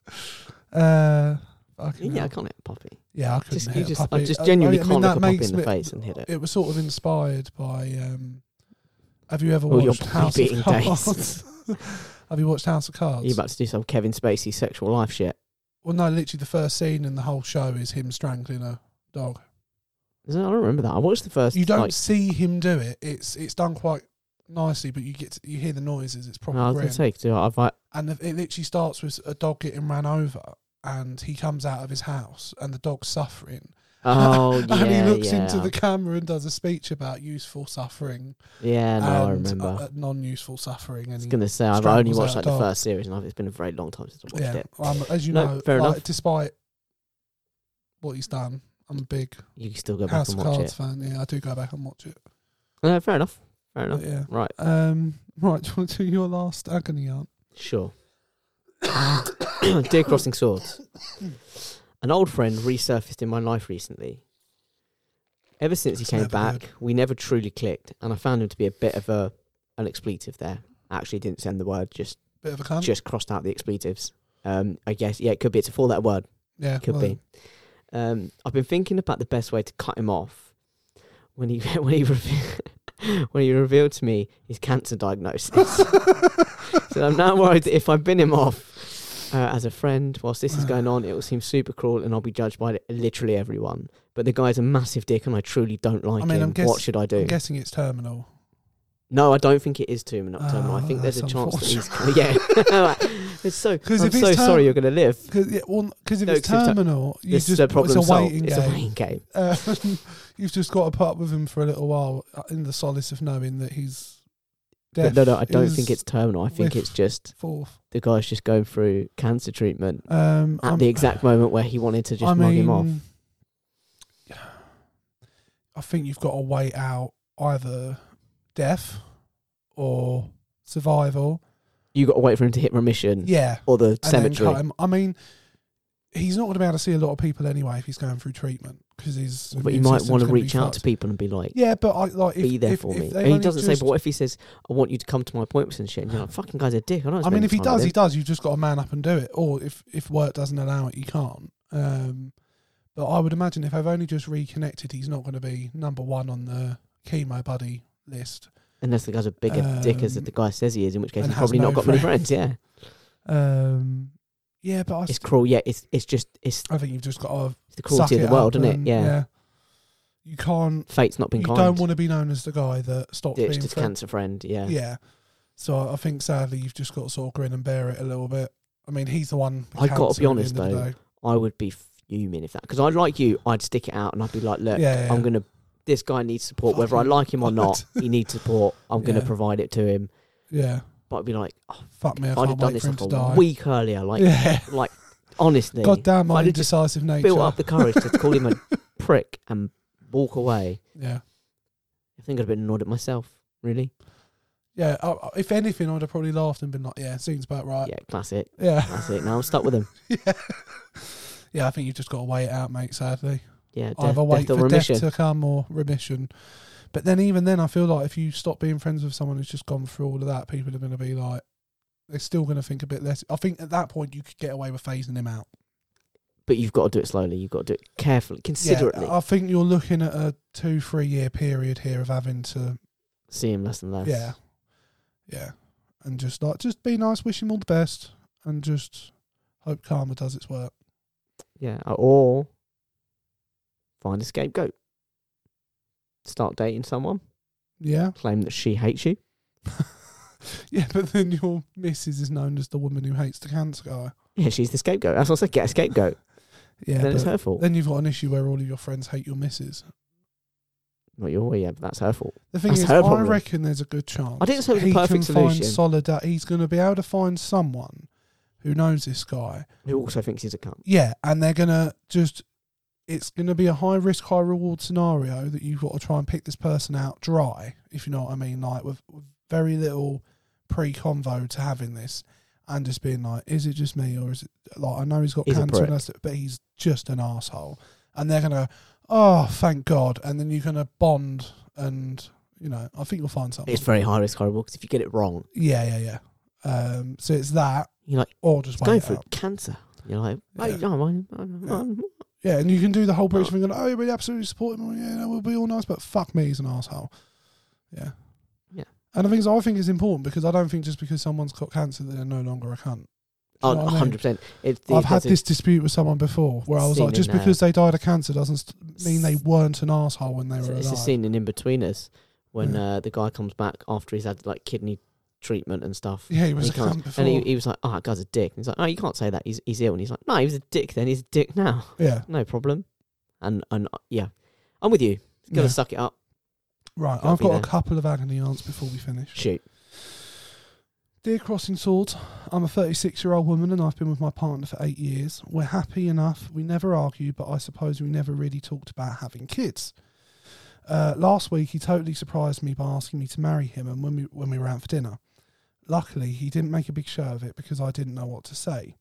[SPEAKER 1] Uh, fucking
[SPEAKER 2] yeah, I
[SPEAKER 1] hell.
[SPEAKER 2] can't hit a puppy.
[SPEAKER 1] yeah, I couldn't
[SPEAKER 2] Just, you
[SPEAKER 1] hit a
[SPEAKER 2] just, I
[SPEAKER 1] puppy.
[SPEAKER 2] just genuinely
[SPEAKER 1] I mean,
[SPEAKER 2] can't
[SPEAKER 1] that
[SPEAKER 2] look a puppy in
[SPEAKER 1] makes
[SPEAKER 2] the
[SPEAKER 1] me-
[SPEAKER 2] face and hit it.
[SPEAKER 1] It was sort of inspired by. Um, have you ever
[SPEAKER 2] All your
[SPEAKER 1] watched House
[SPEAKER 2] puppy
[SPEAKER 1] of
[SPEAKER 2] beating
[SPEAKER 1] Cards? have you watched House of Cards?
[SPEAKER 2] Are you about to do some Kevin Spacey sexual life shit?
[SPEAKER 1] Well, no, literally the first scene in the whole show is him strangling a dog.
[SPEAKER 2] Is it- I don't remember that. I watched the first.
[SPEAKER 1] You don't
[SPEAKER 2] Like,
[SPEAKER 1] see him do it. It's it's done quite nicely, but you get to, you hear the noises. It's
[SPEAKER 2] I
[SPEAKER 1] proper.
[SPEAKER 2] was going
[SPEAKER 1] grim.
[SPEAKER 2] to say, 'cause I've like,
[SPEAKER 1] and the, it literally starts with a dog getting ran over, and he comes out of his house, and the dog's suffering.
[SPEAKER 2] oh
[SPEAKER 1] and
[SPEAKER 2] yeah,
[SPEAKER 1] he looks
[SPEAKER 2] yeah,
[SPEAKER 1] into the camera and does a speech about useful suffering
[SPEAKER 2] yeah. No, I
[SPEAKER 1] and
[SPEAKER 2] remember.
[SPEAKER 1] uh, non-useful suffering.
[SPEAKER 2] I was
[SPEAKER 1] And
[SPEAKER 2] going to say I've only
[SPEAKER 1] strangles
[SPEAKER 2] watched
[SPEAKER 1] out
[SPEAKER 2] like
[SPEAKER 1] a
[SPEAKER 2] the
[SPEAKER 1] dog.
[SPEAKER 2] first series, and I've, it's been a very long time since I watched
[SPEAKER 1] yeah,
[SPEAKER 2] it.
[SPEAKER 1] um, as you
[SPEAKER 2] No,
[SPEAKER 1] know,
[SPEAKER 2] fair
[SPEAKER 1] like,
[SPEAKER 2] enough.
[SPEAKER 1] despite what he's done, I'm a big
[SPEAKER 2] You can still go back
[SPEAKER 1] House
[SPEAKER 2] and
[SPEAKER 1] of
[SPEAKER 2] watch
[SPEAKER 1] Cards
[SPEAKER 2] it.
[SPEAKER 1] fan. Yeah, I do go back and watch it.
[SPEAKER 2] No, fair enough. Fair
[SPEAKER 1] But
[SPEAKER 2] enough.
[SPEAKER 1] yeah.
[SPEAKER 2] Right,
[SPEAKER 1] Um, right, do you want to do your last agony aunt?
[SPEAKER 2] sure. Dear Crossing Swords, an old friend resurfaced in my life recently. Ever since
[SPEAKER 1] That's
[SPEAKER 2] he came
[SPEAKER 1] never
[SPEAKER 2] back,
[SPEAKER 1] good.
[SPEAKER 2] we never truly clicked, and I found him to be a bit of a an expletive there. I actually didn't send the word, just
[SPEAKER 1] Bit of a cunt.
[SPEAKER 2] just crossed out the expletives. Um, I guess yeah, it could be it's a four letter word.
[SPEAKER 1] yeah,
[SPEAKER 2] Could
[SPEAKER 1] well,
[SPEAKER 2] be. Um, I've been thinking about the best way to cut him off when he when he reve- when he revealed to me his cancer diagnosis. so I'm now worried that if I bin him off uh, as a friend whilst this is going on, it will seem super cruel and I'll be judged by literally everyone. But the guy's a massive dick, and I truly don't like
[SPEAKER 1] I mean,
[SPEAKER 2] him.
[SPEAKER 1] I'm guess-
[SPEAKER 2] what should I do?
[SPEAKER 1] I'm guessing it's terminal.
[SPEAKER 2] no, I don't think it is terminal. terminal. I
[SPEAKER 1] Oh,
[SPEAKER 2] think there's a
[SPEAKER 1] that's
[SPEAKER 2] chance that he's yeah. it's so.
[SPEAKER 1] 'Cause
[SPEAKER 2] I'm
[SPEAKER 1] if it's
[SPEAKER 2] so
[SPEAKER 1] term-
[SPEAKER 2] sorry you're going to live.
[SPEAKER 1] Because yeah, well, 'cause if
[SPEAKER 2] No,
[SPEAKER 1] it's
[SPEAKER 2] 'cause if ter-
[SPEAKER 1] terminal, you
[SPEAKER 2] This
[SPEAKER 1] just
[SPEAKER 2] is a problem
[SPEAKER 1] it's a
[SPEAKER 2] solved.
[SPEAKER 1] waiting
[SPEAKER 2] It's a
[SPEAKER 1] game.
[SPEAKER 2] waiting game.
[SPEAKER 1] Uh, you've just got to put up with him for a little while uh, in the solace of knowing that he's
[SPEAKER 2] But
[SPEAKER 1] deaf.
[SPEAKER 2] no, no, I don't
[SPEAKER 1] is
[SPEAKER 2] think it's terminal. I think
[SPEAKER 1] with-
[SPEAKER 2] it's just
[SPEAKER 1] fourth.
[SPEAKER 2] the guy's just going through cancer treatment
[SPEAKER 1] Um,
[SPEAKER 2] at
[SPEAKER 1] I'm-
[SPEAKER 2] the exact moment where he wanted to just mug him off.
[SPEAKER 1] I think you've got to wait out either death or survival.
[SPEAKER 2] You got to wait for him to hit remission
[SPEAKER 1] Yeah,
[SPEAKER 2] or the
[SPEAKER 1] and then
[SPEAKER 2] cemetery.
[SPEAKER 1] cut him. I mean, he's not going to be able to see a lot of people anyway if he's going through treatment because he's.
[SPEAKER 2] But you might want to reach out to people and be like,
[SPEAKER 1] Yeah, but I like if,
[SPEAKER 2] "Be there
[SPEAKER 1] if-
[SPEAKER 2] for
[SPEAKER 1] if
[SPEAKER 2] me."
[SPEAKER 1] they've
[SPEAKER 2] And he
[SPEAKER 1] only
[SPEAKER 2] doesn't say,
[SPEAKER 1] just-
[SPEAKER 2] "But what if he says, I want you to come to my appointments and shit?" And you're like, "Fucking guy's a dick." I, don't
[SPEAKER 1] I mean, if he does, he
[SPEAKER 2] he
[SPEAKER 1] does. You've just got to man up and do it. Or if if work doesn't allow it, you can't. Um, but I would imagine if I've only just reconnected, he's not going to be number one on the chemo buddy list.
[SPEAKER 2] unless the guy's a bigger dick as
[SPEAKER 1] Um,
[SPEAKER 2] the guy says he is, in which case
[SPEAKER 1] and
[SPEAKER 2] he's
[SPEAKER 1] has
[SPEAKER 2] probably
[SPEAKER 1] no
[SPEAKER 2] not got many friends. Yeah,
[SPEAKER 1] Um, yeah, but I,
[SPEAKER 2] it's
[SPEAKER 1] st-
[SPEAKER 2] cruel. Yeah, it's it's just it's,
[SPEAKER 1] I think you've just got to
[SPEAKER 2] it's the
[SPEAKER 1] suck
[SPEAKER 2] cruelty of
[SPEAKER 1] it
[SPEAKER 2] the world,
[SPEAKER 1] up
[SPEAKER 2] isn't it?
[SPEAKER 1] and,
[SPEAKER 2] Yeah.
[SPEAKER 1] you can't.
[SPEAKER 2] fate's not been
[SPEAKER 1] You
[SPEAKER 2] kind.
[SPEAKER 1] don't want to be known as the guy that stopped being
[SPEAKER 2] ditched his
[SPEAKER 1] friends.
[SPEAKER 2] cancer friend. Yeah,
[SPEAKER 1] Yeah. So I I think sadly you've just got to sort of grin and bear it a little bit. I mean, he's the one. with
[SPEAKER 2] I gotta
[SPEAKER 1] cancer
[SPEAKER 2] be
[SPEAKER 1] at the
[SPEAKER 2] honest,
[SPEAKER 1] end of the
[SPEAKER 2] though,
[SPEAKER 1] day.
[SPEAKER 2] I would be fuming if that because I like you, I'd stick it out and I'd be like, look,
[SPEAKER 1] Yeah, yeah.
[SPEAKER 2] I'm gonna. This guy needs support, whether I
[SPEAKER 1] Fucking
[SPEAKER 2] like him or not.
[SPEAKER 1] God.
[SPEAKER 2] he needs support. I'm gonna
[SPEAKER 1] Yeah.
[SPEAKER 2] provide it to him.
[SPEAKER 1] Yeah.
[SPEAKER 2] But I'd be like, oh,
[SPEAKER 1] Fuck me, I
[SPEAKER 2] if I'd have
[SPEAKER 1] can't
[SPEAKER 2] done
[SPEAKER 1] wait
[SPEAKER 2] this
[SPEAKER 1] for him
[SPEAKER 2] like
[SPEAKER 1] to
[SPEAKER 2] a
[SPEAKER 1] die.
[SPEAKER 2] week earlier. Like,
[SPEAKER 1] yeah.
[SPEAKER 2] like honestly,
[SPEAKER 1] God damn
[SPEAKER 2] if
[SPEAKER 1] my
[SPEAKER 2] I'd have just
[SPEAKER 1] indecisive nature.
[SPEAKER 2] built up the courage to call him a prick and walk away.
[SPEAKER 1] yeah.
[SPEAKER 2] I think I'd have been annoyed at myself. Really?
[SPEAKER 1] Yeah. I, I- if anything, I'd have probably laughed and been like, yeah, seems about right.
[SPEAKER 2] Yeah, classic.
[SPEAKER 1] Yeah.
[SPEAKER 2] That's it. Now I'm stuck with him.
[SPEAKER 1] Yeah. yeah. I think you've just got to wait it out, mate, sadly.
[SPEAKER 2] Yeah, death,
[SPEAKER 1] Either wait
[SPEAKER 2] death or
[SPEAKER 1] for
[SPEAKER 2] remission.
[SPEAKER 1] death to come or remission. But then, even then, I feel like if you stop being friends with someone who's just gone through all of that, people are going to be like, they're still going to think a bit less. I think at that point, you could get away with phasing him out.
[SPEAKER 2] But you've got to do it slowly. You've got to do it carefully, considerately.
[SPEAKER 1] Yeah, I think you're looking at a two, three year period here of having to
[SPEAKER 2] See him less and less.
[SPEAKER 1] Yeah. Yeah. And just like just be nice, wish him all the best and just hope karma does its work.
[SPEAKER 2] Yeah, uh, or find a scapegoat. Start dating someone,
[SPEAKER 1] Yeah.
[SPEAKER 2] claim that she hates you,
[SPEAKER 1] Yeah, but then your missus is known as the woman who hates the cancer guy.
[SPEAKER 2] Yeah, she's the scapegoat. That's what I said. Get a scapegoat.
[SPEAKER 1] Yeah,
[SPEAKER 2] then it's
[SPEAKER 1] but
[SPEAKER 2] her fault.
[SPEAKER 1] then you've got an issue where all of your friends hate your missus.
[SPEAKER 2] Not your way, yeah, but that's her fault.
[SPEAKER 1] The thing
[SPEAKER 2] That's
[SPEAKER 1] is, I
[SPEAKER 2] her problem.
[SPEAKER 1] reckon there's a good chance.
[SPEAKER 2] I didn't say it was a
[SPEAKER 1] he
[SPEAKER 2] perfect
[SPEAKER 1] can
[SPEAKER 2] solution.
[SPEAKER 1] Find solidar- he's going to be able to find someone who knows this guy.
[SPEAKER 2] Who also thinks he's a cunt.
[SPEAKER 1] Yeah, and they're going to just. It's going to be a high risk, high reward scenario that you've got to try and pick this person out dry, if you know what I mean. Like, with, with very little pre convo to having this and just being like, is it just me or is it. Like, I know he's got
[SPEAKER 2] He's a
[SPEAKER 1] cancer,
[SPEAKER 2] prick.
[SPEAKER 1] and that's, but he's just an asshole. And they're going to, oh, thank God. And then you're going to bond and. You know, I think you'll find something.
[SPEAKER 2] It's very high risk, horrible, because if you get it wrong,
[SPEAKER 1] Yeah, yeah, yeah. Um, so it's that,
[SPEAKER 2] you're like,
[SPEAKER 1] or just
[SPEAKER 2] it's going
[SPEAKER 1] wait it
[SPEAKER 2] for
[SPEAKER 1] out.
[SPEAKER 2] cancer. You're like,
[SPEAKER 1] Yeah.
[SPEAKER 2] oh, no, I'm, I'm, I'm,
[SPEAKER 1] Yeah, and you can do the whole British thing. And, oh, we absolutely support him. Yeah, no, we'll be all nice, but fuck me, he's an asshole. Yeah,
[SPEAKER 2] Yeah.
[SPEAKER 1] And the thing is, I think it's important because I don't think just because someone's got cancer that they're no longer a cunt. Do you
[SPEAKER 2] Oh,
[SPEAKER 1] know what I mean?
[SPEAKER 2] 100%. It's the,
[SPEAKER 1] I've had
[SPEAKER 2] that's a-
[SPEAKER 1] this dispute with someone before where I was
[SPEAKER 2] Seen
[SPEAKER 1] like, just
[SPEAKER 2] in, uh,
[SPEAKER 1] because they died of cancer doesn't st- mean they weren't an asshole when they
[SPEAKER 2] it's,
[SPEAKER 1] were
[SPEAKER 2] it's a
[SPEAKER 1] alive.
[SPEAKER 2] scene in In Between Us when
[SPEAKER 1] Yeah.
[SPEAKER 2] uh, the guy comes back after he's had like kidney treatment and stuff.
[SPEAKER 1] Yeah, he was
[SPEAKER 2] He
[SPEAKER 1] a
[SPEAKER 2] can't-
[SPEAKER 1] cunt before.
[SPEAKER 2] And he, he was like, oh, that guy's a dick. And he's like, no, you can't say that. He's, he's ill. And he's like, no, he was a dick then. He's a dick now.
[SPEAKER 1] yeah,
[SPEAKER 2] No problem. And, and uh, yeah, I'm with you. You've got
[SPEAKER 1] Yeah.
[SPEAKER 2] to suck it up.
[SPEAKER 1] right.
[SPEAKER 2] Gotta
[SPEAKER 1] I've
[SPEAKER 2] be
[SPEAKER 1] got a
[SPEAKER 2] there.
[SPEAKER 1] couple of agony aunts before we finish.
[SPEAKER 2] Shoot.
[SPEAKER 1] Dear Crossing Swords, I'm a 36 year old woman and I've been with my partner for eight years. We're happy enough. We never argue, but I suppose we never really talked about having kids. Uh, last week, he totally surprised me by asking me to marry him and when we, when we were out for dinner. Luckily, he didn't make a big show of it because I didn't know what to say.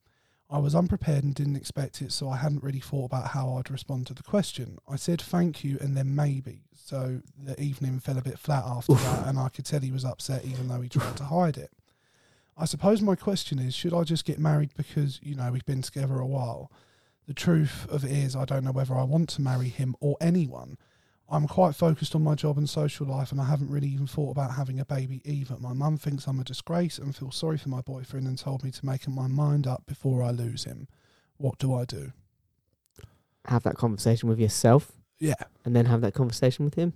[SPEAKER 1] I was unprepared and didn't expect it, so I hadn't really thought about how I'd respond to the question. I said thank you and then maybe, so the evening fell a bit flat after that, and I could tell he was upset even though he tried to hide it. I suppose my question is should I just get married because, you know, we've been together a while? The truth of it is, I don't know whether I want to marry him or anyone. I'm quite focused on my job and social life, and I haven't really even thought about having a baby either. My mum thinks I'm a disgrace and feels sorry for my boyfriend and told me to make my mind up before I lose him. What do I do?
[SPEAKER 2] Have that conversation with yourself
[SPEAKER 1] Yeah.
[SPEAKER 2] and then have that conversation with him.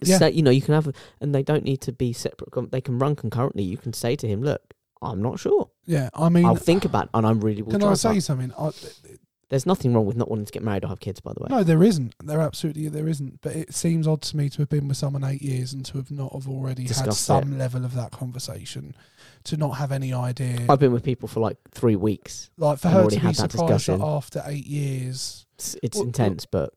[SPEAKER 1] Yeah.
[SPEAKER 2] So, you know, you can have, and they don't need to be separate. con- They can run concurrently. You can say to him, look, I'm not sure.
[SPEAKER 1] Yeah. I mean,
[SPEAKER 2] I'll think about it and I'm really will
[SPEAKER 1] can
[SPEAKER 2] try
[SPEAKER 1] I
[SPEAKER 2] and
[SPEAKER 1] say
[SPEAKER 2] find-"
[SPEAKER 1] something? I,
[SPEAKER 2] There's nothing wrong with not wanting to get married or have kids, by the way.
[SPEAKER 1] No, there isn't. There absolutely there isn't. But it seems odd to me to have been with someone eight years and to have not have already had
[SPEAKER 2] Discussed
[SPEAKER 1] some level of that conversation, to not have any idea.
[SPEAKER 2] I've been with people for like three weeks.
[SPEAKER 1] like for
[SPEAKER 2] I've
[SPEAKER 1] her
[SPEAKER 2] already
[SPEAKER 1] to be
[SPEAKER 2] had that
[SPEAKER 1] surprised that
[SPEAKER 2] discussion.
[SPEAKER 1] after eight years.
[SPEAKER 2] It's, it's
[SPEAKER 1] Well,
[SPEAKER 2] intense, but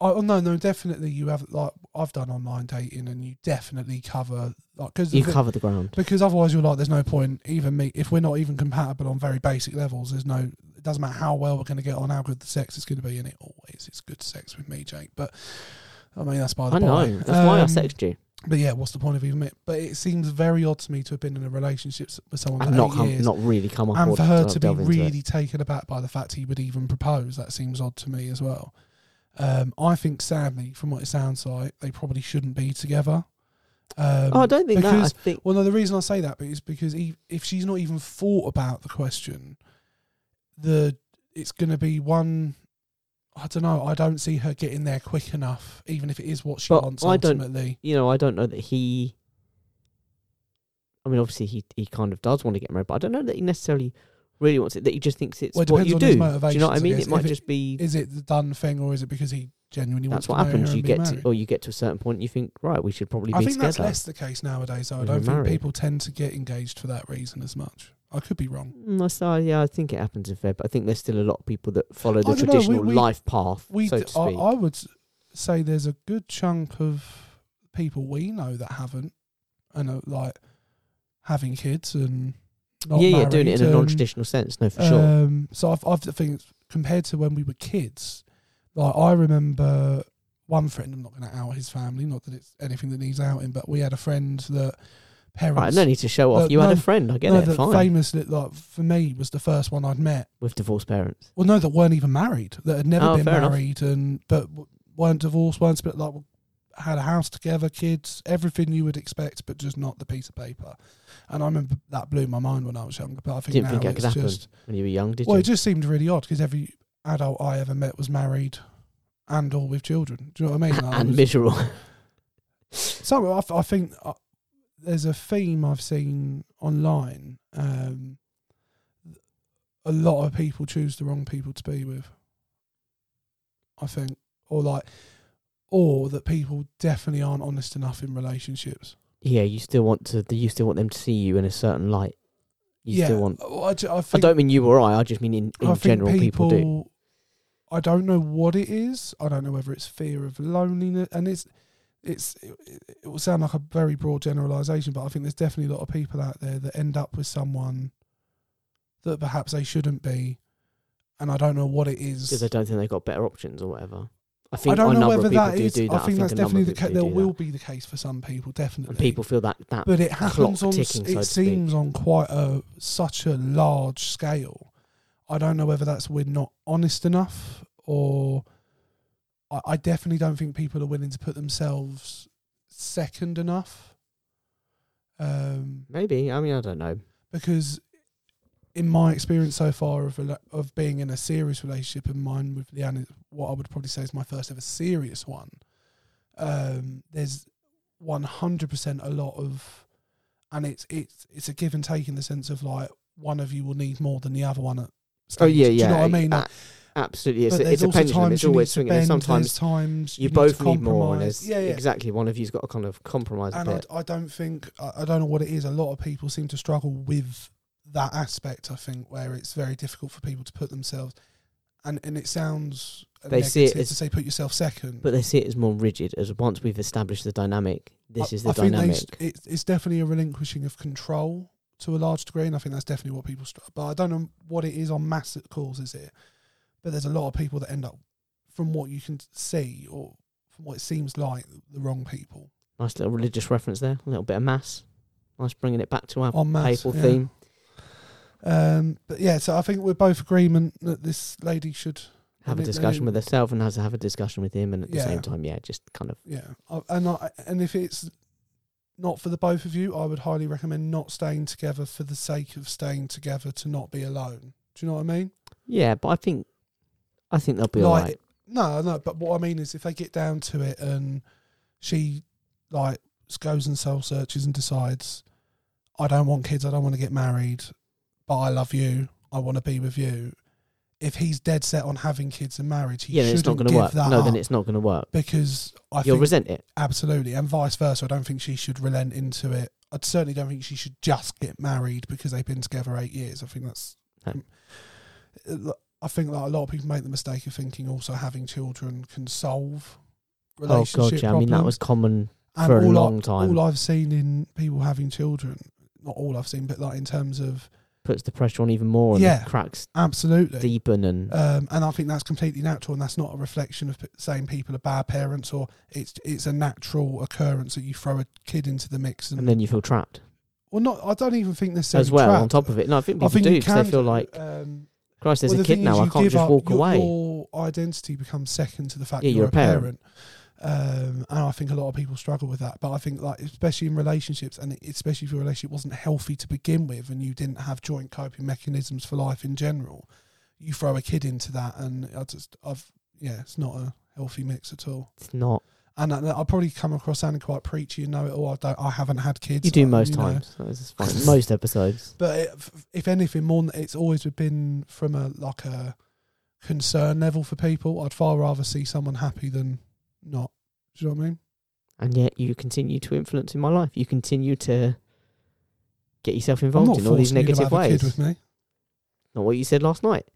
[SPEAKER 1] I, oh no, no, definitely you have like I've done online dating and you definitely cover like because
[SPEAKER 2] you cover the ground.
[SPEAKER 1] because otherwise you're like there's no point even me if we're not even compatible on very basic levels there's no it doesn't matter how well we're going to get on how good the sex is going to be and it always is good sex with me Jake but I mean that's by the
[SPEAKER 2] I know.
[SPEAKER 1] by.
[SPEAKER 2] That's why I
[SPEAKER 1] Um,
[SPEAKER 2] sexed you.
[SPEAKER 1] But yeah, what's the point of even it? But it seems very odd to me to have been in a relationship s- with someone
[SPEAKER 2] And
[SPEAKER 1] for
[SPEAKER 2] not
[SPEAKER 1] eight
[SPEAKER 2] come,
[SPEAKER 1] years,
[SPEAKER 2] not really come up
[SPEAKER 1] and
[SPEAKER 2] or
[SPEAKER 1] for her
[SPEAKER 2] delve
[SPEAKER 1] to be
[SPEAKER 2] into it.
[SPEAKER 1] really taken aback by the fact he would even propose. That seems odd to me as well. Um, I think, sadly, from what it sounds like, they probably shouldn't be together. Um,
[SPEAKER 2] Oh, I don't think that. I
[SPEAKER 1] because-
[SPEAKER 2] think
[SPEAKER 1] Well, no, the reason I say that is because e if she's not even thought about the question, the it's going to be one. I don't know. I don't see her getting there quick enough, even if it is what she
[SPEAKER 2] But
[SPEAKER 1] wants
[SPEAKER 2] I don't-
[SPEAKER 1] ultimately.
[SPEAKER 2] you know. I don't know that he. I mean, obviously, he he kind of does want to get married, but I don't know that he necessarily really wants it. That he just thinks it's
[SPEAKER 1] Well, it
[SPEAKER 2] what
[SPEAKER 1] depends
[SPEAKER 2] you
[SPEAKER 1] on
[SPEAKER 2] do.
[SPEAKER 1] his
[SPEAKER 2] Do you know what
[SPEAKER 1] motivations,
[SPEAKER 2] I
[SPEAKER 1] I
[SPEAKER 2] mean?
[SPEAKER 1] guess.
[SPEAKER 2] it might
[SPEAKER 1] If it-
[SPEAKER 2] just be
[SPEAKER 1] is it the done thing or is it because he genuinely wants
[SPEAKER 2] that's what
[SPEAKER 1] to marry
[SPEAKER 2] happens.
[SPEAKER 1] her
[SPEAKER 2] You
[SPEAKER 1] and be
[SPEAKER 2] get to,
[SPEAKER 1] married?
[SPEAKER 2] or you get to a certain point, you think, right, we should probably
[SPEAKER 1] I
[SPEAKER 2] be
[SPEAKER 1] think that's
[SPEAKER 2] together.
[SPEAKER 1] less the case nowadays though. I
[SPEAKER 2] We're
[SPEAKER 1] don't think
[SPEAKER 2] married.
[SPEAKER 1] people tend to get engaged for that reason as much. I could be wrong.
[SPEAKER 2] Mm, I saw, yeah, I think it happens in Feb. I think there's still a lot of people that follow the
[SPEAKER 1] I dunno, we-
[SPEAKER 2] traditional
[SPEAKER 1] we-
[SPEAKER 2] life path,
[SPEAKER 1] We
[SPEAKER 2] so
[SPEAKER 1] d-
[SPEAKER 2] to
[SPEAKER 1] I,
[SPEAKER 2] speak.
[SPEAKER 1] I would s- say there's a good chunk of people we know that haven't and are like having kids and not
[SPEAKER 2] yeah, yeah,
[SPEAKER 1] married
[SPEAKER 2] doing
[SPEAKER 1] um,
[SPEAKER 2] it in a
[SPEAKER 1] and-
[SPEAKER 2] non-traditional sense, no, for sure.
[SPEAKER 1] Um, so I've, I've the thing is, compared to when we were kids, like I remember one friend. I'm not going to out his family. Not that it's anything that needs outing, but we had a friend that parents.
[SPEAKER 2] Right, no need to show off.
[SPEAKER 1] Uh,
[SPEAKER 2] you had
[SPEAKER 1] no,
[SPEAKER 2] a friend, I get
[SPEAKER 1] no,
[SPEAKER 2] it,
[SPEAKER 1] that
[SPEAKER 2] fine.
[SPEAKER 1] famously, like for me, was the first one I'd met.
[SPEAKER 2] With divorced parents,
[SPEAKER 1] Well, no, that weren't even married. That had never
[SPEAKER 2] Oh,
[SPEAKER 1] been
[SPEAKER 2] fair enough.
[SPEAKER 1] married, and but w- weren't divorced, weren't split. Like had a house together, kids, everything you would expect, but just not the piece of paper. And I remember that blew my mind when I was younger. But I think
[SPEAKER 2] Didn't
[SPEAKER 1] now
[SPEAKER 2] think that
[SPEAKER 1] it's
[SPEAKER 2] could happen.
[SPEAKER 1] just
[SPEAKER 2] when you were young, did
[SPEAKER 1] well,
[SPEAKER 2] you?
[SPEAKER 1] it just seemed really odd because every adult I ever met was married and all with children. Do you know what I mean? Like, I
[SPEAKER 2] and
[SPEAKER 1] was-
[SPEAKER 2] miserable.
[SPEAKER 1] so I, I think uh, there's a theme I've seen online. Um, a lot of people choose the wrong people to be with. I think, or like, or that people definitely aren't honest enough in relationships.
[SPEAKER 2] Yeah, you still want to. You still want them to see you in a certain light. You
[SPEAKER 1] yeah,
[SPEAKER 2] still want.
[SPEAKER 1] I, ju- I
[SPEAKER 2] I
[SPEAKER 1] think
[SPEAKER 2] don't mean you or I. I just mean in, in general, people, do.
[SPEAKER 1] I don't know what it is. I don't know whether it's fear of loneliness, and it's it's it, it- it will sound like a very broad generalization, but I think there's definitely a lot of people out there that end up with someone that perhaps they shouldn't be, and I don't know what it
[SPEAKER 2] because
[SPEAKER 1] is.
[SPEAKER 2] they don't think they've got better options or whatever.
[SPEAKER 1] I
[SPEAKER 2] I think a
[SPEAKER 1] don't know
[SPEAKER 2] number
[SPEAKER 1] whether
[SPEAKER 2] of people
[SPEAKER 1] that
[SPEAKER 2] do
[SPEAKER 1] is.
[SPEAKER 2] do that.
[SPEAKER 1] I think that's
[SPEAKER 2] a number
[SPEAKER 1] definitely
[SPEAKER 2] of
[SPEAKER 1] the
[SPEAKER 2] people
[SPEAKER 1] case.
[SPEAKER 2] do
[SPEAKER 1] There
[SPEAKER 2] do that.
[SPEAKER 1] will be the case for some people, definitely.
[SPEAKER 2] and people feel that that
[SPEAKER 1] but it
[SPEAKER 2] clock
[SPEAKER 1] happens on. s-
[SPEAKER 2] ticking, so
[SPEAKER 1] it
[SPEAKER 2] to speak.
[SPEAKER 1] seems on quite a such a large scale. I don't know whether that's we're not honest enough, or I, I definitely don't think people are willing to put themselves second enough. Um,
[SPEAKER 2] Maybe I mean I don't know.
[SPEAKER 1] because in my experience so far of rela- of being in a serious relationship and mine with Leanne is what I would probably say is my first ever serious one um there's 100% a lot of and it's it's it's a give and take in the sense of like one of you will need more than the other one at
[SPEAKER 2] Oh
[SPEAKER 1] stage.
[SPEAKER 2] yeah, yeah.
[SPEAKER 1] do you know what I mean uh,
[SPEAKER 2] a- absolutely, it's,
[SPEAKER 1] but
[SPEAKER 2] a,
[SPEAKER 1] there's
[SPEAKER 2] it's a
[SPEAKER 1] also
[SPEAKER 2] pendulum.
[SPEAKER 1] times
[SPEAKER 2] It's
[SPEAKER 1] you need
[SPEAKER 2] always
[SPEAKER 1] to
[SPEAKER 2] swinging.
[SPEAKER 1] bend
[SPEAKER 2] and
[SPEAKER 1] there's
[SPEAKER 2] sometimes
[SPEAKER 1] times
[SPEAKER 2] you,
[SPEAKER 1] need to
[SPEAKER 2] both need more, and
[SPEAKER 1] compromise.
[SPEAKER 2] there's
[SPEAKER 1] yeah, yeah.
[SPEAKER 2] exactly one of you's got to kind of compromise a
[SPEAKER 1] And I,
[SPEAKER 2] bit.
[SPEAKER 1] I don't think I, I don't know what it is. A lot of people seem to struggle with that aspect. I think where it's very difficult for people to put themselves, and and it sounds
[SPEAKER 2] They see it
[SPEAKER 1] negative
[SPEAKER 2] as-
[SPEAKER 1] to say put yourself second.
[SPEAKER 2] But they see it as more rigid. As once we've established the dynamic, this
[SPEAKER 1] I-
[SPEAKER 2] is the
[SPEAKER 1] I think they
[SPEAKER 2] dynamic.
[SPEAKER 1] st- it's- it's definitely a relinquishing of control to a large degree, and I think that's definitely what people. Str- but I don't know what it is on mass that causes it. But there's a lot of people that end up, from what you can see or from what it seems like, the wrong people
[SPEAKER 2] nice little religious reference there. A little bit of mass. Nice bringing it back to our
[SPEAKER 1] on Oh, mass.
[SPEAKER 2] papal
[SPEAKER 1] yeah.
[SPEAKER 2] theme.
[SPEAKER 1] Um, but yeah, so I think we're both agreement that this lady should,
[SPEAKER 2] Have
[SPEAKER 1] And
[SPEAKER 2] a
[SPEAKER 1] it- and
[SPEAKER 2] discussion
[SPEAKER 1] it-
[SPEAKER 2] with herself and has to have a discussion with him, and at the
[SPEAKER 1] Yeah.
[SPEAKER 2] same time, yeah, just kind of
[SPEAKER 1] yeah, I- and I, and if it's not for the both of you, I would highly recommend not staying together for the sake of staying together to not be alone. Do you know what I mean?
[SPEAKER 2] yeah. But I think, I think they'll be
[SPEAKER 1] Like,
[SPEAKER 2] all right.
[SPEAKER 1] No, no, but what I mean is if they get down to it and she like goes and soul searches and decides, I don't want kids, I don't want to get married, but I love you, I want to be with you. If he's dead set on having kids and marriage, he
[SPEAKER 2] Yeah, then
[SPEAKER 1] shouldn't
[SPEAKER 2] it's not going to
[SPEAKER 1] give
[SPEAKER 2] work.
[SPEAKER 1] that
[SPEAKER 2] No,
[SPEAKER 1] up.
[SPEAKER 2] then it's not going to work.
[SPEAKER 1] because I
[SPEAKER 2] You'll
[SPEAKER 1] think
[SPEAKER 2] resent it.
[SPEAKER 1] absolutely, and vice versa. I don't think she should relent into it. I certainly don't think she should just get married because they've been together eight years. I think that's.
[SPEAKER 2] No.
[SPEAKER 1] I think like a lot of people make the mistake of thinking also having children can solve relationship
[SPEAKER 2] Oh, yeah, I mean that
[SPEAKER 1] problems.
[SPEAKER 2] was common
[SPEAKER 1] And
[SPEAKER 2] for a
[SPEAKER 1] all I-
[SPEAKER 2] long time.
[SPEAKER 1] all I've seen in people having children, not all I've seen, but like in terms of
[SPEAKER 2] Puts the pressure on even more, and
[SPEAKER 1] Yeah.
[SPEAKER 2] the cracks
[SPEAKER 1] absolutely
[SPEAKER 2] deepen. And
[SPEAKER 1] Um, and I think that's completely natural, and that's not a reflection of p- saying people are bad parents, or it's it's a natural occurrence that you throw a kid into the mix, and,
[SPEAKER 2] and then you feel trapped
[SPEAKER 1] well, not I don't even think necessarily
[SPEAKER 2] as well. On
[SPEAKER 1] trapped.
[SPEAKER 2] top of it, no, I think
[SPEAKER 1] I
[SPEAKER 2] people
[SPEAKER 1] think
[SPEAKER 2] do
[SPEAKER 1] you
[SPEAKER 2] because
[SPEAKER 1] can
[SPEAKER 2] they feel
[SPEAKER 1] do,
[SPEAKER 2] like
[SPEAKER 1] um,
[SPEAKER 2] Christ, there's
[SPEAKER 1] well,
[SPEAKER 2] a
[SPEAKER 1] the
[SPEAKER 2] kid
[SPEAKER 1] thing
[SPEAKER 2] now.
[SPEAKER 1] is
[SPEAKER 2] I
[SPEAKER 1] you
[SPEAKER 2] can't
[SPEAKER 1] give
[SPEAKER 2] just
[SPEAKER 1] up-
[SPEAKER 2] walk
[SPEAKER 1] your,
[SPEAKER 2] away.
[SPEAKER 1] Your identity becomes second to the fact
[SPEAKER 2] Yeah,
[SPEAKER 1] you're, a parent. Um, and I think a lot of people struggle with that. But I think, like, especially in relationships, and especially if your relationship wasn't healthy to begin with, and you didn't have joint coping mechanisms for life in general, you throw a kid into that, and I just, I've, yeah, it's not a healthy mix at all.
[SPEAKER 2] It's not.
[SPEAKER 1] And I, I probably come across sounding quite preachy and know it all. I don't, I haven't had kids.
[SPEAKER 2] You do
[SPEAKER 1] um,
[SPEAKER 2] most
[SPEAKER 1] know.
[SPEAKER 2] times. That is fine. most episodes.
[SPEAKER 1] But it, f- if anything, more than- it's always been from a like a concern level for people. I'd far rather see someone happy than not. Do you know what I mean?
[SPEAKER 2] And yet you continue to influence in my life. You continue to get yourself
[SPEAKER 1] I'm
[SPEAKER 2] involved
[SPEAKER 1] not
[SPEAKER 2] in all these
[SPEAKER 1] forcing you to
[SPEAKER 2] negative
[SPEAKER 1] have a kid
[SPEAKER 2] ways.
[SPEAKER 1] with me.
[SPEAKER 2] Not what you said last night.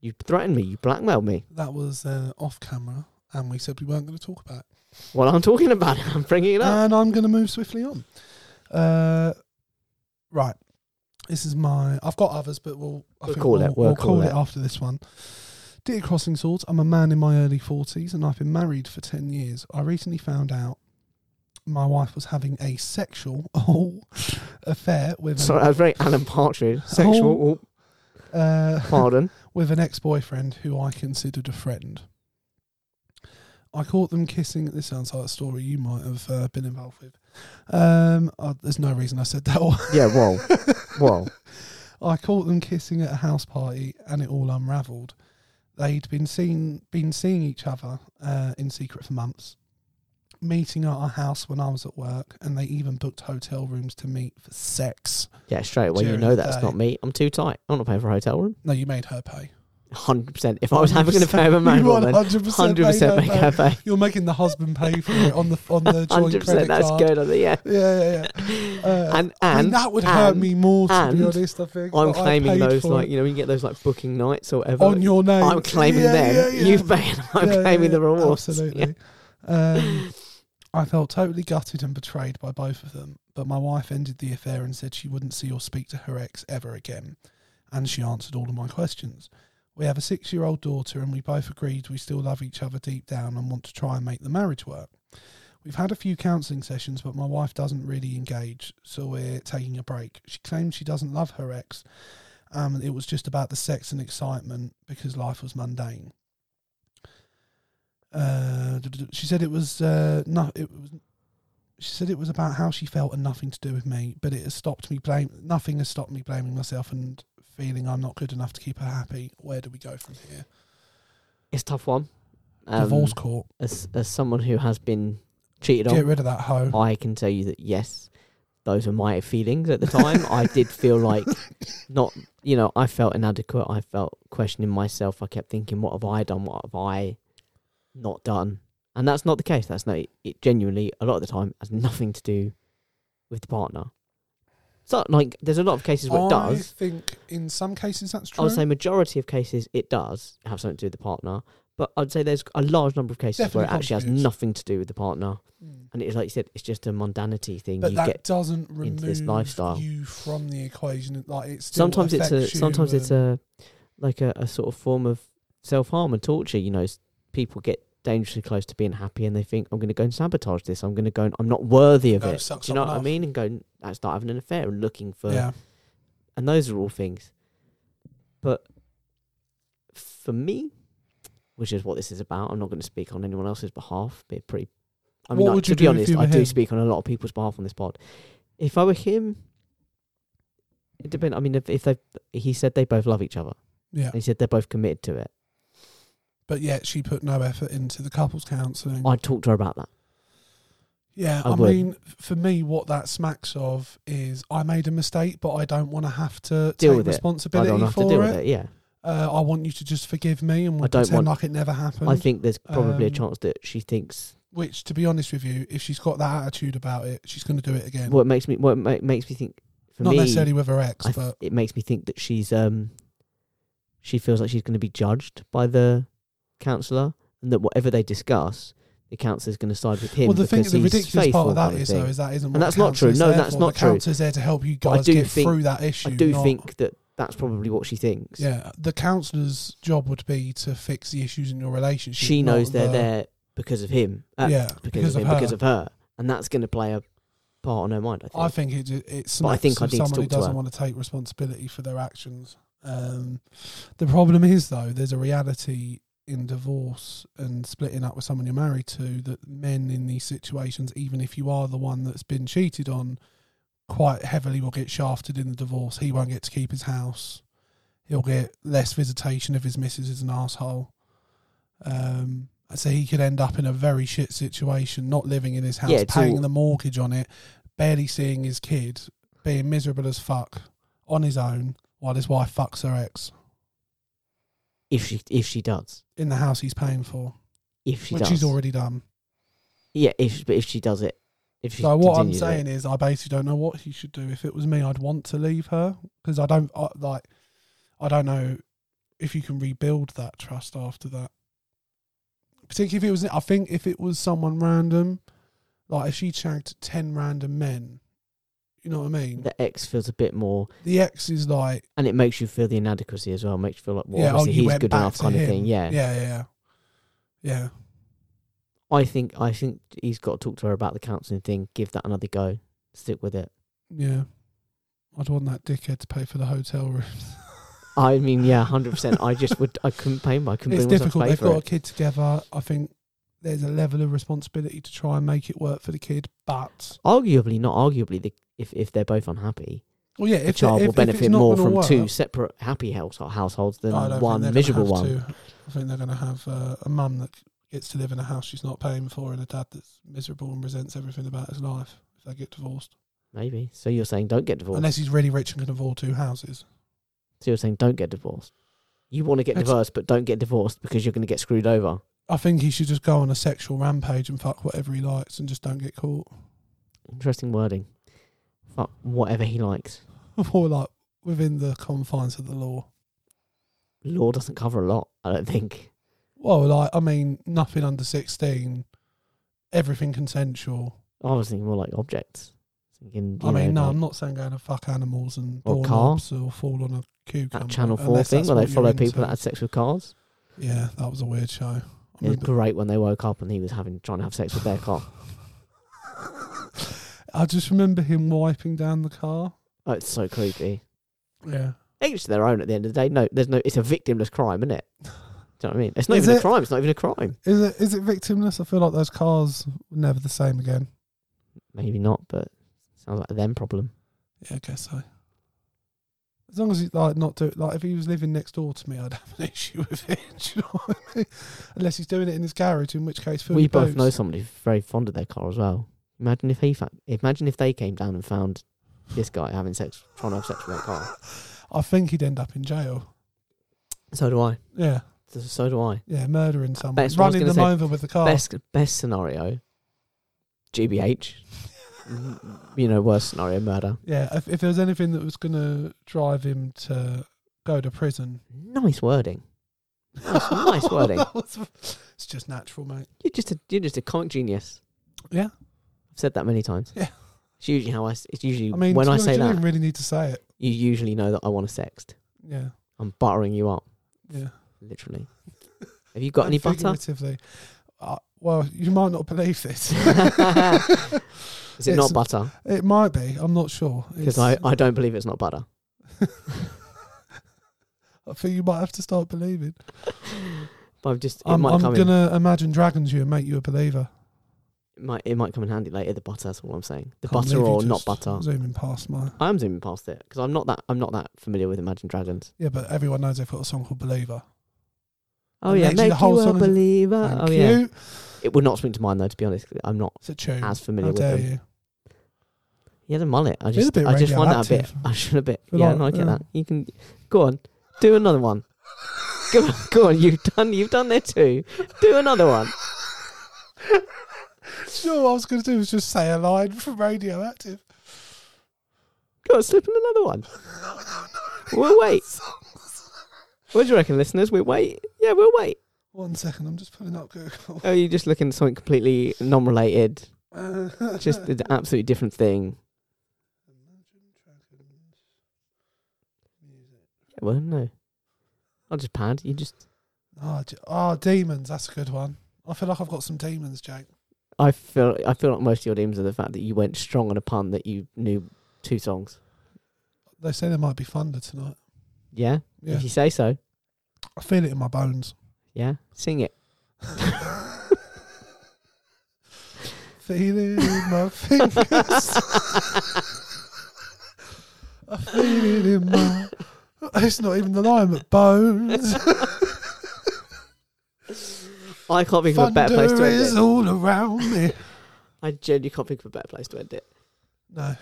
[SPEAKER 2] You threatened me. You blackmailed me.
[SPEAKER 1] That was uh, off camera, and we said we weren't going to talk about it.
[SPEAKER 2] Well, I'm talking about it. I'm bringing it up.
[SPEAKER 1] And I'm going to move swiftly on. Uh, right, this is my. I've got others, but we'll. I
[SPEAKER 2] We'll
[SPEAKER 1] think
[SPEAKER 2] call it,
[SPEAKER 1] We'll,
[SPEAKER 2] we'll
[SPEAKER 1] we'll
[SPEAKER 2] call
[SPEAKER 1] call it
[SPEAKER 2] it.
[SPEAKER 1] after this one. Dear Crossing Swords, I'm a man in my early 40s and I've been married for 10 years. I recently found out my wife was having a sexual affair with
[SPEAKER 2] Sorry,
[SPEAKER 1] an,
[SPEAKER 2] I was very Alan Partridge. Sexual.
[SPEAKER 1] uh,
[SPEAKER 2] oh, pardon.
[SPEAKER 1] with an ex-boyfriend who I considered a friend. I caught them kissing. This sounds like a story you might have uh, been involved with. Um, uh, there's no reason I said that. one.
[SPEAKER 2] Yeah, well, well.
[SPEAKER 1] I caught them kissing at a house party, and it all unravelled. They'd been seen been seeing each other uh, in secret for months. meeting at our house when I was at work, and they even booked hotel rooms to meet for sex.
[SPEAKER 2] Yeah, straight away, you
[SPEAKER 1] During
[SPEAKER 2] know
[SPEAKER 1] the
[SPEAKER 2] that's
[SPEAKER 1] day.
[SPEAKER 2] not me. I'm too tight. I'm not paying for a hotel room.
[SPEAKER 1] No, you made her pay.
[SPEAKER 2] 100%. If I was ever going to pay for a man,
[SPEAKER 1] You
[SPEAKER 2] woman,
[SPEAKER 1] 100% made
[SPEAKER 2] 100%
[SPEAKER 1] her
[SPEAKER 2] make her pay.
[SPEAKER 1] You're making the husband pay for it on the on the joint
[SPEAKER 2] 100%.
[SPEAKER 1] credit
[SPEAKER 2] That's
[SPEAKER 1] card.
[SPEAKER 2] good. on the- Yeah.
[SPEAKER 1] Yeah, yeah, yeah. Uh,
[SPEAKER 2] And,
[SPEAKER 1] I mean,
[SPEAKER 2] and
[SPEAKER 1] that would hurt
[SPEAKER 2] and
[SPEAKER 1] me more, to be
[SPEAKER 2] and
[SPEAKER 1] honest. I think
[SPEAKER 2] I'm
[SPEAKER 1] but I
[SPEAKER 2] claiming
[SPEAKER 1] paid
[SPEAKER 2] those,
[SPEAKER 1] for it.
[SPEAKER 2] like, you know, you get those, like, booking nights or whatever.
[SPEAKER 1] on your name.
[SPEAKER 2] I'm claiming
[SPEAKER 1] Yeah,
[SPEAKER 2] them.
[SPEAKER 1] yeah, yeah.
[SPEAKER 2] You've paid. I'm
[SPEAKER 1] Yeah, yeah,
[SPEAKER 2] claiming the
[SPEAKER 1] yeah,
[SPEAKER 2] rewards.
[SPEAKER 1] Absolutely. Um, I felt totally gutted and betrayed by both of them, but my wife ended the affair and said she wouldn't see or speak to her ex ever again, and she answered all of my questions. We have a six year old daughter, and we both agreed we still love each other deep down and want to try and make the marriage work. We've had a few counselling sessions, but my wife doesn't really engage, so we're taking a break. She claims she doesn't love her ex, um, it was just about the sex and excitement because life was mundane. Uh, d- d- d- she said it was uh, no, it was. She said it was about how she felt and nothing to do with me, but it has stopped me blame. Nothing has stopped me blaming myself and feeling I'm not good enough to keep her happy. Where do we go from here?
[SPEAKER 2] It's a tough one. Um,
[SPEAKER 1] Divorce court.
[SPEAKER 2] As, as someone who has been cheated
[SPEAKER 1] Get
[SPEAKER 2] on,
[SPEAKER 1] rid of that hoe.
[SPEAKER 2] I can tell you that, yes, those were my feelings at the time. I did feel like not, you know, I felt inadequate. I felt questioning myself. I kept thinking, what have I done? What have I not done? And that's not the case. That's no, it genuinely, a lot of the time, has nothing to do with the partner. So, like, there's a lot of cases where it
[SPEAKER 1] I
[SPEAKER 2] does.
[SPEAKER 1] think in some cases that's
[SPEAKER 2] I
[SPEAKER 1] true.
[SPEAKER 2] would say majority of cases it does have something to do with the partner, but I'd say there's a large number of cases where it
[SPEAKER 1] Definitely
[SPEAKER 2] actually has
[SPEAKER 1] contributes.
[SPEAKER 2] nothing to do with the partner,
[SPEAKER 1] Mm.
[SPEAKER 2] and it's like you said, it's just a mundanity thing.
[SPEAKER 1] but
[SPEAKER 2] you
[SPEAKER 1] that
[SPEAKER 2] get
[SPEAKER 1] doesn't remove
[SPEAKER 2] into this lifestyle.
[SPEAKER 1] you from the equation. It- Like it's
[SPEAKER 2] sometimes it's a sometimes it's
[SPEAKER 1] uh,
[SPEAKER 2] a like a, a sort of form of self harm and torture. You know, S- people get dangerously close to being happy, and they think I'm going to go and sabotage this. I'm going to go and I'm not worthy of
[SPEAKER 1] Go
[SPEAKER 2] it.
[SPEAKER 1] suck
[SPEAKER 2] Do you know
[SPEAKER 1] someone
[SPEAKER 2] what I
[SPEAKER 1] off.
[SPEAKER 2] mean? And go and uh, start having an affair and looking for
[SPEAKER 1] yeah.
[SPEAKER 2] and those are all things. But for me, which is what this is about, I'm not going to speak on anyone else's behalf. Be pretty. I mean,
[SPEAKER 1] What
[SPEAKER 2] I-
[SPEAKER 1] would
[SPEAKER 2] to
[SPEAKER 1] you
[SPEAKER 2] be
[SPEAKER 1] do if
[SPEAKER 2] honest,
[SPEAKER 1] you were
[SPEAKER 2] I do
[SPEAKER 1] him?
[SPEAKER 2] speak on a lot of people's behalf on this pod. If I were him, it depends. I mean, if, if they, he said they both love each other,
[SPEAKER 1] Yeah,
[SPEAKER 2] and he said they're both committed to it.
[SPEAKER 1] but yet she put no effort into the couples counselling.
[SPEAKER 2] I'd talk to her about that.
[SPEAKER 1] yeah,
[SPEAKER 2] I
[SPEAKER 1] I,
[SPEAKER 2] would.
[SPEAKER 1] mean, for me, what that smacks of is I made a mistake, but I don't want to have to
[SPEAKER 2] Deal
[SPEAKER 1] take
[SPEAKER 2] with it. I
[SPEAKER 1] responsibility
[SPEAKER 2] don't have
[SPEAKER 1] for
[SPEAKER 2] to deal
[SPEAKER 1] it.
[SPEAKER 2] with it. Yeah,
[SPEAKER 1] Uh, I want you to just forgive me and we'll
[SPEAKER 2] don't
[SPEAKER 1] pretend
[SPEAKER 2] want-
[SPEAKER 1] like it never happened.
[SPEAKER 2] I think there's probably a
[SPEAKER 1] Um,
[SPEAKER 2] chance that she thinks.
[SPEAKER 1] Which, to be honest with you, if she's got that attitude about it, she's going to do it again.
[SPEAKER 2] What makes me what ma- makes me think for
[SPEAKER 1] Not
[SPEAKER 2] me
[SPEAKER 1] necessarily with her ex,
[SPEAKER 2] I th-
[SPEAKER 1] but
[SPEAKER 2] it makes me think that she's um she feels like she's going to be judged by the counselor and that whatever they discuss the counselor's going to side with him
[SPEAKER 1] well, the thing,
[SPEAKER 2] because
[SPEAKER 1] the
[SPEAKER 2] he's
[SPEAKER 1] ridiculous part
[SPEAKER 2] faithful
[SPEAKER 1] of that
[SPEAKER 2] kind
[SPEAKER 1] is
[SPEAKER 2] thing.
[SPEAKER 1] though is that isn't.
[SPEAKER 2] And
[SPEAKER 1] what
[SPEAKER 2] that's
[SPEAKER 1] the
[SPEAKER 2] not true.
[SPEAKER 1] counsellor's
[SPEAKER 2] No,
[SPEAKER 1] there
[SPEAKER 2] that's
[SPEAKER 1] for.
[SPEAKER 2] not
[SPEAKER 1] the
[SPEAKER 2] true.
[SPEAKER 1] Counselor's there to help you
[SPEAKER 2] But I
[SPEAKER 1] guys
[SPEAKER 2] do
[SPEAKER 1] get
[SPEAKER 2] think-
[SPEAKER 1] through that issue.
[SPEAKER 2] i do
[SPEAKER 1] not-
[SPEAKER 2] think that that's probably what she thinks
[SPEAKER 1] Yeah, the counsellor's job would be to fix the issues in your relationship.
[SPEAKER 2] she
[SPEAKER 1] not
[SPEAKER 2] knows they're
[SPEAKER 1] the-
[SPEAKER 2] there because of him uh,
[SPEAKER 1] yeah,
[SPEAKER 2] because, of him
[SPEAKER 1] her.
[SPEAKER 2] because of her and that's going to play a part on her mind i think
[SPEAKER 1] I think it, it's
[SPEAKER 2] But I think I need to
[SPEAKER 1] someone who
[SPEAKER 2] talk to
[SPEAKER 1] doesn't
[SPEAKER 2] her.
[SPEAKER 1] want to take responsibility for their actions. Um, the problem is though, there's a reality in divorce and splitting up with someone you're married to that men in these situations, even if you are the one that's been cheated on, quite heavily will get shafted in the divorce. He won't get to keep his house. He'll get less visitation if his missus is an asshole. Um, so he could end up in a very shit situation, not living in his house,
[SPEAKER 2] Yeah, it's
[SPEAKER 1] paying
[SPEAKER 2] all-
[SPEAKER 1] the mortgage on it, barely seeing his kid, being miserable as fuck on his own while his wife fucks her ex
[SPEAKER 2] if she if she does
[SPEAKER 1] in the house he's paying for,
[SPEAKER 2] if she
[SPEAKER 1] which
[SPEAKER 2] does
[SPEAKER 1] he's already done.
[SPEAKER 2] yeah if but if she does it if she
[SPEAKER 1] So what I'm
[SPEAKER 2] continues it.
[SPEAKER 1] saying is, I basically don't know what he should do. If it was me, I'd want to leave her because I don't I, like. I don't know if you can rebuild that trust after that. Particularly if it was, I think if it was someone random, like if she shagged ten random men, you know what I mean.
[SPEAKER 2] the ex feels a bit more
[SPEAKER 1] The ex is like,
[SPEAKER 2] and it makes you feel the inadequacy as well. It makes you feel like, well,
[SPEAKER 1] yeah, oh,
[SPEAKER 2] obviously
[SPEAKER 1] you
[SPEAKER 2] he's
[SPEAKER 1] went
[SPEAKER 2] good
[SPEAKER 1] back
[SPEAKER 2] enough,
[SPEAKER 1] to
[SPEAKER 2] kind
[SPEAKER 1] him.
[SPEAKER 2] of thing. Yeah.
[SPEAKER 1] yeah, yeah, yeah. yeah.
[SPEAKER 2] I think I think he's got to talk to her about the counselling thing. Give that another go. Stick with it.
[SPEAKER 1] Yeah. I'd want that dickhead to pay for the hotel room.
[SPEAKER 2] I mean, yeah, hundred percent. I just would. I couldn't pay. my- I couldn't
[SPEAKER 1] It's
[SPEAKER 2] bring myself to
[SPEAKER 1] difficult.
[SPEAKER 2] pay
[SPEAKER 1] They've got
[SPEAKER 2] for
[SPEAKER 1] a
[SPEAKER 2] it.
[SPEAKER 1] kid together. I think there's a level of responsibility to try and make it work for the kid. But
[SPEAKER 2] Arguably, not arguably. The if if they're both unhappy,
[SPEAKER 1] well, yeah,
[SPEAKER 2] the
[SPEAKER 1] if
[SPEAKER 2] child
[SPEAKER 1] if,
[SPEAKER 2] will
[SPEAKER 1] if it's
[SPEAKER 2] benefit
[SPEAKER 1] not
[SPEAKER 2] more
[SPEAKER 1] gonna
[SPEAKER 2] from
[SPEAKER 1] work,
[SPEAKER 2] two separate happy house households than
[SPEAKER 1] I don't think they're
[SPEAKER 2] one
[SPEAKER 1] gonna
[SPEAKER 2] miserable
[SPEAKER 1] have
[SPEAKER 2] one.
[SPEAKER 1] to. I think they're going to have uh, a mum that gets to live in a house she's not paying for and a dad that's miserable and resents everything about his life if they get divorced.
[SPEAKER 2] Maybe. So you're saying don't get divorced.
[SPEAKER 1] Unless he's really rich and can afford two houses.
[SPEAKER 2] so you're saying don't get divorced. You want to get
[SPEAKER 1] That's-
[SPEAKER 2] divorced, but don't get divorced because you're going to get screwed over.
[SPEAKER 1] I think he should just go on a sexual rampage and fuck whatever he likes and just don't get caught.
[SPEAKER 2] Interesting wording. Fuck whatever he likes.
[SPEAKER 1] or like within the confines of the law.
[SPEAKER 2] Law doesn't cover a lot, I don't think.
[SPEAKER 1] Well, like I mean, nothing under sixteen, everything consensual.
[SPEAKER 2] I was thinking more like objects. Thinking, you
[SPEAKER 1] I mean,
[SPEAKER 2] know,
[SPEAKER 1] no,
[SPEAKER 2] like-
[SPEAKER 1] I'm not saying going to fuck animals and
[SPEAKER 2] Or
[SPEAKER 1] or
[SPEAKER 2] car.
[SPEAKER 1] knobs or fall on a cucumber.
[SPEAKER 2] that Channel 4
[SPEAKER 1] unless
[SPEAKER 2] thing
[SPEAKER 1] that's
[SPEAKER 2] where they
[SPEAKER 1] what you're
[SPEAKER 2] follow people
[SPEAKER 1] into.
[SPEAKER 2] that had sex with cars.
[SPEAKER 1] Yeah, that was a weird show. I
[SPEAKER 2] It was
[SPEAKER 1] remember-
[SPEAKER 2] great when they woke up and he was having trying to have sex with their car.
[SPEAKER 1] I just remember him wiping down the car.
[SPEAKER 2] Oh, it's so creepy.
[SPEAKER 1] Yeah.
[SPEAKER 2] Each to their own at the end of the day. No, there's no. It's a victimless crime, isn't it? Do you know what I mean? It's not
[SPEAKER 1] Is
[SPEAKER 2] even a
[SPEAKER 1] it?
[SPEAKER 2] crime. It's not even a crime.
[SPEAKER 1] Is it is it victimless? I feel like those cars were never the same again.
[SPEAKER 2] Maybe not, but sounds like a them problem.
[SPEAKER 1] Yeah, I guess so. As long as he's like not do like if he was living next door to me, I'd have an issue with it. do you know what I mean? Unless he's doing it in his garage, in which case, fill
[SPEAKER 2] we
[SPEAKER 1] your
[SPEAKER 2] both
[SPEAKER 1] boots.
[SPEAKER 2] know somebody who's very fond of their car as well. Imagine if he, fa- imagine if they came down and found this guy having sex, trying to have sex with their car.
[SPEAKER 1] I think he'd end up in jail.
[SPEAKER 2] So do I.
[SPEAKER 1] Yeah,
[SPEAKER 2] So- So do I.
[SPEAKER 1] yeah, murdering someone,
[SPEAKER 2] Best- I was
[SPEAKER 1] running
[SPEAKER 2] gonna
[SPEAKER 1] them
[SPEAKER 2] say,
[SPEAKER 1] over with the car.
[SPEAKER 2] Best best scenario, GBH. you know, worst scenario, murder.
[SPEAKER 1] Yeah, if, if there was anything that was gonna drive him to go to prison,
[SPEAKER 2] Nice wording. Nice, nice wording.
[SPEAKER 1] That was- it's just natural, mate.
[SPEAKER 2] You're just a you're just a comic genius.
[SPEAKER 1] Yeah.
[SPEAKER 2] I've said that many times.
[SPEAKER 1] Yeah.
[SPEAKER 2] It's usually how I. s- It's usually
[SPEAKER 1] I mean,
[SPEAKER 2] when
[SPEAKER 1] to be
[SPEAKER 2] I
[SPEAKER 1] honest,
[SPEAKER 2] say
[SPEAKER 1] you
[SPEAKER 2] that,
[SPEAKER 1] didn't really need to say it.
[SPEAKER 2] you usually know that I want to sext.
[SPEAKER 1] Yeah,
[SPEAKER 2] I'm buttering you up,
[SPEAKER 1] yeah.
[SPEAKER 2] literally. Have you got any
[SPEAKER 1] And
[SPEAKER 2] butter?
[SPEAKER 1] Figuratively, uh, well, you might not believe this.
[SPEAKER 2] Is it
[SPEAKER 1] It's-
[SPEAKER 2] not butter?
[SPEAKER 1] It might be. I'm not sure.
[SPEAKER 2] Because
[SPEAKER 1] It's-
[SPEAKER 2] I, I don't believe it's not butter.
[SPEAKER 1] I think you might have to start believing.
[SPEAKER 2] But I've just it
[SPEAKER 1] I'm,
[SPEAKER 2] might
[SPEAKER 1] I'm
[SPEAKER 2] come
[SPEAKER 1] going to imagine dragons you and make you a believer.
[SPEAKER 2] in it might it might come in handy later. The butter. That's all I'm saying. The
[SPEAKER 1] Can't
[SPEAKER 2] butter
[SPEAKER 1] believe you
[SPEAKER 2] or not
[SPEAKER 1] just
[SPEAKER 2] butter.
[SPEAKER 1] Zooming past my.
[SPEAKER 2] I am zooming past it because I'm not that I'm not that familiar with Imagine Dragons.
[SPEAKER 1] Yeah, but everyone knows they've got a song called Believer.
[SPEAKER 2] Oh
[SPEAKER 1] And
[SPEAKER 2] yeah,
[SPEAKER 1] actually
[SPEAKER 2] make
[SPEAKER 1] the whole
[SPEAKER 2] you a
[SPEAKER 1] song is-
[SPEAKER 2] believer.
[SPEAKER 1] Thank
[SPEAKER 2] Oh yeah,
[SPEAKER 1] you.
[SPEAKER 2] it would not spring to mind though. To be honest, 'cause I'm not
[SPEAKER 1] It's a tune.
[SPEAKER 2] as familiar
[SPEAKER 1] How
[SPEAKER 2] with
[SPEAKER 1] dare
[SPEAKER 2] them.
[SPEAKER 1] you?
[SPEAKER 2] He had a mullet. I
[SPEAKER 1] is a
[SPEAKER 2] just,
[SPEAKER 1] bit
[SPEAKER 2] I just find that a bit.
[SPEAKER 1] radioactive.
[SPEAKER 2] I should a bit.
[SPEAKER 1] But
[SPEAKER 2] yeah,
[SPEAKER 1] like,
[SPEAKER 2] no, I get
[SPEAKER 1] yeah.
[SPEAKER 2] that. You can go on, do another one. go, on, go on, you've done, you've done there too. Do another one.
[SPEAKER 1] Sure, what I was going to do was just say a line from Radioactive.
[SPEAKER 2] Go on, slip in another one. We'll wait. What do you reckon, listeners? We'll wait. Yeah, we'll wait.
[SPEAKER 1] One second, I'm just pulling up Google.
[SPEAKER 2] Oh, you're just looking at something completely non-related,
[SPEAKER 1] just
[SPEAKER 2] just an absolutely different thing. Yeah, well, no, not just pad. You just,
[SPEAKER 1] Ah, d- ah, demons. That's a good one. I feel like I've got some demons, Jake.
[SPEAKER 2] I feel, I feel like most of your demons are the fact that you went strong on a pun that you knew two songs.
[SPEAKER 1] They say there might be thunder tonight.
[SPEAKER 2] Yeah,
[SPEAKER 1] Yeah,
[SPEAKER 2] if you say so.
[SPEAKER 1] I feel it in my bones.
[SPEAKER 2] Yeah, sing it.
[SPEAKER 1] Feeling in my fingers. I feel it in my. It's not even the line, but bones.
[SPEAKER 2] I can't think of a better place
[SPEAKER 1] Thunder
[SPEAKER 2] to end
[SPEAKER 1] is
[SPEAKER 2] it.
[SPEAKER 1] all around me.
[SPEAKER 2] I genuinely can't think of a better place to end it.
[SPEAKER 1] No.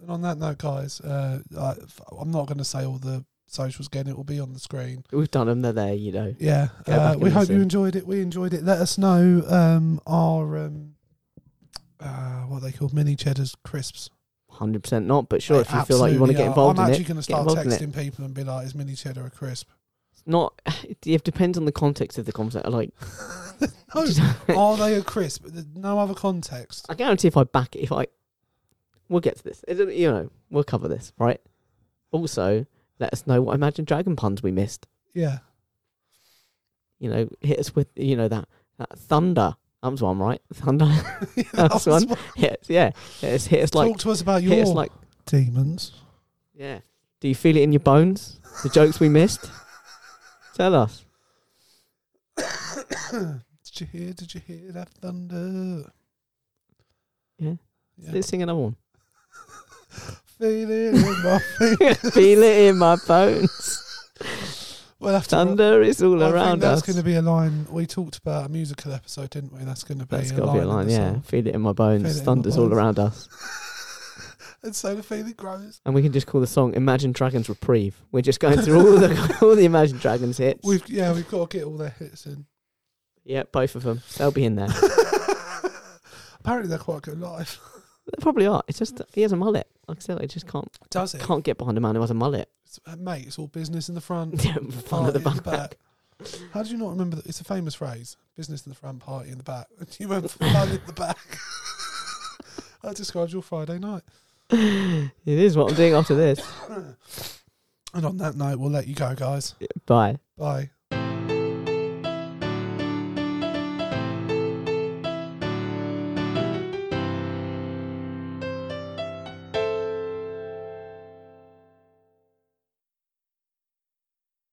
[SPEAKER 1] And on that note, guys, uh, I, I'm not going to say all the socials again. It will be on the screen.
[SPEAKER 2] We've done them. They're there. You know.
[SPEAKER 1] Yeah,
[SPEAKER 2] Go
[SPEAKER 1] uh,
[SPEAKER 2] back
[SPEAKER 1] we
[SPEAKER 2] and
[SPEAKER 1] hope you
[SPEAKER 2] listen.
[SPEAKER 1] enjoyed it. We enjoyed it. Let us know um, our um, uh, what are they call mini cheddars crisps.
[SPEAKER 2] Hundred percent not, but sure,
[SPEAKER 1] I
[SPEAKER 2] if you feel like you want
[SPEAKER 1] absolutely
[SPEAKER 2] to get
[SPEAKER 1] are.
[SPEAKER 2] involved
[SPEAKER 1] I'm
[SPEAKER 2] in
[SPEAKER 1] actually
[SPEAKER 2] it,
[SPEAKER 1] going to
[SPEAKER 2] get
[SPEAKER 1] start
[SPEAKER 2] involved in it.
[SPEAKER 1] texting people and be like, "Is mini cheddar a crisp?"
[SPEAKER 2] It's not. It depends on the context of the conversation. Like,
[SPEAKER 1] No, are they a crisp? There's no other context.
[SPEAKER 2] I guarantee if I back it, if I, we'll get to this. It, you know, we'll cover this, right? Also, let us know what Imagine Dragon puns we missed.
[SPEAKER 1] Yeah,
[SPEAKER 2] You know, hit us with you know that that thunder. That was one, right? Thunder.
[SPEAKER 1] That's
[SPEAKER 2] That's one.
[SPEAKER 1] what-
[SPEAKER 2] Hit us, yeah. Hit us, hit us like
[SPEAKER 1] Talk to us about
[SPEAKER 2] hit
[SPEAKER 1] your
[SPEAKER 2] us like
[SPEAKER 1] demons.
[SPEAKER 2] Yeah. Do you feel it in your bones? The jokes we missed? Tell us.
[SPEAKER 1] Did you hear? Did you hear that thunder?
[SPEAKER 2] Yeah.
[SPEAKER 1] yeah.
[SPEAKER 2] Let's sing another one.
[SPEAKER 1] Feel it in my fingers.
[SPEAKER 2] feel it in my bones.
[SPEAKER 1] We'll have to.
[SPEAKER 2] Thunder is all
[SPEAKER 1] I think
[SPEAKER 2] around
[SPEAKER 1] that's
[SPEAKER 2] us.
[SPEAKER 1] going to be a line. We talked about a musical episode, didn't we? That's going to be
[SPEAKER 2] That's
[SPEAKER 1] a
[SPEAKER 2] got to
[SPEAKER 1] line.
[SPEAKER 2] be a
[SPEAKER 1] in
[SPEAKER 2] line,
[SPEAKER 1] the
[SPEAKER 2] yeah.
[SPEAKER 1] song.
[SPEAKER 2] Feel it in my
[SPEAKER 1] Feel it
[SPEAKER 2] bones.
[SPEAKER 1] in my
[SPEAKER 2] Thunder's all
[SPEAKER 1] bones.
[SPEAKER 2] around us.
[SPEAKER 1] and so the feeling grows.
[SPEAKER 2] And we can just call the song Imagine Dragons Reprieve. We're just going through all the all the Imagine Dragons hits.
[SPEAKER 1] We've yeah, we've got to get all their hits in.
[SPEAKER 2] yeah, both of them. They'll be in there.
[SPEAKER 1] Apparently, they're quite good live.
[SPEAKER 2] they probably are. It's just he has a mullet. Like I said, I just can't
[SPEAKER 1] Does it,
[SPEAKER 2] can't get behind a man who has a mullet.
[SPEAKER 1] It's- uh, mate? It's all business in the front.
[SPEAKER 2] Yeah, Fun at
[SPEAKER 1] party
[SPEAKER 2] the
[SPEAKER 1] in the
[SPEAKER 2] back.
[SPEAKER 1] back. How do you not remember that? It's a famous phrase: business in the front, party in the back. You went for fun in the back. that describes your Friday night.
[SPEAKER 2] it is what I'm doing after this.
[SPEAKER 1] And on that note, we'll let you go, guys.
[SPEAKER 2] Bye.
[SPEAKER 1] Bye.